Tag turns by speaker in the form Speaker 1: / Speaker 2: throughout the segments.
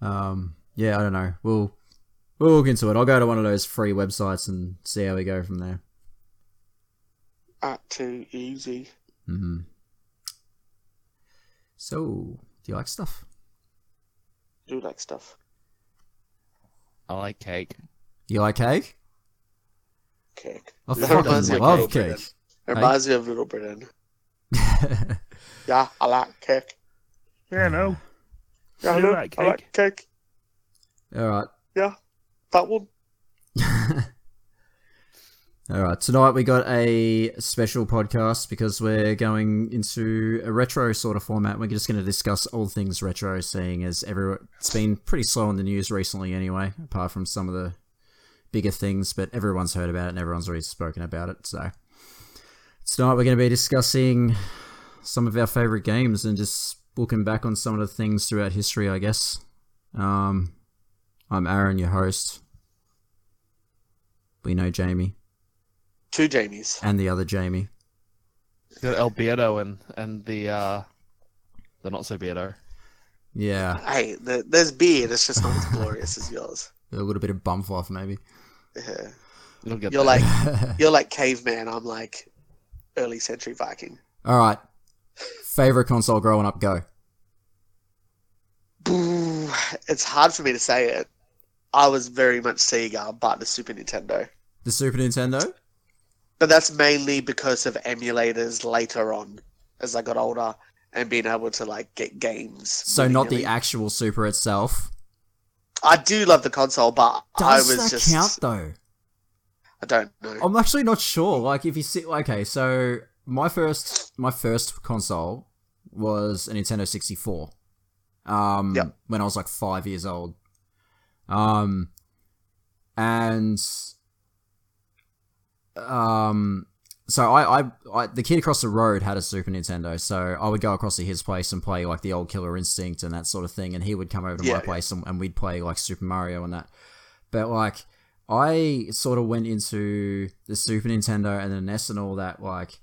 Speaker 1: Um, yeah, I don't know. We'll we'll look into it. I'll go to one of those free websites and see how we go from there.
Speaker 2: At too easy.
Speaker 1: hmm So, do you like stuff?
Speaker 2: I do like stuff.
Speaker 3: I like cake.
Speaker 1: You like cake?
Speaker 2: Cake.
Speaker 1: I
Speaker 2: No,
Speaker 1: fucking
Speaker 2: that's your
Speaker 1: love
Speaker 2: cake.
Speaker 1: cake.
Speaker 2: It reminds me of Little Britain. Yeah, I like cake.
Speaker 3: Yeah, no.
Speaker 2: Yeah, I
Speaker 3: You
Speaker 2: know,
Speaker 3: like
Speaker 2: I like cake.
Speaker 1: All right.
Speaker 2: That one.
Speaker 1: All right. Tonight we got a special podcast because we're going into a retro sort of format. We're just going to discuss all things retro, seeing as every it's been pretty slow in the news recently, anyway. Apart from some of the bigger things, but everyone's heard about it and everyone's already spoken about it. So tonight we're going to be discussing some of our favorite games and just looking back on some of the things throughout history, I guess. Um, I'm Aaron, your host. We know Jamie
Speaker 2: Two Jamies.
Speaker 1: and the other Jamie.
Speaker 3: Got Alberto and and the uh, the not so Beto.
Speaker 1: Yeah,
Speaker 2: Hey, the, there's beer. It's just not as glorious as yours.
Speaker 1: a little bit of bum fluff maybe.
Speaker 2: Yeah.
Speaker 3: You'll get
Speaker 2: You're
Speaker 3: there.
Speaker 2: like you're like caveman. I'm like early century Viking.
Speaker 1: All right, favorite console growing up? Go.
Speaker 2: Boo, It's hard for me to say it. I was very much Sega, but the Super Nintendo.
Speaker 1: The Super Nintendo.
Speaker 2: But that's mainly because of emulators later on, as I got older and being able to like get games.
Speaker 1: So not the
Speaker 2: willy-nilly.
Speaker 1: actual Super itself.
Speaker 2: I do love the console, but
Speaker 1: Does
Speaker 2: I was
Speaker 1: that
Speaker 2: just
Speaker 1: count though?
Speaker 2: I don't know.
Speaker 1: I'm actually not sure. Like if you see, okay, so my first my first console was a Nintendo 64. Um,
Speaker 2: Yep.
Speaker 1: when I was like five years old. Um, and um, so I, I I the kid across the road had a Super Nintendo, so I would go across to his place and play like the old Killer Instinct and that sort of thing, and he would come over to
Speaker 2: Yeah,
Speaker 1: my
Speaker 2: yeah.
Speaker 1: place and, and we'd play like Super Mario and that. But like I sort of went into the Super Nintendo and the NES and all that like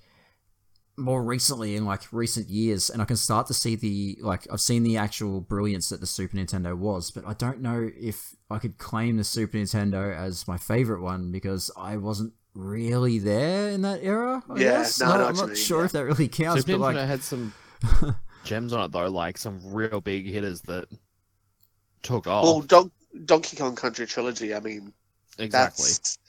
Speaker 1: more recently in like recent years and I can start to see the like I've seen the actual brilliance that the Super Nintendo was but I don't know if I could claim the Super Nintendo as my favorite one because I wasn't really there in that era I
Speaker 2: Yeah,
Speaker 1: guess.
Speaker 2: no, I
Speaker 1: I'm
Speaker 2: know what you
Speaker 1: not
Speaker 2: mean,
Speaker 1: sure
Speaker 2: yeah.
Speaker 1: if that really counts
Speaker 3: Super Nintendo
Speaker 1: but like
Speaker 3: had some gems on it though, like some real big hitters that took off.
Speaker 2: Well, Don- Donkey Kong Country trilogy. I mean,
Speaker 3: exactly.
Speaker 2: that's.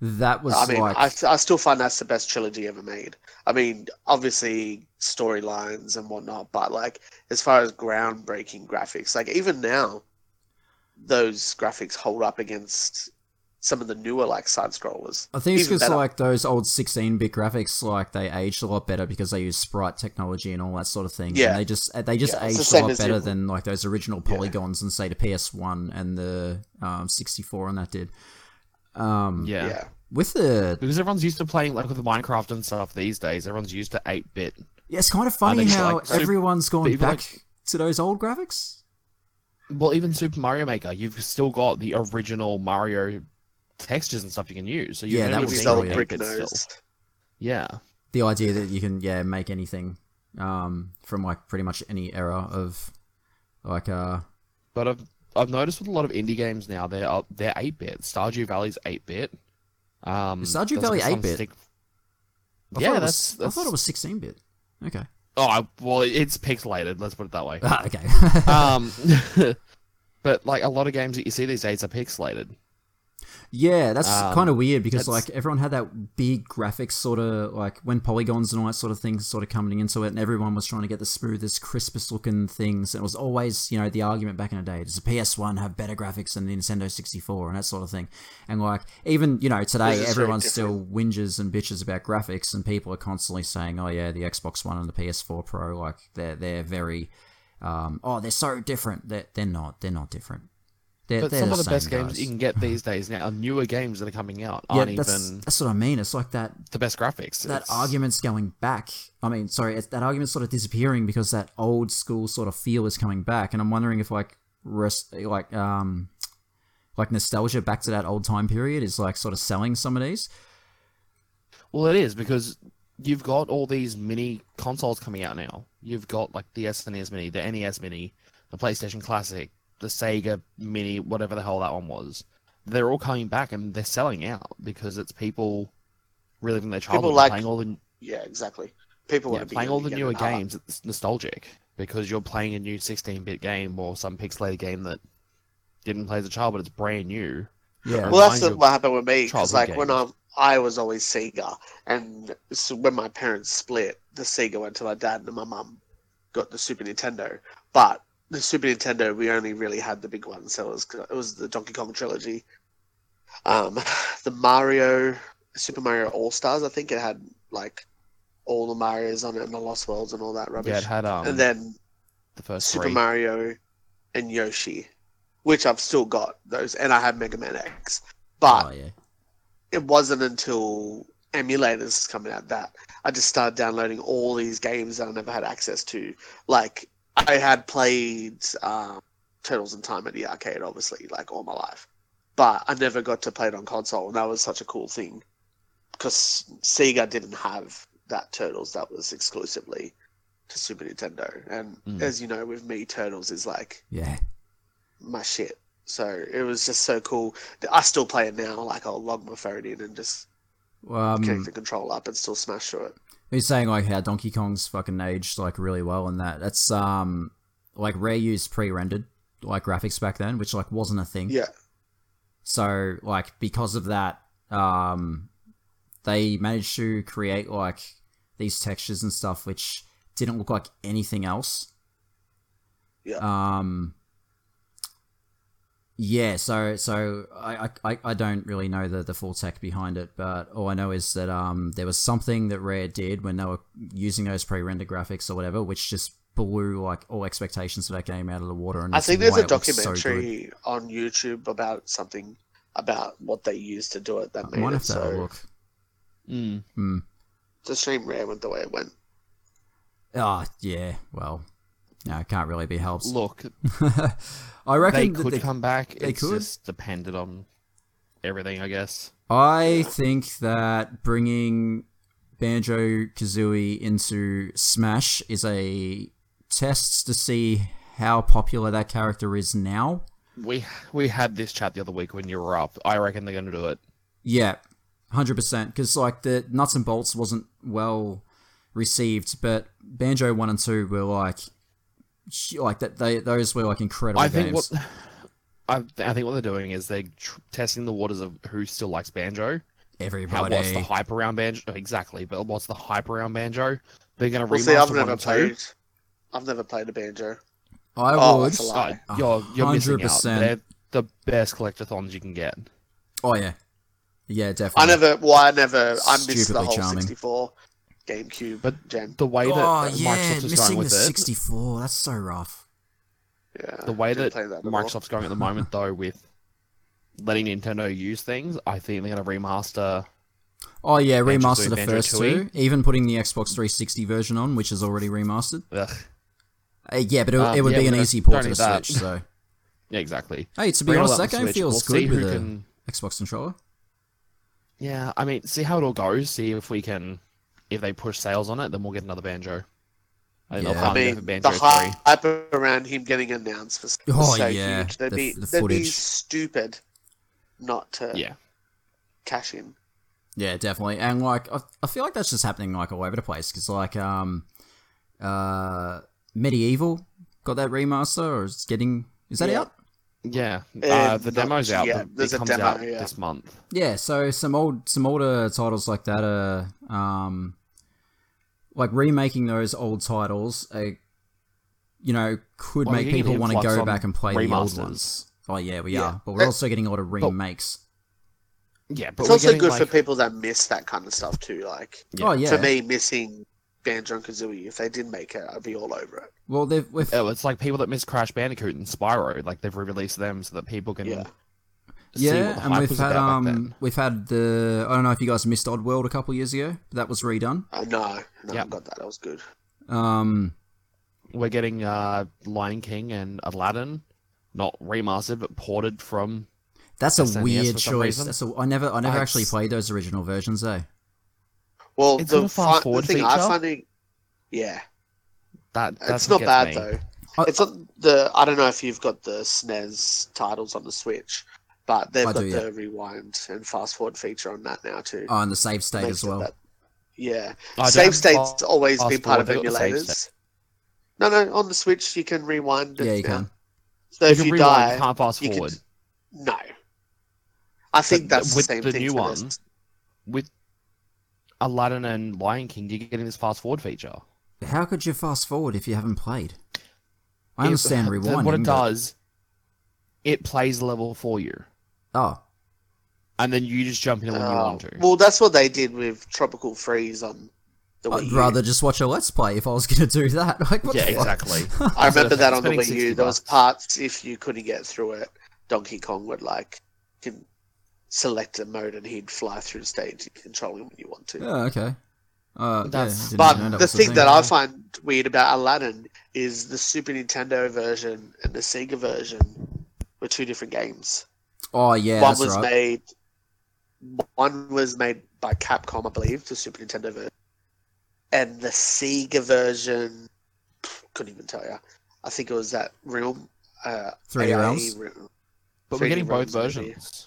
Speaker 1: that was
Speaker 2: I mean,
Speaker 1: like
Speaker 2: I, I still find that's the best trilogy ever made. I mean, obviously storylines and whatnot, but like as far as groundbreaking graphics, like even now, those graphics hold up against some of the newer like side scrollers.
Speaker 1: I think it's
Speaker 2: Even
Speaker 1: because
Speaker 2: better.
Speaker 1: like those old 16-bit graphics, like they aged a lot better because they use sprite technology and all that sort of thing.
Speaker 2: Yeah.
Speaker 1: and they just uh, they just
Speaker 2: Yeah, it's the
Speaker 1: aged a
Speaker 2: same
Speaker 1: lot
Speaker 2: as the-
Speaker 1: better than like those original
Speaker 2: Yeah.
Speaker 1: polygons and say the PS1 and the um, 64 and that did. Um,
Speaker 3: Yeah.
Speaker 2: Yeah.
Speaker 1: with the
Speaker 3: because everyone's used to playing like with Minecraft and stuff these days. Everyone's used to eight bit.
Speaker 1: yeah, it's kind of funny
Speaker 3: think,
Speaker 1: how
Speaker 3: like, super-
Speaker 1: everyone's
Speaker 3: but
Speaker 1: gone
Speaker 3: even,
Speaker 1: back
Speaker 3: like-
Speaker 1: to those old graphics.
Speaker 3: Well, even Super Mario Maker, you've still got the original Mario textures and stuff you can use. So you
Speaker 1: Yeah,
Speaker 3: can
Speaker 1: that
Speaker 3: only
Speaker 1: was
Speaker 3: be
Speaker 1: so
Speaker 2: Sell
Speaker 3: able to
Speaker 2: brick
Speaker 3: make it still.
Speaker 2: nose.
Speaker 3: Yeah,
Speaker 1: The idea that you can yeah make anything um, from like pretty much any era of like uh
Speaker 3: but I've I've noticed with a lot of indie games now they're up, they're eight bit. Stardew Valley's eight bit. Um,
Speaker 1: Is Stardew
Speaker 3: there's
Speaker 1: Valley
Speaker 3: some
Speaker 1: 8-bit?
Speaker 3: stick-
Speaker 1: I
Speaker 3: Yeah,
Speaker 1: thought it
Speaker 3: that's,
Speaker 1: was,
Speaker 3: that's
Speaker 1: I thought it was 16-bit. Okay.
Speaker 3: Oh, I, well, it's pixelated. Let's put it that way.
Speaker 1: Ah, okay.
Speaker 3: um, but like a lot of games that you see these days are pixelated.
Speaker 1: Yeah, that's
Speaker 3: Um,
Speaker 1: kind of weird because
Speaker 3: that's-
Speaker 1: like everyone had that big graphics sort of like when polygons and all that sort of things sort of coming into it, and everyone was trying to get the smoothest, crispest looking things. And it was always you know the argument back in the day: does the PS1 have better graphics than the Nintendo 64 and that sort of thing? And like even you know
Speaker 2: It's
Speaker 1: today,
Speaker 2: just
Speaker 1: everyone
Speaker 2: very
Speaker 1: still whinges and bitches about graphics, and people are constantly saying, "Oh yeah, the Xbox One and the PS4 Pro, like they're they're very." Um, oh, they're so different. They're, they're not. They're not different. They're,
Speaker 3: But
Speaker 1: they're
Speaker 3: some
Speaker 1: the
Speaker 3: of the
Speaker 1: same,
Speaker 3: best games
Speaker 1: guys.
Speaker 3: you can get these days now are newer games that are coming out
Speaker 1: Yeah,
Speaker 3: aren't
Speaker 1: that's,
Speaker 3: even
Speaker 1: that's what I mean. It's like that
Speaker 3: the best graphics.
Speaker 1: that
Speaker 3: It's-
Speaker 1: argument's going back. I mean, sorry, it's, that argument's sort of disappearing because that old school sort of feel is coming back, and I'm wondering if like rest, like um like nostalgia back to that old time period is like sort of selling some of these.
Speaker 3: Well, it is because you've got all these mini E consoles coming out now. You've got like the SNES Mini, the NES Mini, the PlayStation Classic, the the Sega Mini, whatever the hell that one was. They're all coming back and they're selling out because it's people reliving their childhood, and
Speaker 2: like-
Speaker 3: playing all the
Speaker 2: Yeah, exactly. People
Speaker 3: yeah,
Speaker 2: want to be
Speaker 3: playing
Speaker 2: young
Speaker 3: all the
Speaker 2: again
Speaker 3: newer
Speaker 2: and hard.
Speaker 3: games. It's nostalgic because you're playing a new 16-bit game or some pixelated game that didn't play as a child, but it's brand new.
Speaker 1: Yeah.
Speaker 2: Well, that's
Speaker 3: Remind you
Speaker 2: what happened with me because, like,
Speaker 3: childhood
Speaker 2: when I
Speaker 3: games.
Speaker 2: I was always Sega, and so when my parents split, the Sega went to my dad, and my mum got the Super Nintendo. But the Super Nintendo, we only really had the big one, so it was it was the Donkey Kong trilogy, um, the Mario, Super Mario All Stars. I think it had like all the Mario's on it and the Lost Worlds and all that rubbish.
Speaker 3: Yeah, it had um,
Speaker 2: and then
Speaker 3: the first
Speaker 2: Super
Speaker 3: three.
Speaker 2: Mario and Yoshi, which I've still got those, and I have Mega Man X. But
Speaker 1: oh, yeah.
Speaker 2: it wasn't until emulators coming out that I just started downloading all these games that I never had access to. Like I had played um, Turtles in Time at the arcade, obviously, like all my life, but I never got to play it on console, and that was such a cool thing because Sega didn't have that Turtles that was exclusively to Super Nintendo, and
Speaker 3: Mm.
Speaker 2: as you know, with me, Turtles is like
Speaker 1: Yeah.
Speaker 2: my shit. So it was just so cool. I still play it now. Like I'll log my phone in and just
Speaker 1: Well,
Speaker 2: connect
Speaker 1: um,
Speaker 2: the control up and still smash through it.
Speaker 1: he's saying like how Donkey Kong's fucking aged like really well and that. That's um like Rare used pre-rendered like graphics back then, which like wasn't a thing.
Speaker 2: Yeah,
Speaker 1: So like because of that, um, they managed to create like these textures and stuff which didn't look like anything else.
Speaker 2: Yeah.
Speaker 1: Um. Yeah. So so I I- I, I don't really know the the full tech behind it, but all I know is that um there was something that Rare did when they were using those pre-render graphics or whatever, which just blew like all expectations for that game out of the water. And
Speaker 2: I
Speaker 1: that's
Speaker 2: think there's
Speaker 1: why
Speaker 2: a
Speaker 1: it looks so good.
Speaker 2: documentary on YouTube about something about what they used to do it that
Speaker 1: I
Speaker 2: made
Speaker 1: wonder
Speaker 2: it
Speaker 1: if that'll
Speaker 2: so.
Speaker 1: look.
Speaker 3: Mm.
Speaker 1: Hmm.
Speaker 2: It's a shame Rare went the way it went.
Speaker 1: Ah, yeah. Well, no, it can't really be helped.
Speaker 3: Look,
Speaker 1: I reckon
Speaker 3: they
Speaker 1: that
Speaker 3: could
Speaker 1: the-
Speaker 3: come back.
Speaker 1: they
Speaker 3: it's
Speaker 1: could.
Speaker 3: just dependent on everything, I guess.
Speaker 1: I think that bringing Banjo Kazooie into Smash is a test to see how popular that character is now.
Speaker 3: We we had this chat the other week when you were up. I reckon they're going to do it.
Speaker 1: Yeah, hundred percent. Because like the nuts and bolts wasn't well received, but Banjo one and two were like, sh- like that. They those were like incredible
Speaker 3: I
Speaker 1: games.
Speaker 3: think what I, I think what they're doing is they're tr- testing the waters of who still likes banjo. How,
Speaker 1: Everybody.
Speaker 3: what's the hype around banjo? Exactly, but what's the hype around banjo? They're going to
Speaker 2: Well,
Speaker 3: remaster
Speaker 2: see, I've
Speaker 3: one
Speaker 2: never
Speaker 3: and two.
Speaker 2: played. I've never played a banjo.
Speaker 1: I
Speaker 2: Oh,
Speaker 1: would.
Speaker 2: that's a lot.
Speaker 3: Oh,
Speaker 2: Why?
Speaker 3: you're you're missing
Speaker 1: 100%.
Speaker 3: out. They're the best collectathons you can get.
Speaker 1: Oh yeah, yeah, definitely.
Speaker 2: I never. Well, I never. I missed the
Speaker 1: Stupidly
Speaker 2: whole
Speaker 1: charming.
Speaker 2: 64 GameCube
Speaker 3: But-
Speaker 2: jam.
Speaker 3: The way that
Speaker 1: Oh
Speaker 3: uh,
Speaker 1: yeah,
Speaker 3: Microsoft is going
Speaker 1: missing the
Speaker 3: with it,
Speaker 1: sixty-four. That's so rough.
Speaker 2: Yeah,
Speaker 3: the way
Speaker 2: didn't
Speaker 3: that,
Speaker 2: play that at all.
Speaker 3: Microsoft's going at the moment, though, with letting Nintendo use things, I think they're going to remaster.
Speaker 1: Oh yeah,
Speaker 3: Banjo-Tooie,
Speaker 1: remaster the first
Speaker 3: Banjo-Tooie.
Speaker 1: two. Even putting the Xbox 360 version on, which is already remastered.
Speaker 3: Ugh.
Speaker 1: Uh, yeah, but it,
Speaker 3: Um,
Speaker 1: it would
Speaker 3: yeah,
Speaker 1: be an
Speaker 3: but
Speaker 1: easy
Speaker 3: don't
Speaker 1: port to
Speaker 3: need
Speaker 1: the
Speaker 3: that.
Speaker 1: Switch. So
Speaker 3: Yeah, exactly.
Speaker 1: hey, to be
Speaker 3: Bring it all
Speaker 1: honest,
Speaker 3: out
Speaker 1: that
Speaker 3: on
Speaker 1: game
Speaker 3: Switch.
Speaker 1: feels
Speaker 3: We'll see
Speaker 1: good
Speaker 3: who
Speaker 1: with the
Speaker 3: can-
Speaker 1: Xbox controller.
Speaker 3: Yeah, I mean, see how it all goes. See if we can, if they push sales on it, then we'll get another banjo. I think
Speaker 1: Yeah. I
Speaker 3: they'll
Speaker 2: I
Speaker 3: finally
Speaker 2: mean,
Speaker 3: have a
Speaker 2: the
Speaker 3: banjo three.
Speaker 2: hype around him getting announced was was
Speaker 1: Oh,
Speaker 2: so
Speaker 1: yeah,
Speaker 2: huge. They'd
Speaker 1: the-
Speaker 2: be,
Speaker 1: the
Speaker 2: they'd be
Speaker 1: footage.
Speaker 2: stupid not to
Speaker 3: Yeah,
Speaker 2: cash in.
Speaker 1: Yeah, definitely. And like, I, I feel like that's just happening like all over the place because like, um, uh, Medieval got that remaster or is getting is that
Speaker 2: Yeah.
Speaker 1: out?
Speaker 3: yeah.
Speaker 2: Uh,
Speaker 3: Uh, the
Speaker 2: not-
Speaker 3: demo's out.
Speaker 2: yeah,
Speaker 3: but
Speaker 2: there's a
Speaker 3: it comes
Speaker 2: demo,
Speaker 3: out
Speaker 2: yeah.
Speaker 3: this month.
Speaker 1: Yeah, so some old some older titles like that are um like remaking those old titles uh, you know could
Speaker 3: Well,
Speaker 1: make
Speaker 3: you get an
Speaker 1: people want to
Speaker 3: influx
Speaker 1: go
Speaker 3: on
Speaker 1: back and play the old
Speaker 3: remasters. Uh,
Speaker 1: ones. Oh yeah, we
Speaker 2: Yeah.
Speaker 1: are. But we're also getting a lot of remakes.
Speaker 3: Yeah, but
Speaker 2: It's
Speaker 3: we're
Speaker 2: also
Speaker 3: getting,
Speaker 2: good
Speaker 3: like,
Speaker 2: for people that miss that kind of stuff too. Like
Speaker 3: Yeah.
Speaker 1: Oh yeah.
Speaker 2: for me, missing Banjo and Kazooie, if they did make it, I'd be all over it.
Speaker 1: well, they've with
Speaker 3: Oh, it's like people that miss Crash Bandicoot and Spyro. Like they've re-released them so that people can
Speaker 2: Yeah.
Speaker 3: see what
Speaker 1: yeah,
Speaker 3: the
Speaker 1: and
Speaker 3: hype
Speaker 1: we've
Speaker 3: was
Speaker 1: had
Speaker 3: about back then.
Speaker 1: um we've had the I don't know if you guys missed Oddworld a couple years ago, but that was redone.
Speaker 2: Uh, no, no,
Speaker 3: Yeah.
Speaker 2: I got that. That was good.
Speaker 1: Um
Speaker 3: We're getting uh, Lion King and Aladdin, not remastered but ported from.
Speaker 1: that's a
Speaker 3: SNES E for
Speaker 1: weird
Speaker 3: some
Speaker 1: choice.
Speaker 3: reason.
Speaker 1: That's a, I never I never
Speaker 3: I
Speaker 1: actually
Speaker 3: s-
Speaker 1: played those original versions though.
Speaker 2: Well,
Speaker 3: It's
Speaker 2: the,
Speaker 3: on a fast
Speaker 2: fi- the
Speaker 3: forward
Speaker 2: thing I
Speaker 3: feature?
Speaker 2: find it, yeah,
Speaker 3: That that's
Speaker 2: it's
Speaker 3: what
Speaker 2: not
Speaker 3: gets
Speaker 2: bad
Speaker 3: me.
Speaker 2: though.
Speaker 1: I-
Speaker 2: It's on the. I don't know if you've got the SNES titles on the Switch, but they've
Speaker 1: I
Speaker 2: got
Speaker 1: do,
Speaker 2: the rewind and fast forward feature on that now too.
Speaker 1: Oh, and the save state
Speaker 2: Makes
Speaker 1: as
Speaker 2: it
Speaker 1: well.
Speaker 2: that- yeah,
Speaker 3: I don't
Speaker 2: save
Speaker 3: have
Speaker 2: state's
Speaker 3: fa-
Speaker 2: always
Speaker 3: fast
Speaker 2: been part of
Speaker 3: forward, they've got save
Speaker 2: emulators. No, no, on the Switch you can rewind. it
Speaker 1: Yeah, you
Speaker 2: now.
Speaker 1: can.
Speaker 2: So if you,
Speaker 3: rewind,
Speaker 2: die,
Speaker 3: you can't fast
Speaker 2: you can-
Speaker 3: forward.
Speaker 2: no. I think
Speaker 3: But
Speaker 2: that's
Speaker 3: with
Speaker 2: the same
Speaker 3: the
Speaker 2: thing
Speaker 3: new
Speaker 2: for
Speaker 3: one-
Speaker 2: this.
Speaker 3: With Aladdin and Lion King, you're getting this fast forward feature.
Speaker 1: How could you fast forward if you haven't played?
Speaker 3: It-
Speaker 1: I understand
Speaker 3: th-
Speaker 1: rewinding.
Speaker 3: What it
Speaker 1: but-
Speaker 3: does, it plays the level for you,
Speaker 1: Oh,
Speaker 3: and then you just jump in it when you
Speaker 2: Uh,
Speaker 3: want to.
Speaker 2: Well, that's what they did with Tropical Freeze on the Wii
Speaker 1: I'd
Speaker 2: U.
Speaker 1: Oh, rather just watch a let's play if I was going to do that. Like, what
Speaker 3: yeah,
Speaker 1: the fuck?
Speaker 3: exactly.
Speaker 2: I remember that on the
Speaker 3: Spending
Speaker 2: Wii U.
Speaker 3: 60
Speaker 2: There was
Speaker 3: bucks.
Speaker 2: parts if you couldn't get through it, Donkey Kong would like can select a mode and he'd fly through the stage. You control him when you want to.
Speaker 1: Yeah, okay. Uh, yeah,
Speaker 3: That's-
Speaker 1: I didn't know
Speaker 2: But
Speaker 1: that
Speaker 2: the
Speaker 1: was a
Speaker 2: thing that I
Speaker 3: yeah.
Speaker 2: find weird about Aladdin is the Super Nintendo version and the Sega version were two different games.
Speaker 1: Oh yeah,
Speaker 2: one
Speaker 1: that's
Speaker 2: was
Speaker 1: right.
Speaker 2: made, one was made by Capcom, I believe, the Super Nintendo version, and the Sega version. Couldn't even tell you. I think it was that Realm. Uh,
Speaker 1: 3D
Speaker 2: AIE
Speaker 1: realms?
Speaker 2: Realm.
Speaker 3: But
Speaker 2: 3D
Speaker 3: we're getting both
Speaker 2: realms, maybe.
Speaker 3: versions.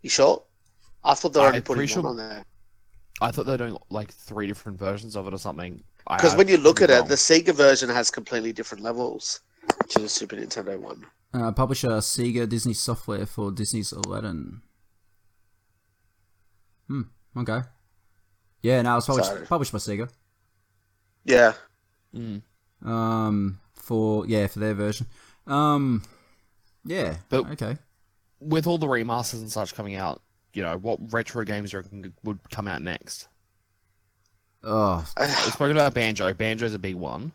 Speaker 2: You sure? I thought they were
Speaker 3: I'm
Speaker 2: only putting
Speaker 3: pretty
Speaker 2: one
Speaker 3: sure-
Speaker 2: on there.
Speaker 3: I thought they were doing like three different versions of it or something. I-
Speaker 2: Because
Speaker 3: I
Speaker 2: when you look
Speaker 3: could
Speaker 2: at
Speaker 3: be
Speaker 2: it,
Speaker 3: wrong.
Speaker 2: the Sega version has completely different levels to the Super Nintendo one.
Speaker 1: Uh, publisher Sega Disney Software for Disney's Aladdin. Hmm. Okay. Yeah, no, it was published,
Speaker 2: Sorry.
Speaker 1: published by Sega.
Speaker 2: Yeah.
Speaker 3: Mm.
Speaker 1: Um, for yeah, for their version. Um, yeah.
Speaker 3: But-
Speaker 1: okay.
Speaker 3: with all the remasters and such coming out, you know what retro games you reckon would come out next?
Speaker 1: Oh,
Speaker 3: We've spoken about Banjo. Banjo's a big one.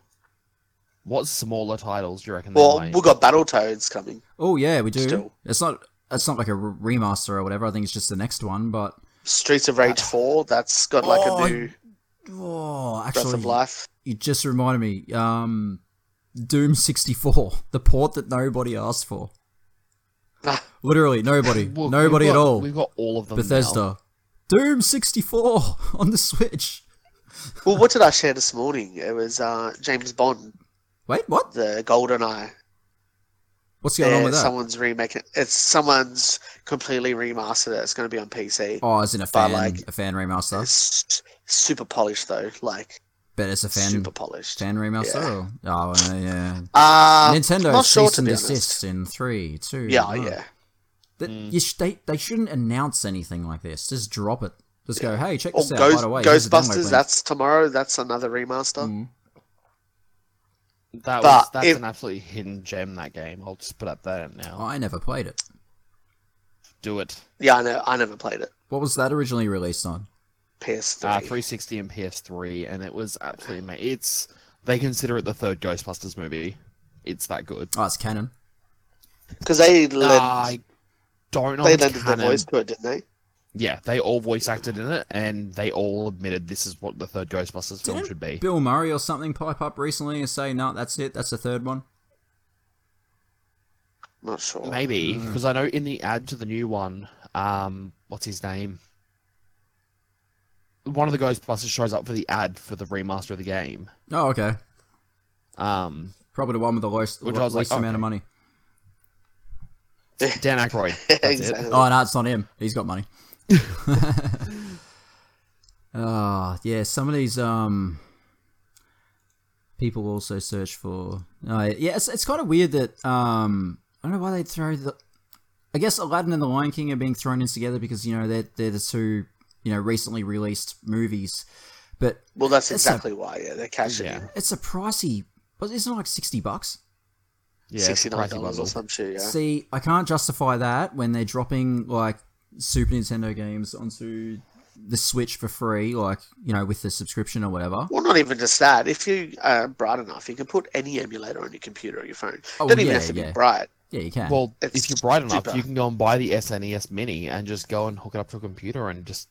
Speaker 3: What smaller titles do you reckon?
Speaker 2: well,
Speaker 3: they might-
Speaker 2: we've got Battletoads coming.
Speaker 1: oh yeah, we do.
Speaker 2: Still.
Speaker 1: It's not. It's not like a re- remaster or whatever. I think it's just the next one. But
Speaker 2: Streets of Rage 4, that's got like
Speaker 1: Oh,
Speaker 2: a new
Speaker 1: oh,
Speaker 2: Breath
Speaker 1: actually,
Speaker 2: of Life.
Speaker 1: you just reminded me. Um, Doom sixty four, the port that nobody asked for.
Speaker 2: Ah,
Speaker 1: Literally nobody,
Speaker 3: Well,
Speaker 1: nobody
Speaker 3: we've
Speaker 1: at
Speaker 3: got-
Speaker 1: all.
Speaker 3: We've got all of them. now.
Speaker 1: Bethesda, Doom sixty four on the Switch.
Speaker 2: well, what did I share this morning? It was uh, James Bond,
Speaker 1: Wait, what?
Speaker 2: the Golden Eye.
Speaker 1: What's going on with that?
Speaker 2: Someone's remaking It's someone's completely remastered it. It's going to be on PC.
Speaker 1: Oh, as in a
Speaker 2: But,
Speaker 1: fan,
Speaker 2: like,
Speaker 1: a fan remaster,
Speaker 2: It's s- super polished, though. Like,
Speaker 1: but it's a fan
Speaker 2: super polished.
Speaker 1: fan remaster. Or? Oh, uh, yeah.
Speaker 2: Uh,
Speaker 1: Nintendo
Speaker 2: not sure,
Speaker 1: cease
Speaker 2: to
Speaker 1: and
Speaker 2: be honest.
Speaker 1: desist Oh, in three, two.
Speaker 2: yeah,
Speaker 1: one.
Speaker 2: yeah.
Speaker 1: That-
Speaker 3: Mm.
Speaker 1: you sh- they, they shouldn't announce anything like this. Just drop it. Just go, hey, check
Speaker 2: Or
Speaker 3: Oh,
Speaker 1: this out.
Speaker 2: Ghost-
Speaker 1: By the way, here's the download
Speaker 2: Ghostbusters,
Speaker 1: link."
Speaker 2: that's tomorrow. That's another remaster.
Speaker 1: Mm.
Speaker 2: But
Speaker 3: That was, that's
Speaker 2: if-
Speaker 3: an absolutely hidden gem. That game. I'll just put up that now.
Speaker 1: I never played it.
Speaker 3: Do it.
Speaker 2: Yeah, I know. I never played it.
Speaker 1: What was that originally released on?
Speaker 2: PS3.
Speaker 1: Ah,
Speaker 3: Uh, 360 and PS3, and it was absolutely amazing. It's they consider it the third Ghostbusters movie. It's that good.
Speaker 1: Oh, it's canon.
Speaker 2: Because they lent,
Speaker 1: Ah,
Speaker 3: I don't know.
Speaker 2: they
Speaker 3: if
Speaker 2: lent
Speaker 3: it's
Speaker 2: their
Speaker 3: canon.
Speaker 2: voice to it, didn't they?
Speaker 3: Yeah, they all voice acted in it, and they all admitted this is what the third Ghostbusters film
Speaker 1: Didn't
Speaker 3: should be.
Speaker 1: Bill Murray or something pipe up recently and say, no, that's it. That's the third one.
Speaker 2: Not sure.
Speaker 3: Maybe because I know in the ad to the new one, um, what's his name? One of the Ghostbusters shows up for the ad for the remaster of the game.
Speaker 1: Oh, okay.
Speaker 3: Um,
Speaker 1: Probably the one with the lowest,
Speaker 3: Which I was
Speaker 1: least
Speaker 3: like,
Speaker 1: amount
Speaker 3: okay.
Speaker 1: of money.
Speaker 3: Dan Aykroyd. That's
Speaker 2: Exactly.
Speaker 1: Oh, no, it's not him. He's got money. Ah, yeah. Some of these um people also search for. Uh, yeah, it's it's kind of weird that um I don't know why they throw the. I guess Aladdin and the Lion King are being thrown in together because you know they're they're the two you know recently released movies, but
Speaker 2: Well, that's
Speaker 1: It's a-
Speaker 2: exactly why. Yeah, they're cashing
Speaker 3: Yeah.
Speaker 2: in
Speaker 1: it's a pricey. but Isn't it like sixty bucks?
Speaker 3: Yeah, it's a
Speaker 2: sixty-nine
Speaker 3: pricey
Speaker 2: dollars or
Speaker 3: bundle.
Speaker 2: some shit. Yeah.
Speaker 1: See, I can't justify that when they're dropping like Super Nintendo games onto the Switch for free, like you know, with the subscription or whatever.
Speaker 2: Well, not even just that. If you are bright enough, you can put any emulator on your computer or your phone.
Speaker 1: Oh,
Speaker 2: Don't even
Speaker 1: yeah,
Speaker 2: have to
Speaker 1: yeah.
Speaker 2: be bright.
Speaker 1: Yeah, you can.
Speaker 3: Well,
Speaker 2: It's
Speaker 3: if you're bright enough,
Speaker 2: cheaper.
Speaker 3: you can go and buy the SNES Mini and just go and hook it up to a computer and just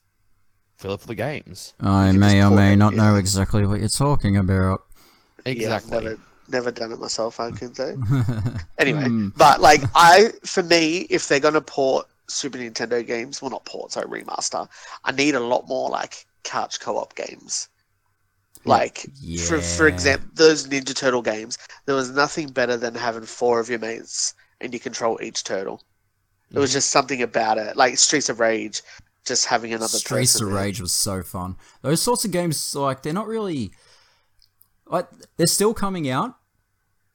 Speaker 3: fill it for the games.
Speaker 1: I
Speaker 2: you
Speaker 1: may
Speaker 2: may just
Speaker 1: or
Speaker 2: or pull may
Speaker 1: may
Speaker 2: it,
Speaker 1: not
Speaker 2: not yeah.
Speaker 1: know
Speaker 2: know
Speaker 1: exactly what you're talking about.
Speaker 2: Yeah, I've
Speaker 3: Exactly. Mm.
Speaker 2: never, never done it myself. I can say.
Speaker 1: Mm. yeah,
Speaker 2: Anyway,
Speaker 1: Hmm.
Speaker 2: but like I, for me, if they're gonna port Super Nintendo games, well, not port, sorry, remaster, I need a lot more like couch co-op games. Like
Speaker 1: Yeah.
Speaker 2: for for example, those Ninja Turtle games, there was nothing better than having four of your mates and you control each turtle. It
Speaker 1: Mm.
Speaker 2: was just something about it, like Streets of Rage, just having another
Speaker 1: Streets
Speaker 2: person
Speaker 1: of
Speaker 2: there.
Speaker 1: Rage was so fun. Those sorts of games, like they're not really, like they're still coming out,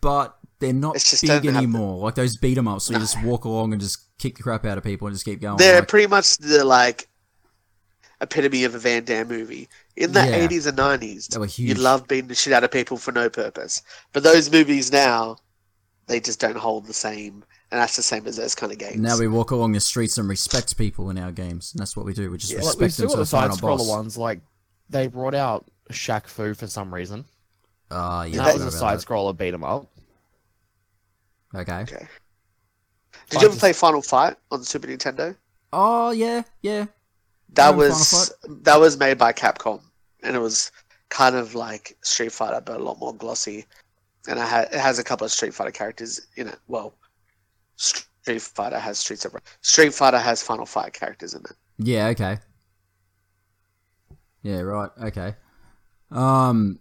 Speaker 1: but they're not
Speaker 2: It's just don't
Speaker 1: big
Speaker 2: have the-
Speaker 1: anymore. Like those beat 'em ups, where you just walk along and just kick the crap out of people and just keep going.
Speaker 2: They're
Speaker 1: like,
Speaker 2: pretty much the like epitome of a Van Damme movie. In the
Speaker 1: Yeah.
Speaker 2: eighties and nineties,
Speaker 1: they were
Speaker 2: you
Speaker 1: huge.
Speaker 2: loved beating the shit out of people for no purpose. But those movies now, they just don't hold the same, and that's the same as those kind of games.
Speaker 1: now we walk along the streets and respect people in our games. And that's what we do. We just
Speaker 2: Yeah.
Speaker 3: Well,
Speaker 1: respect
Speaker 3: we've still
Speaker 1: them
Speaker 3: got
Speaker 1: to
Speaker 3: the
Speaker 1: the
Speaker 3: side
Speaker 1: final
Speaker 3: scroller
Speaker 1: boss.
Speaker 3: ones. Like they brought out Shaq Fu for some reason.
Speaker 1: Ah, yeah,
Speaker 3: And
Speaker 1: I
Speaker 3: that was
Speaker 1: forgot
Speaker 3: a
Speaker 1: about
Speaker 3: side scroller beat 'em up.
Speaker 1: that. Okay.
Speaker 2: okay. Did you ever
Speaker 3: Fighters.
Speaker 2: play Final Fight on the Super Nintendo?
Speaker 1: Oh yeah, yeah.
Speaker 2: That
Speaker 1: Remember
Speaker 2: was that was made by Capcom, and it was kind of like Street Fighter, but a lot more glossy. And it, ha- it has a couple of Street Fighter characters in it. Well, Street Fighter has Streets of Ra- Street Fighter has Final Fight characters in it.
Speaker 1: Yeah, okay. Yeah, right. Okay. Um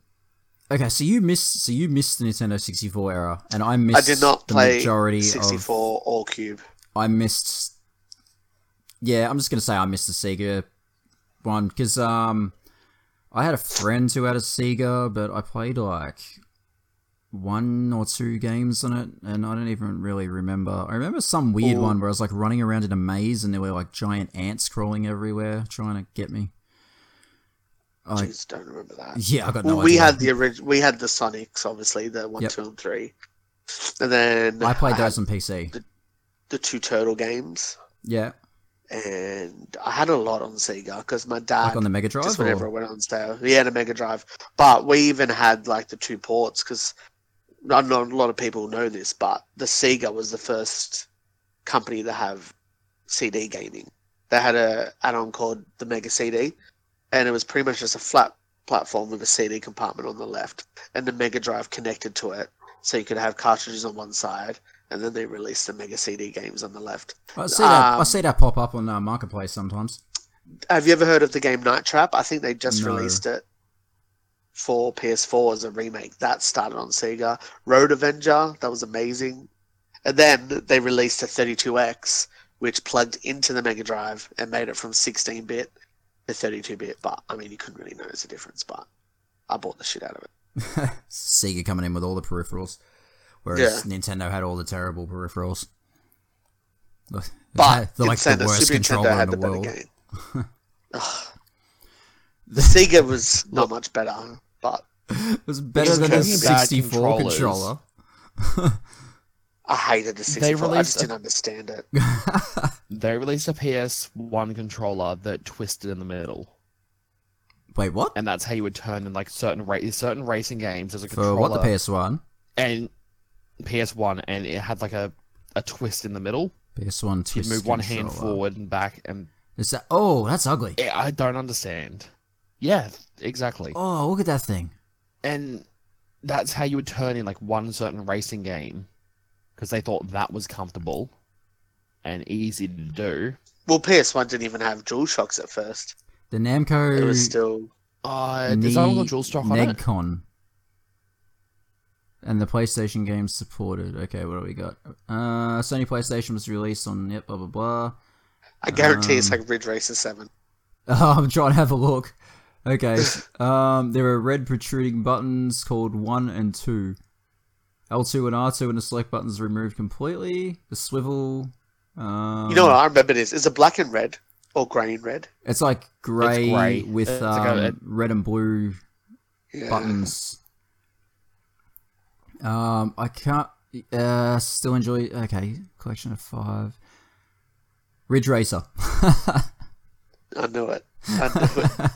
Speaker 1: Okay, so you missed so you missed the Nintendo 64 era and I missed
Speaker 2: I did not
Speaker 1: the
Speaker 2: play
Speaker 1: majority of
Speaker 2: 64 or Cube.
Speaker 1: I missed Yeah, I'm just going to say I missed the Sega one cuz um I had a friend who had a Sega, but I played like one or two games on it and I don't even really remember. I remember some weird
Speaker 3: Ooh.
Speaker 1: one where I was like running around in a maze and there were like giant ants crawling everywhere trying to get me. I
Speaker 2: Jeez, don't remember that.
Speaker 1: yeah, I got no
Speaker 2: Well, we
Speaker 1: idea.
Speaker 2: had the orig- we had the Sonics, obviously the one,
Speaker 1: Yep.
Speaker 2: two, and three, and then
Speaker 1: I played
Speaker 2: had
Speaker 1: those on PC.
Speaker 2: the two Turtle games,
Speaker 1: Yeah,
Speaker 2: and I had a lot on Sega because my dad
Speaker 1: like on the Mega
Speaker 2: just
Speaker 1: Drive.
Speaker 2: whenever
Speaker 1: Or...
Speaker 2: it went on sale. Yeah, the Mega Drive. But we even had like the two ports because I know a lot of people know this, but the Sega was the first company to have CD gaming. They had a add-on called the Mega CD, and it was pretty much just a flat platform with a CD compartment on the left, and the Mega Drive connected to it, so you could have cartridges on one side, and then they released the Mega CD games on the left.
Speaker 1: I see that. I
Speaker 2: Um,
Speaker 1: see that pop up on uh, Marketplace sometimes.
Speaker 2: Have you ever heard of the game Night Trap? I think they just
Speaker 1: No.
Speaker 2: released it for PS4 as a remake. That started on Sega. Road Avenger, that was amazing. And then they released a 32X, which plugged into the Mega Drive and made it from 16 bit to 32 bit. But I mean, you couldn't really notice the difference, but I bought the shit out of it.
Speaker 1: Sega coming in with all the peripherals, whereas Nintendo had all the terrible peripherals. But
Speaker 2: But
Speaker 1: they're
Speaker 2: in
Speaker 1: like
Speaker 2: saying
Speaker 1: the
Speaker 2: that,
Speaker 1: worst
Speaker 2: Super
Speaker 1: controller
Speaker 2: Nintendo
Speaker 1: in
Speaker 2: had
Speaker 1: the
Speaker 2: the better
Speaker 1: world.
Speaker 2: game. Ugh. the Sega was not much better, but
Speaker 1: It was better than the
Speaker 2: Talking
Speaker 3: about
Speaker 1: 64
Speaker 3: controllers.
Speaker 1: controller.
Speaker 2: I hated the 64. I
Speaker 3: released
Speaker 2: just
Speaker 3: a-
Speaker 2: didn't understand it.
Speaker 3: They released a PS1 controller that twisted in the middle.
Speaker 1: Wait, what?
Speaker 3: and that's how you would turn in like certain ra- certain racing games as a
Speaker 1: For
Speaker 3: controller
Speaker 1: what the PS1?
Speaker 3: and PS1, and it had like a, a twist in the middle.
Speaker 1: PS1
Speaker 3: You'd
Speaker 1: twist.
Speaker 3: move one hand
Speaker 1: controller.
Speaker 3: forward and back, and
Speaker 1: Is that? Oh, that's ugly.
Speaker 3: yeah, I don't understand. Yeah, exactly.
Speaker 1: Oh, look at that thing.
Speaker 3: And that's how you would turn in like one certain racing game because they thought that was comfortable and easy to do.
Speaker 2: Well, PS1 didn't even have DualShocks at first.
Speaker 1: The Namco.
Speaker 2: It was still.
Speaker 3: Uh, there's not a lot of dual stock on it.
Speaker 1: Negcon. And the PlayStation games supported. Okay, what do we got? Uh, Sony PlayStation was released on yep, blah blah blah.
Speaker 2: I guarantee it's
Speaker 1: Um,
Speaker 2: like Ridge Racer 7.
Speaker 1: Oh, I'm trying to have a look. Okay, um, there are red protruding buttons called one and two. L2 and R2 and the select buttons removed completely. The swivel. Um,
Speaker 2: you know what I remember this? Is it black and red or grey and red?
Speaker 1: It's like grey
Speaker 3: grey.
Speaker 1: with
Speaker 3: It's
Speaker 1: um,
Speaker 3: like a-
Speaker 1: red and blue
Speaker 2: Yeah.
Speaker 1: buttons. Um, I can't. Uh, still enjoy. Okay, collection of five. Ridge Racer.
Speaker 2: I knew it. I knew it.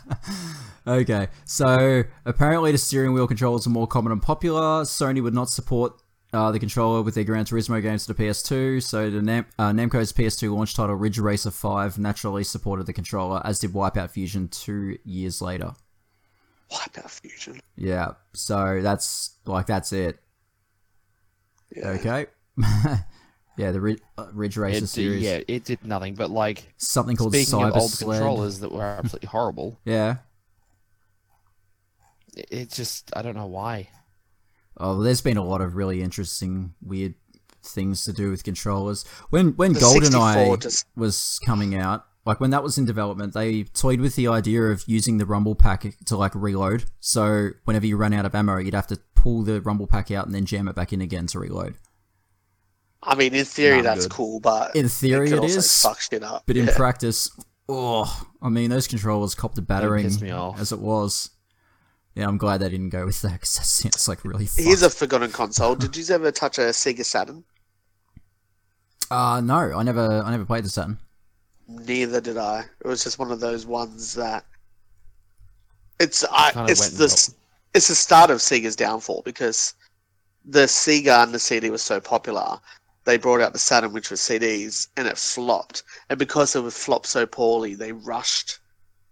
Speaker 1: okay, so apparently the steering wheel controls are more common and popular. Sony would not support uh, the controller with their Gran Turismo games to the PS2, so the Nam- uh, Namco's PS2 launch title Ridge Racer 5 naturally supported the controller, as did Wipeout Fusion two years later.
Speaker 2: Wipeout Fusion.
Speaker 1: Yeah, so that's like that's it.
Speaker 2: Yeah.
Speaker 1: Okay. yeah, the Ridge, uh, Ridge Racer
Speaker 3: It,
Speaker 1: series.
Speaker 3: yeah, it did nothing, but like
Speaker 1: Something called
Speaker 3: speaking
Speaker 1: Cyber
Speaker 3: of old
Speaker 1: Sled.
Speaker 3: controllers that were absolutely horrible.
Speaker 1: Yeah.
Speaker 3: It, it's just I don't know why.
Speaker 1: Oh, well, there's been a lot of really interesting, weird things to do with controllers. When when
Speaker 2: The 64
Speaker 1: GoldenEye
Speaker 2: just-
Speaker 1: was coming out, like when that was in development, they toyed with the idea of using the rumble pack to like reload. So whenever you run out of ammo, you'd have to pull the rumble pack out and then jam it back in again to reload.
Speaker 2: I mean, in theory,
Speaker 3: Not
Speaker 2: that's
Speaker 3: good.
Speaker 2: cool, but
Speaker 1: In
Speaker 2: it
Speaker 1: theory,
Speaker 2: could
Speaker 1: it
Speaker 2: also
Speaker 1: is,
Speaker 2: fuck shit up.
Speaker 1: but in
Speaker 2: Yeah.
Speaker 1: practice, oh, I mean, those controllers copped a battering
Speaker 3: pissed me off.
Speaker 1: as it was. Yeah, I'm glad they didn't go with that because that sounds like really.
Speaker 2: Here's
Speaker 1: fucked.
Speaker 2: a forgotten console. Did you ever touch a Sega Saturn?
Speaker 1: Uh no, I never I never played the Saturn.
Speaker 2: Neither did I. It was just one of those ones that it's I,
Speaker 3: Kinda
Speaker 2: it's
Speaker 3: went and
Speaker 2: the
Speaker 3: got-
Speaker 2: s- it's the start of Sega's downfall because the Sega and the CD was so popular. They brought out the Saturn, which was CDs, and it flopped. And because it was flopped so poorly, they rushed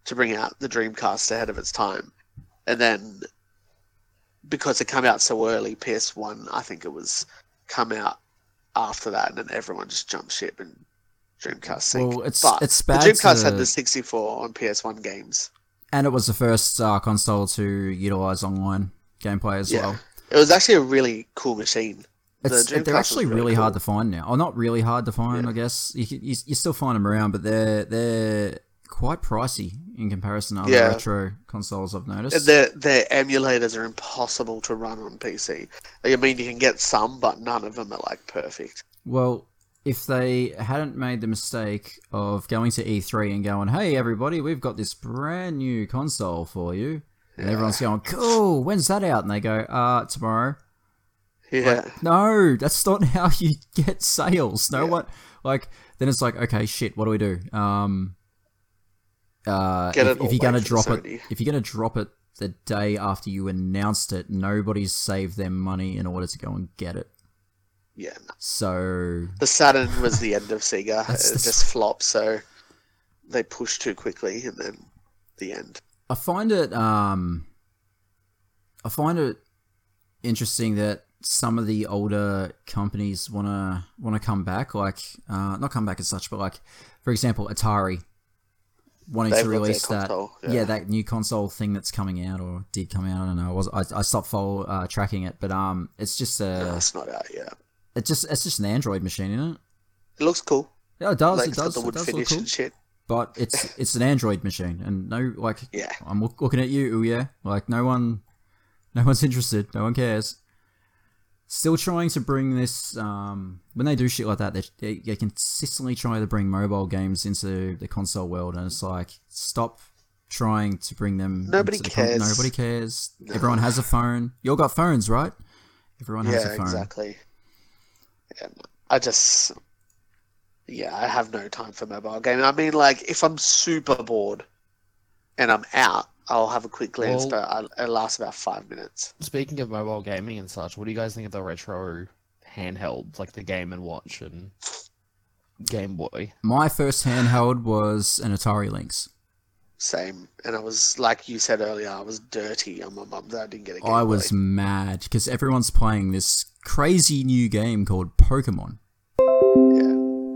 Speaker 2: to bring out the Dreamcast ahead of its time. And then because it came out so early, PS1, I think it was come out after that, and then everyone just jumped ship and Dreamcast sank.
Speaker 1: Well, it's
Speaker 2: but
Speaker 1: it's
Speaker 2: the
Speaker 1: bad.
Speaker 2: Dreamcast
Speaker 1: to-
Speaker 2: had the 64 on PS1 games.
Speaker 1: and it was the first uh, console to utilize online gameplay as
Speaker 2: Yeah.
Speaker 1: well.
Speaker 2: It was actually a really cool machine. The
Speaker 1: It's,
Speaker 2: Dreamcast
Speaker 1: they're
Speaker 2: was
Speaker 1: actually
Speaker 2: really
Speaker 1: really hard
Speaker 2: cool.
Speaker 1: to find now. Oh, not really hard to find,
Speaker 2: Yeah.
Speaker 1: I guess. You, can- you you still find them around, but they're they're quite pricey in comparison to other
Speaker 2: Yeah.
Speaker 1: retro consoles. I've noticed.
Speaker 2: Their their emulators are impossible to run on PC. I mean, you can get some, but none of them are like perfect.
Speaker 1: Well, if they hadn't made the mistake of going to E3 and going, "Hey, everybody, we've got this brand new console for you," and
Speaker 2: Yeah.
Speaker 1: everyone's going, "Cool, when's that out?" and they go, "Uh, tomorrow."
Speaker 2: Yeah,
Speaker 1: No, that's not how you get sales. No
Speaker 2: Yeah.
Speaker 1: one like then it's like, okay, shit, what do we do? Um uh
Speaker 2: Get
Speaker 1: if,
Speaker 2: it
Speaker 1: if you're
Speaker 2: away
Speaker 1: gonna
Speaker 2: from
Speaker 1: drop it
Speaker 2: Sony.
Speaker 1: if you're gonna drop it the day after you announced it, nobody's saved their money in order to go and get it.
Speaker 2: yeah. no.
Speaker 1: So
Speaker 2: The Saturn was the end of Sega.
Speaker 1: That's-
Speaker 2: it
Speaker 1: that's-
Speaker 2: just flopped, so they pushed too quickly, and then the end.
Speaker 1: I find it um I find it interesting that some of the older companies wanna wanna come back, like uh not come back as such, but like for example, Atari wanting
Speaker 2: They've
Speaker 1: to
Speaker 2: got their
Speaker 1: release that
Speaker 2: console,
Speaker 1: yeah.
Speaker 2: yeah.
Speaker 1: that new console thing that's coming out or did come out, I don't know. I was I, I stopped follow uh, tracking it, but um it's just
Speaker 2: No,
Speaker 1: uh
Speaker 2: it's not out yet.
Speaker 1: it's just it's just an Android machine, isn't it?
Speaker 2: It looks cool.
Speaker 1: Yeah, it does,
Speaker 2: like
Speaker 1: it
Speaker 2: it's got
Speaker 1: does,
Speaker 2: the
Speaker 1: it
Speaker 2: wood
Speaker 1: does look
Speaker 2: finish
Speaker 1: cool.
Speaker 2: and shit.
Speaker 1: But it's it's an Android machine and no like
Speaker 2: Yeah.
Speaker 1: I'm look- looking at you, yeah. Like no one, no one's interested. No one cares. Still trying to bring this. Um, when they do shit like that, they, they they consistently try to bring mobile games into the console world, and it's like stop trying to bring them.
Speaker 2: Nobody
Speaker 1: into the con-
Speaker 2: cares.
Speaker 1: nobody cares. Everyone has a phone. You all got phones, right? Everyone has a
Speaker 2: Yeah,
Speaker 1: phone.
Speaker 2: exactly. Yeah, no. I just, yeah, I have no time for mobile gaming. I mean, like, if I'm super bored and I'm out, I'll have a quick glance,
Speaker 3: Well-
Speaker 2: but I, it lasts about five minutes.
Speaker 3: Speaking of mobile gaming and such, what do you guys think of the retro handhelds like the Game and Watch and Game Boy?
Speaker 1: My first handheld was an Atari Lynx.
Speaker 2: Same. And I was, like you said earlier, I was dirty on my mum that I didn't get a game.
Speaker 1: I was
Speaker 2: Boy.
Speaker 1: mad because everyone's playing this crazy new game called Pokemon.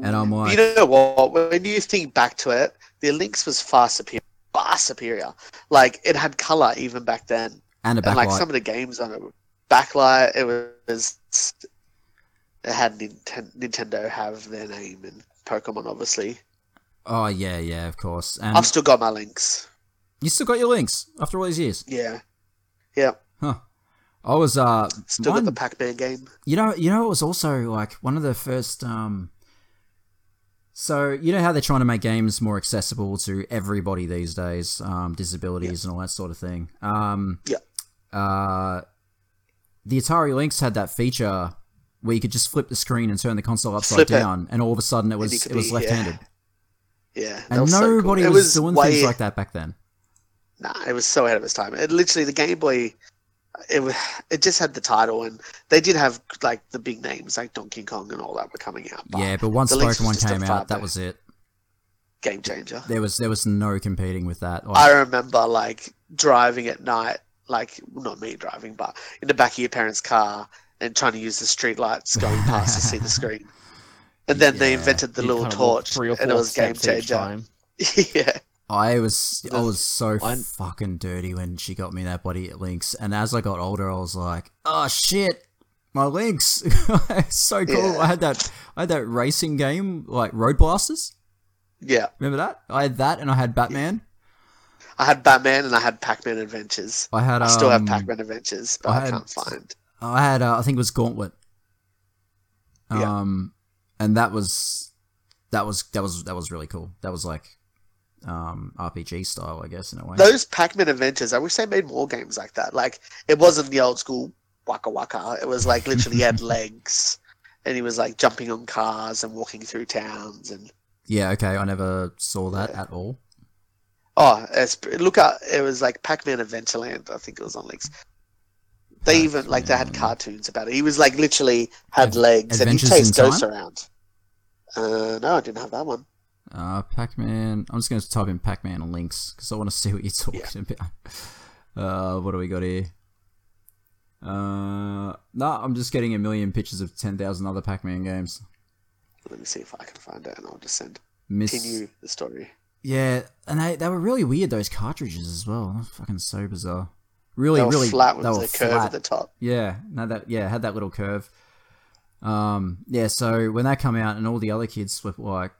Speaker 1: And I'm like,
Speaker 2: You know what? When you think back to it, the Lynx was far superior. Far superior. Like, it had color even back then.
Speaker 1: and a
Speaker 2: and like
Speaker 1: backlight.
Speaker 2: some of the games on it, backlight it was it had Ninten- Nintendo have their name and Pokemon obviously.
Speaker 1: oh yeah, yeah, of course. And
Speaker 2: I've still got my links.
Speaker 1: you still got your links after all these years,
Speaker 2: Yeah, yeah,
Speaker 1: huh? I was uh,
Speaker 2: still
Speaker 1: mine-
Speaker 2: got the Pac-Man game.
Speaker 1: you know, you know, it was also like one of the first. um So you know how they're trying to make games more accessible to everybody these days, um, disabilities and all that sort of thing. Um,
Speaker 2: Yeah.
Speaker 1: Uh, the Atari Lynx had that feature where you could just flip the screen and turn the console upside
Speaker 2: Flip it.
Speaker 1: down, and all of a sudden it
Speaker 2: you
Speaker 1: was
Speaker 2: could
Speaker 1: it was
Speaker 2: be- yeah.
Speaker 1: left-handed.
Speaker 2: Yeah, that
Speaker 1: and
Speaker 2: was so cool.
Speaker 1: nobody
Speaker 2: It
Speaker 1: was, doing
Speaker 2: way,
Speaker 1: things like that back then.
Speaker 2: Nah, it was so ahead of its time. It literally the Game Boy. It was, it just had the title, and they did have like the big names like Donkey Kong and all that were coming out. But
Speaker 1: yeah, but once
Speaker 2: the Lynx was
Speaker 1: Pokemon
Speaker 2: just a
Speaker 1: came out, that
Speaker 2: fad.
Speaker 1: was it.
Speaker 2: game changer.
Speaker 1: There was there was no competing with that. Like,
Speaker 2: I remember like driving at night, like not me driving, but in the back of your parents' car and trying to use the street lights going past to see the screen. And then they
Speaker 1: Yeah,
Speaker 2: invented the
Speaker 3: You
Speaker 2: little
Speaker 3: kinda walk
Speaker 2: torch,
Speaker 3: three or
Speaker 2: and it
Speaker 3: four
Speaker 2: was game
Speaker 3: steps each
Speaker 2: changer.
Speaker 3: time.
Speaker 2: yeah,
Speaker 1: I was I
Speaker 3: The-
Speaker 1: was so
Speaker 3: I'm-
Speaker 1: fucking dirty when she got me that body at Lynx, and as I got older, I was like, oh shit, my Lynx, so cool.
Speaker 2: Yeah.
Speaker 1: I had that I had that racing game like Road Blasters.
Speaker 2: Yeah,
Speaker 1: Remember that? I had that, and I had Batman.
Speaker 2: I had Batman and I had Pac Man Adventures.
Speaker 1: I had. Um,
Speaker 2: I still have Pac Man Adventures, but
Speaker 1: I
Speaker 2: I,
Speaker 1: had-
Speaker 2: can't find.
Speaker 1: I had. Uh, I think it was Gauntlet.
Speaker 2: Yeah.
Speaker 1: Um, and that was that was that was that was really cool. That was like um RPG style, I guess, in a way.
Speaker 2: Those Pac Man Adventures, I wish they made more games like that. Like, it wasn't the old school Waka Waka. It was like literally he had legs and he was like jumping on cars and walking through towns and
Speaker 1: yeah. Okay. I never saw that at all.
Speaker 2: Oh, it's, look at it was like Pac-Man Adventureland. I think it was on legs. They even like they had
Speaker 1: Pac-Man.
Speaker 2: cartoons about it. He was like literally had
Speaker 1: Ad-
Speaker 2: legs and he
Speaker 1: Adventures
Speaker 2: chased
Speaker 1: in
Speaker 2: ghosts
Speaker 1: Time?
Speaker 2: around. Uh, no, I didn't have that one.
Speaker 1: Uh, Pac Man. I'm just going to type in Pac Man and links because I want to see what you're talking about. Uh, what do we got here? Uh, no, I'm just getting a million pictures of 10,000 other Pac Man games.
Speaker 2: Let me see if I can find it, and I'll just send
Speaker 1: Miss.
Speaker 2: continue the story.
Speaker 1: Yeah, and they, they were really weird, those cartridges as well. They're fucking so bizarre. Really,
Speaker 2: they were
Speaker 1: really.
Speaker 2: flat
Speaker 1: they
Speaker 2: with
Speaker 1: were
Speaker 2: the curve
Speaker 1: flat.
Speaker 2: at the top.
Speaker 1: Yeah, no, that yeah had that little curve. Um, yeah. So when that come out, and all the other kids were like,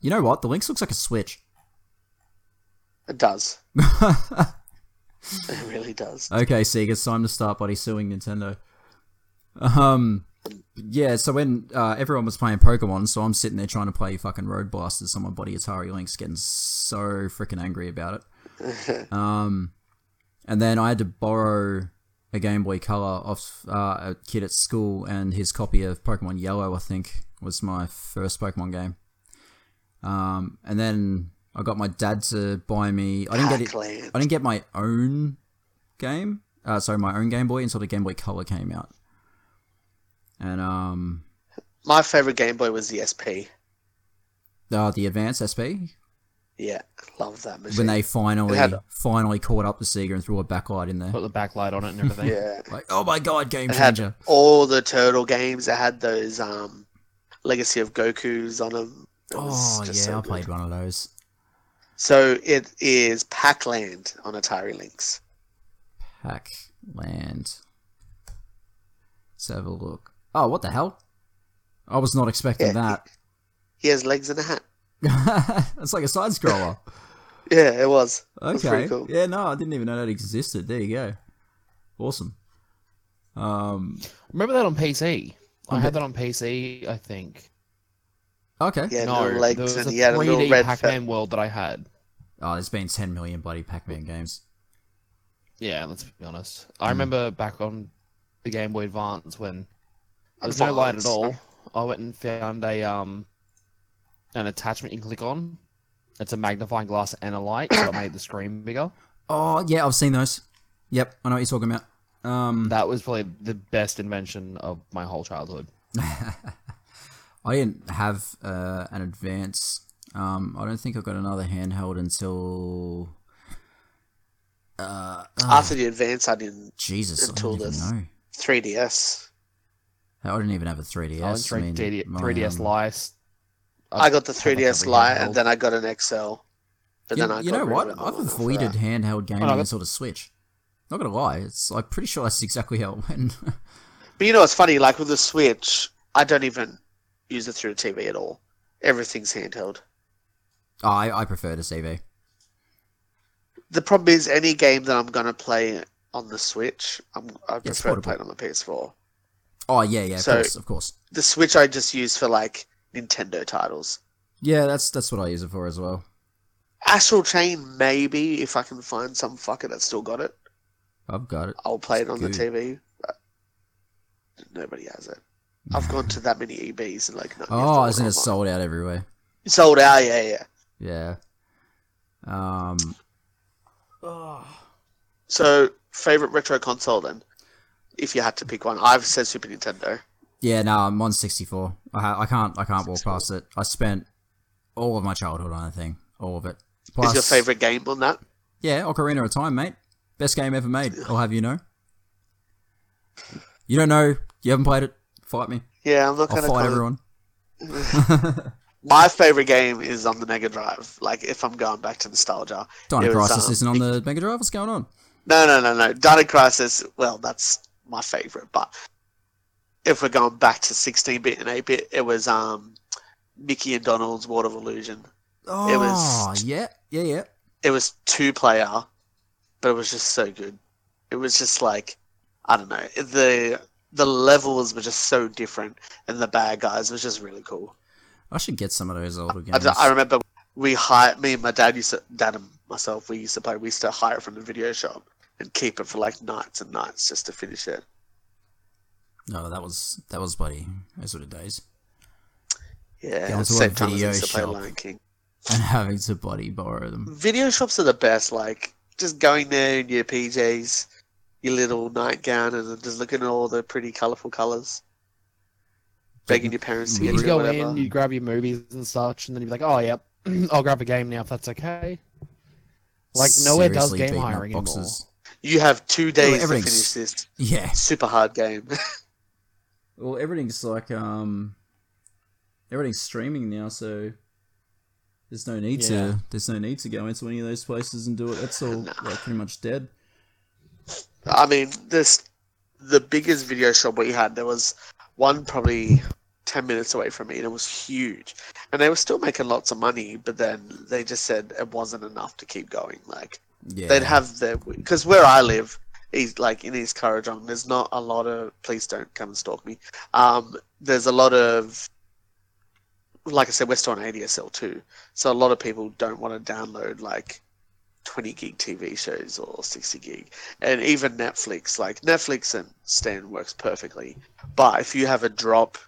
Speaker 1: you know what? The Lynx looks like a Switch.
Speaker 2: It does. It really does.
Speaker 1: Okay, Sega, it's time to start body suing Nintendo. Um, yeah, so when uh, everyone was playing Pokemon, so I'm sitting there trying to play fucking Road Blasters on my body Atari Lynx, getting so freaking angry about it. Um, and then I had to borrow a Game Boy Color off uh, a kid at school, and his copy of Pokemon Yellow, I think, was my first Pokemon game. Um, and then I got my dad to buy me. I didn't get it.
Speaker 2: Pac-Land.
Speaker 1: I didn't get my own game. Uh, sorry, my own Game Boy until the Game Boy Color came out. And um,
Speaker 2: My favorite Game Boy was the SP.
Speaker 1: uh, the Advance SP
Speaker 2: Yeah, love that
Speaker 1: when
Speaker 2: machine.
Speaker 1: they finally
Speaker 2: It had-
Speaker 1: finally caught up to Sega and threw a backlight in there.
Speaker 3: Put the backlight on it and everything.
Speaker 2: yeah.
Speaker 1: Like, oh my god, game
Speaker 2: It had-
Speaker 1: changer!
Speaker 2: all the turtle games that had those um legacy of goku's on them It was
Speaker 1: Oh yeah,
Speaker 2: just so
Speaker 1: I
Speaker 2: good.
Speaker 1: played one of those.
Speaker 2: so it is pac-land on atari lynx
Speaker 1: Pac Land. Let's have a look. Oh, what the hell? I was not expecting
Speaker 2: Yeah. he has legs and a hat
Speaker 1: that. It's like a side scroller.
Speaker 2: yeah it was That's
Speaker 1: Okay.
Speaker 2: pretty cool.
Speaker 1: Yeah, no, I didn't even know that existed. There you go. Awesome. Um.
Speaker 3: Remember that on PC? I
Speaker 1: On
Speaker 3: had that on PC, I think.
Speaker 1: Okay.
Speaker 2: yeah
Speaker 3: no,
Speaker 2: no,
Speaker 3: there
Speaker 2: legs
Speaker 3: was
Speaker 2: and
Speaker 3: a
Speaker 2: he had a little
Speaker 3: 3D
Speaker 2: red fe-
Speaker 3: Pac-Man world that I had.
Speaker 1: Oh, there's been 10 million bloody Pac-Man games.
Speaker 3: Yeah, let's be honest. I
Speaker 1: Mm.
Speaker 3: remember back on the Game Boy Advance when there was no light at
Speaker 2: Advance.
Speaker 3: all. I went and found a um an attachment you can click on. It's a magnifying glass and a light, so it made the screen bigger.
Speaker 1: Oh yeah, I've seen those. Yep, I know what you're talking about. Um,
Speaker 3: That was probably the best invention of my whole childhood.
Speaker 1: I didn't have uh, an advance. Um, I don't think I got another handheld until. Uh, oh,
Speaker 2: after the advance i didn't
Speaker 1: Jesus, I
Speaker 2: until
Speaker 1: don't even
Speaker 2: this.
Speaker 1: know.
Speaker 2: 3ds
Speaker 1: I didn't even have a
Speaker 2: Oh,
Speaker 3: I went
Speaker 1: 3DS. I
Speaker 3: through
Speaker 1: mean,
Speaker 3: 3D,
Speaker 1: my,
Speaker 3: 3DS
Speaker 1: um,
Speaker 3: Light.
Speaker 2: i got the
Speaker 3: I've
Speaker 2: 3ds
Speaker 3: every
Speaker 2: lite
Speaker 3: handheld.
Speaker 2: and then i got an xl but
Speaker 1: You,
Speaker 2: then I
Speaker 1: you
Speaker 2: got
Speaker 1: know
Speaker 2: rid
Speaker 1: what?
Speaker 2: of it
Speaker 1: I've
Speaker 2: all after
Speaker 1: avoided
Speaker 2: that.
Speaker 1: handheld gaming
Speaker 3: no, that's-
Speaker 1: until the Switch. Not gonna lie, it's I'm pretty sure that's exactly how it went.
Speaker 2: But you know, it's funny. Like with the Switch, I don't even use it through the TV at all. Everything's handheld.
Speaker 1: oh, I, I prefer to CV.
Speaker 2: The problem is, any game that I'm gonna play on the Switch, I'm, I
Speaker 1: It's
Speaker 2: prefer
Speaker 1: portable.
Speaker 2: to play it on the PS4.
Speaker 1: Oh yeah, yeah, of
Speaker 2: So-
Speaker 1: course, of course.
Speaker 2: The Switch I just use for like Nintendo titles.
Speaker 1: Yeah, that's that's what I use it for as well.
Speaker 2: Astral Chain, maybe if I can find some fucker that's still got it,
Speaker 1: I've got it.
Speaker 2: I'll play
Speaker 1: It's
Speaker 2: it on
Speaker 1: good.
Speaker 2: the TV. But nobody has it. I've gone to that many EBs and like. no, you have to
Speaker 1: Oh,
Speaker 2: order
Speaker 1: isn't it
Speaker 2: online.
Speaker 1: sold out everywhere?
Speaker 2: Sold out. Yeah, yeah.
Speaker 1: Yeah. Um,
Speaker 2: So, favorite retro console then? If you had to pick one, I've said Super Nintendo.
Speaker 1: yeah, no, I'm on 64. I, ha- I can't, I can't walk
Speaker 2: 64.
Speaker 1: past it. I spent all of my childhood on that thing, all of it.
Speaker 2: Is your favorite game on that?
Speaker 1: Yeah, Ocarina of Time, mate. Best game ever made. I'll have you know. You don't know. You haven't played it. Fight me.
Speaker 2: Yeah, I'm not
Speaker 1: I'll
Speaker 2: gonna.
Speaker 1: fight
Speaker 2: comment.
Speaker 1: everyone.
Speaker 2: My favorite game is on the Mega Drive. Like if I'm going back to nostalgia,
Speaker 1: Dino
Speaker 2: It was,
Speaker 1: Crisis
Speaker 2: um,
Speaker 1: isn't on the Mega Drive. What's going on?
Speaker 2: no, no, no, no. Dino Crisis. Well, that's my favorite. But if we're going back to 16-bit and 8-bit, it was um, Mickey and Donald's World of Illusion.
Speaker 1: Oh,
Speaker 2: was-
Speaker 1: yeah, yeah, yeah.
Speaker 2: It was two-player, but it was just so good. It was just like I don't know the the levels were just so different, and the bad guys was just really cool.
Speaker 1: I should get some of those older
Speaker 2: I,
Speaker 1: games.
Speaker 2: d- I remember we hired me and my dad used to dad and myself we used to play we used to hire it from the video shop and keep it for like nights and nights just to finish it.
Speaker 1: no, that was that was bloody those were the days.
Speaker 2: Yeah,
Speaker 1: Going to a
Speaker 2: same time as I
Speaker 1: video
Speaker 2: used to play
Speaker 1: shop.
Speaker 2: Lion King.
Speaker 1: And having to bloody borrow them.
Speaker 2: Video shops are the best. Like just going there in your PJs, your little nightgown, and then just looking at all the pretty colorful colors. Begging your parents to
Speaker 3: You
Speaker 2: get
Speaker 3: would
Speaker 2: you
Speaker 3: go
Speaker 2: whatever.
Speaker 3: in, you grab your movies and such, and then you'd be like, "Oh, yep, I'll grab a game now if that's okay." Like nowhere does
Speaker 1: Seriously
Speaker 3: game
Speaker 1: beating up
Speaker 3: hiring anymore.
Speaker 1: boxes.
Speaker 2: You have two days to
Speaker 1: everything's-
Speaker 2: finish this
Speaker 1: Yeah.
Speaker 2: super hard game.
Speaker 1: Well, everything's like um, everything's streaming now, so there's no need
Speaker 3: Yeah.
Speaker 1: to there's no need to go into any of those places and do it. That's all like pretty much dead.
Speaker 2: I mean, this the biggest video shop we had. There was one probably ten minutes away from me, and it was huge. And they were still making lots of money, but then they just said it wasn't enough to keep going. Like
Speaker 1: Yeah.
Speaker 2: they'd have their because where I live, is like in East Currajong, there's not a lot of. Please don't come and stalk me. Um, there's a lot of. Like I said, we're still on ADSL too, so a lot of people don't want to download like 20 gig TV shows or 60 gig, and even Netflix. Like Netflix and Stan works perfectly, but if you have a drop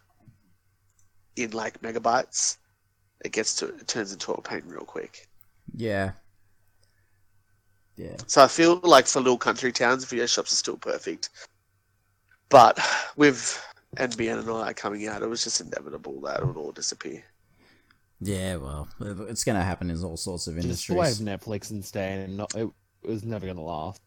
Speaker 2: in like megabytes, it gets to it turns into a pain real quick.
Speaker 1: yeah. Yeah.
Speaker 2: So I feel like for little country towns, video shops are still perfect. But with NBN and all that coming out, it was just inevitable that it would all disappear.
Speaker 1: Yeah. Well, it's gonna happen in all sorts of
Speaker 3: Just the way
Speaker 1: industries.
Speaker 3: of Netflix and Stan, and not, it was never gonna last.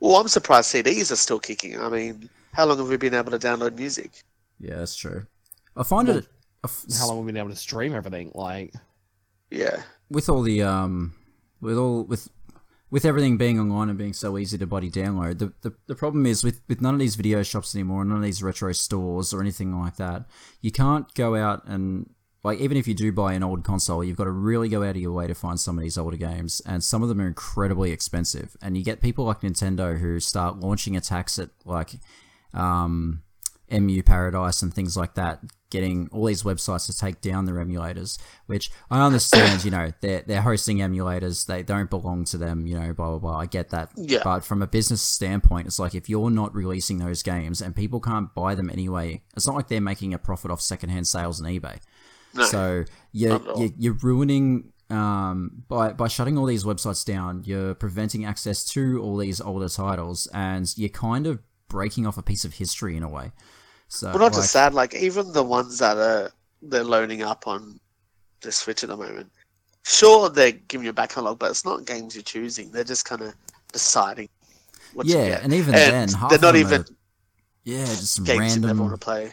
Speaker 2: Well, I'm surprised CDs are still kicking. I mean, how long have we been able to download music?
Speaker 1: Yeah, that's true. I find
Speaker 3: Well,
Speaker 1: it. I f-
Speaker 3: How long have we been able to stream everything? Like,
Speaker 2: Yeah.
Speaker 1: with all the um with all with with everything being online and being so easy to bloody download the, the the problem is with with none of these video shops anymore none of these retro stores or anything like that you can't go out and like even if you do buy an old console you've got to really go out of your way to find some of these older games and some of them are incredibly expensive and you get people like nintendo who start launching attacks at like um MU Paradise and things like that, getting all these websites to take down their emulators, which I understand, you know, they're, they're hosting emulators, they don't belong to them, you know, blah, blah, blah. I get that.
Speaker 2: Yeah.
Speaker 1: But from a business standpoint, it's like if you're not releasing those games and people can't buy them anyway, it's not like they're making a profit off secondhand sales on eBay.
Speaker 2: No.
Speaker 1: So you're,
Speaker 2: Not at all.
Speaker 1: you're, you're ruining um, by by shutting all these websites down. You're preventing access to all these older titles, and you're kind of breaking off a piece of history in a way. So
Speaker 2: well, not
Speaker 1: like,
Speaker 2: just that, like, even the ones that are they're loading up on the Switch at the moment. Sure, they're giving you a back catalog, but it's not games you're choosing. They're just kind of deciding what
Speaker 1: yeah,
Speaker 2: you get.
Speaker 1: and even then,
Speaker 2: And
Speaker 1: half
Speaker 2: they're
Speaker 1: of
Speaker 2: not
Speaker 1: them
Speaker 2: even
Speaker 1: are- yeah, just some
Speaker 2: games you never
Speaker 1: random
Speaker 2: want to play.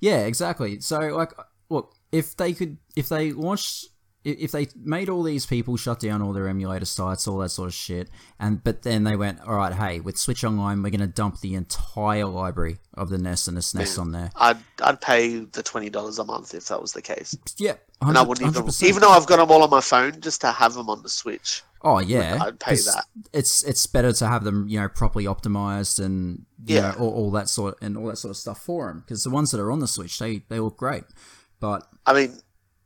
Speaker 1: Yeah, exactly. So like, look, if they could, if they launched, i- if they made all these people shut down all their emulator sites, all that sort of shit, and but then they went, all right, hey, with Switch Online, we're gonna dump the entire library of the NES and the
Speaker 2: Mm.
Speaker 1: SNES on there.
Speaker 2: I'd I'd pay the twenty dollars a month if that was the case,
Speaker 1: Yep,
Speaker 2: and I
Speaker 1: 100
Speaker 2: wouldn't even
Speaker 1: 100%.
Speaker 2: even though I've got them all on my phone just to have them on the Switch.
Speaker 1: Oh yeah,
Speaker 2: I'd pay
Speaker 1: 'cause
Speaker 2: that.
Speaker 1: It's it's better to have them, you know, properly optimized and you
Speaker 2: Yeah.
Speaker 1: know, all, all that sort and all that sort of stuff for them. Because the ones that are on the Switch, they they look great, but
Speaker 2: I mean,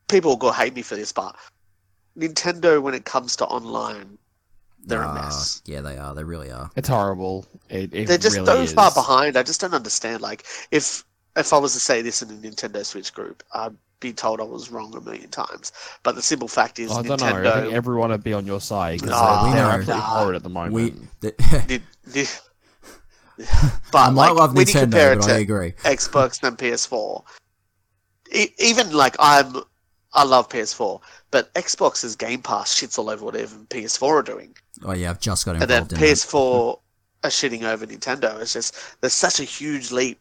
Speaker 2: people will go hate me for this, but Nintendo, when it comes to online, they're
Speaker 1: uh,
Speaker 2: a mess.
Speaker 1: Yeah, they are. They really are.
Speaker 3: it's horrible. It, it
Speaker 2: They're just
Speaker 3: really
Speaker 2: so
Speaker 3: is.
Speaker 2: far behind. I just don't understand. Like, if if I was to say this in a Nintendo Switch group, I'd be told I was wrong a million times. But the simple fact is,
Speaker 3: I don't
Speaker 2: Nintendo. Ah,
Speaker 3: know. I think everyone would be on your side because
Speaker 2: Nah,
Speaker 3: they're, they're
Speaker 1: we know.
Speaker 3: absolutely
Speaker 2: Nah.
Speaker 3: horrid at the moment.
Speaker 1: We. The,
Speaker 2: Did, did, but
Speaker 1: I might
Speaker 2: like,
Speaker 1: love
Speaker 2: when you
Speaker 1: Nintendo,
Speaker 2: compare it
Speaker 1: but
Speaker 2: to
Speaker 1: I agree.
Speaker 2: Xbox than PS4. E- even like I'm, I love PS4, but Xbox's Game Pass shits all over what even PS4 are doing,
Speaker 1: Oh yeah, I've just got
Speaker 2: and then
Speaker 1: involved in that.
Speaker 2: PS4 are shitting over Nintendo. It's just there's such a huge leap.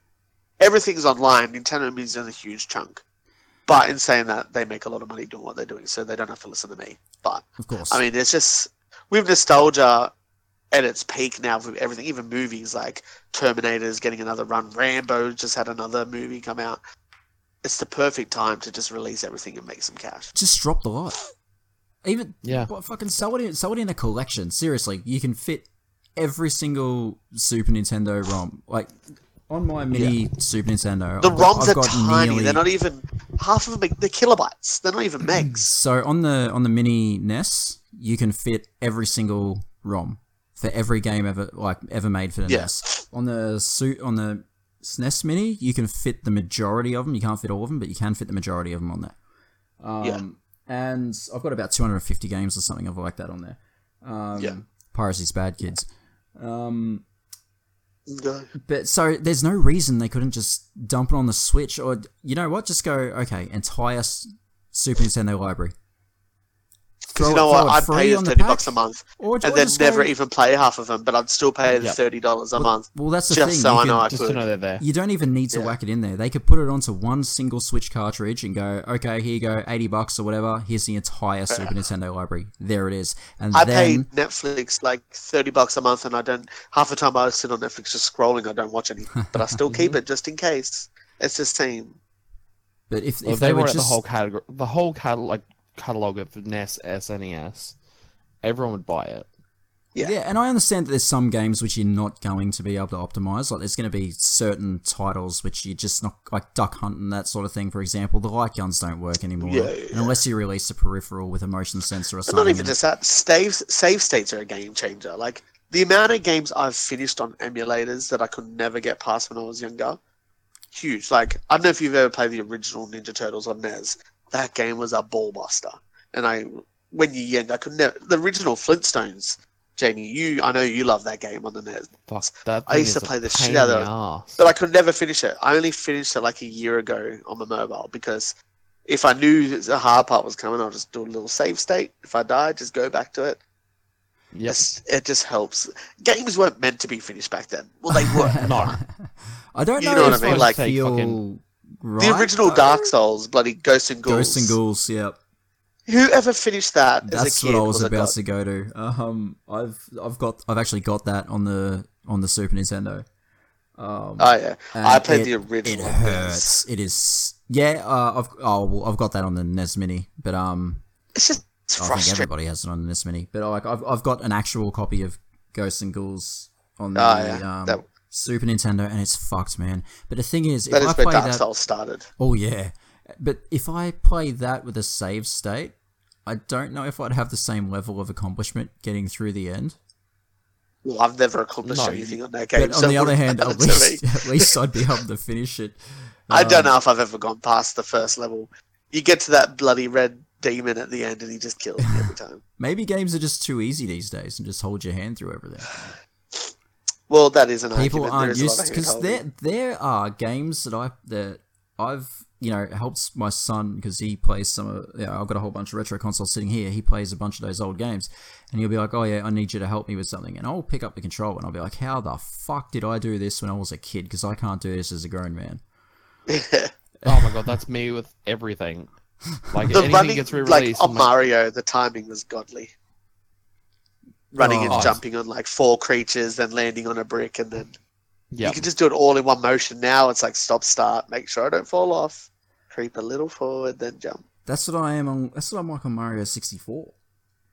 Speaker 2: Everything's online. Nintendo means there's a huge chunk. But in saying that, they make a lot of money doing what they're doing, so they don't have to listen to me. But
Speaker 1: Of course.
Speaker 2: I mean, it's just with nostalgia at its peak now with everything, even movies like Terminator's getting another run. Rambo just had another movie come out. It's the perfect time to just release everything and make some cash.
Speaker 1: just drop the lot. Even
Speaker 3: Yeah.
Speaker 1: Well, fucking sell it, in, sell it in a collection. Seriously, you can fit every single Super Nintendo ROM. Like, on my mini Super Nintendo,
Speaker 2: The
Speaker 1: I've got-
Speaker 2: ROMs
Speaker 1: I've
Speaker 2: are
Speaker 1: got
Speaker 2: tiny.
Speaker 1: nearly-
Speaker 2: They're not even half of them. Are, they're kilobytes. They're not even megs.
Speaker 1: So on the on the mini NES, you can fit every single ROM for every game ever like ever made for the
Speaker 2: Yeah.
Speaker 1: NES. On the suit on the SNES Mini, you can fit the majority of them. You can't fit all of them, but you can fit the majority of them on there. Um,
Speaker 2: Yeah.
Speaker 1: And I've got about 250 games or something of like that on there. Um,
Speaker 2: Yeah.
Speaker 1: Piracy's bad, kids. Um, Mm.
Speaker 2: No.
Speaker 1: but so there's no reason they couldn't just dump it on the Switch or you know what? Just go okay, entire S- Super Nintendo library. Throw
Speaker 2: 'Cause you
Speaker 1: it-
Speaker 2: know
Speaker 1: throw
Speaker 2: what?
Speaker 1: it
Speaker 2: I'd
Speaker 1: free
Speaker 2: pay you
Speaker 1: on the
Speaker 2: thirty
Speaker 1: pack,
Speaker 2: bucks a month,
Speaker 1: or,
Speaker 2: and
Speaker 1: or
Speaker 2: then
Speaker 1: just
Speaker 2: never
Speaker 1: go-
Speaker 2: even play half of them. But I'd still pay the
Speaker 3: Yep.
Speaker 2: thirty dollars a month
Speaker 1: Well, that's the
Speaker 2: just
Speaker 1: thing.
Speaker 2: so
Speaker 1: you,
Speaker 2: I
Speaker 1: could-
Speaker 2: know I
Speaker 3: Just to
Speaker 2: could.
Speaker 3: know they're there.
Speaker 1: you don't even need to
Speaker 2: Yeah.
Speaker 1: whack it in there. They could put it onto one single Switch cartridge and go, okay, here you go, eighty bucks or whatever. Here's the entire Super Nintendo library. There it is, and
Speaker 2: I pay
Speaker 1: then
Speaker 2: Netflix like thirty bucks a month, and I don't. Half the time I sit on Netflix just scrolling. I don't watch anything, but I still keep it just in case. It's the same.
Speaker 1: but if,
Speaker 3: Well,
Speaker 1: if they, were
Speaker 3: at
Speaker 1: just
Speaker 3: the whole category, the whole catalog, like, catalog of E NES, SNES, everyone would buy it.
Speaker 1: Yeah.
Speaker 2: Yeah.
Speaker 1: and I understand that there's some games which you're not going to be able to optimize. Like there's going to be certain titles which you're just not like Duck Hunt and that sort of thing. For example, the light guns don't work anymore
Speaker 2: Yeah, yeah, yeah.
Speaker 1: unless you release a peripheral with a motion sensor or
Speaker 2: But
Speaker 1: something.
Speaker 2: not even
Speaker 1: and-
Speaker 2: just that. Save save states are a game changer. Like the amount of games I've finished on emulators that I could never get past when I was younger, huge. Like I don't know if you've ever played the original Ninja Turtles on NES. That game was a ball buster, and I when you end, I could never. The original Flintstones, Jamie, you I know you love that game on the E NES.
Speaker 3: Fuck that.
Speaker 2: I
Speaker 3: thing
Speaker 2: used
Speaker 3: is
Speaker 2: to
Speaker 3: a
Speaker 2: play the
Speaker 3: pain
Speaker 2: shit
Speaker 3: in
Speaker 2: out of
Speaker 3: the ass.
Speaker 2: but I could never finish it. I only finished it like a year ago on my mobile because if I knew the hard part was coming, I'll just do a little save state. If I die, just go back to it.
Speaker 3: Yes.
Speaker 2: It's- It just helps. Games weren't meant to be finished back then. Well, they were.
Speaker 3: No.
Speaker 1: I don't
Speaker 2: You
Speaker 1: know,
Speaker 2: know what
Speaker 1: if
Speaker 2: I
Speaker 1: I,
Speaker 2: mean, like-
Speaker 1: feel
Speaker 3: Fucking-
Speaker 1: right.
Speaker 2: the original
Speaker 1: though.
Speaker 2: Dark Souls, bloody Ghosts and Ghouls.
Speaker 1: Ghosts and Ghouls. Yeah,
Speaker 2: Whoever finished that as
Speaker 1: that's
Speaker 2: a kid
Speaker 1: what I was
Speaker 2: a
Speaker 1: about
Speaker 2: god.
Speaker 1: to go to. Um, I've I've got I've actually got that on the on the Super Nintendo. Um,
Speaker 2: Oh yeah,
Speaker 1: and
Speaker 2: I played
Speaker 1: it-
Speaker 2: the
Speaker 1: It
Speaker 2: original. on NES.
Speaker 1: hurts. It is. Yeah. Uh, I've oh, well, I've got that on the NES Mini, but um,
Speaker 2: It's just it's
Speaker 1: I think
Speaker 2: frustrating.
Speaker 1: everybody has it on the NES Mini. But like, I've I've got an actual copy of Ghosts and Ghouls on the
Speaker 2: Oh, yeah,
Speaker 1: um,
Speaker 2: that-
Speaker 1: Super Nintendo, and it's fucked, man. But the thing is, if
Speaker 2: That
Speaker 1: I
Speaker 2: is
Speaker 1: play
Speaker 2: where Dark
Speaker 1: that,
Speaker 2: Souls started.
Speaker 1: oh yeah, but if I play that with a save state, I don't know if I'd have the same level of accomplishment getting through the end.
Speaker 2: Well, I've never accomplished
Speaker 3: No,
Speaker 2: anything on that game.
Speaker 1: But
Speaker 2: so
Speaker 1: on the
Speaker 2: it
Speaker 1: other
Speaker 2: wouldn't
Speaker 1: hand,
Speaker 2: matter
Speaker 1: at
Speaker 2: to me.
Speaker 1: least at least I'd be able to finish it.
Speaker 2: I
Speaker 1: Um,
Speaker 2: don't know if I've ever gone past the first level. You get to that bloody red demon at the end, and he just kills me every time.
Speaker 1: Maybe games are just too easy these days and just hold your hand through everything.
Speaker 2: Well, that is an
Speaker 1: People
Speaker 2: argument.
Speaker 1: aren't
Speaker 2: there is a lot
Speaker 1: used
Speaker 2: of
Speaker 1: because
Speaker 2: hand-holding.
Speaker 1: there there are games that I that I've you know helps my son because he plays some of you know, I've got a whole bunch of retro consoles sitting here. He plays a bunch of those old games, and he'll be like, "Oh yeah, I need you to help me with something," and I'll pick up the controller and I'll be like, "How the fuck did I do this when I was a kid? Because I can't do this as a grown man."
Speaker 3: Oh my god, that's me with everything. Like
Speaker 2: the
Speaker 3: anything
Speaker 2: running,
Speaker 3: gets
Speaker 2: like oh
Speaker 3: re-released.
Speaker 2: on
Speaker 3: I'm like,
Speaker 2: Mario, the timing was godly. Running
Speaker 1: Oh.
Speaker 2: and jumping on like four creatures, then landing on a brick, and then
Speaker 3: yeah,
Speaker 2: you can just do it all in one motion. Now it's like stop, start, make sure I don't fall off, creep a little forward, then jump.
Speaker 1: That's what I am on. That's what I'm like on Mario 64,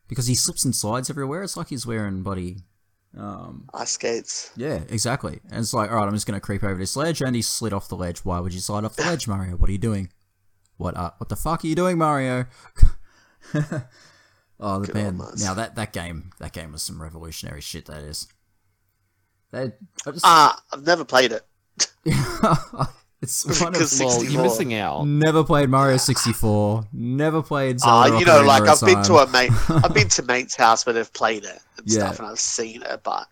Speaker 1: because he slips and slides everywhere. It's like he's wearing bloody. Um,
Speaker 2: Ice skates.
Speaker 1: Yeah, exactly. And it's like, all right, I'm just going to creep over this ledge, and he slid off the ledge. Why would you slide off the ledge, Mario? What are you doing? What uh, what the fuck are you doing, Mario? oh the
Speaker 2: Good
Speaker 1: man!
Speaker 2: old Mars.
Speaker 1: Now that that game, that game was some revolutionary shit. That is. That I just,
Speaker 2: Ah, I've never played it.
Speaker 1: it's one of
Speaker 2: Because-
Speaker 3: well, you're
Speaker 2: 64.
Speaker 3: missing out.
Speaker 1: never played Mario 64. Never played
Speaker 2: Ah,
Speaker 1: Zelda.
Speaker 2: you know,
Speaker 1: Ocarina
Speaker 2: like
Speaker 1: of
Speaker 2: I've been
Speaker 1: Time.
Speaker 2: to a mate, I've been to mates' house where they've played it and
Speaker 1: Yeah.
Speaker 2: stuff, and I've seen it, but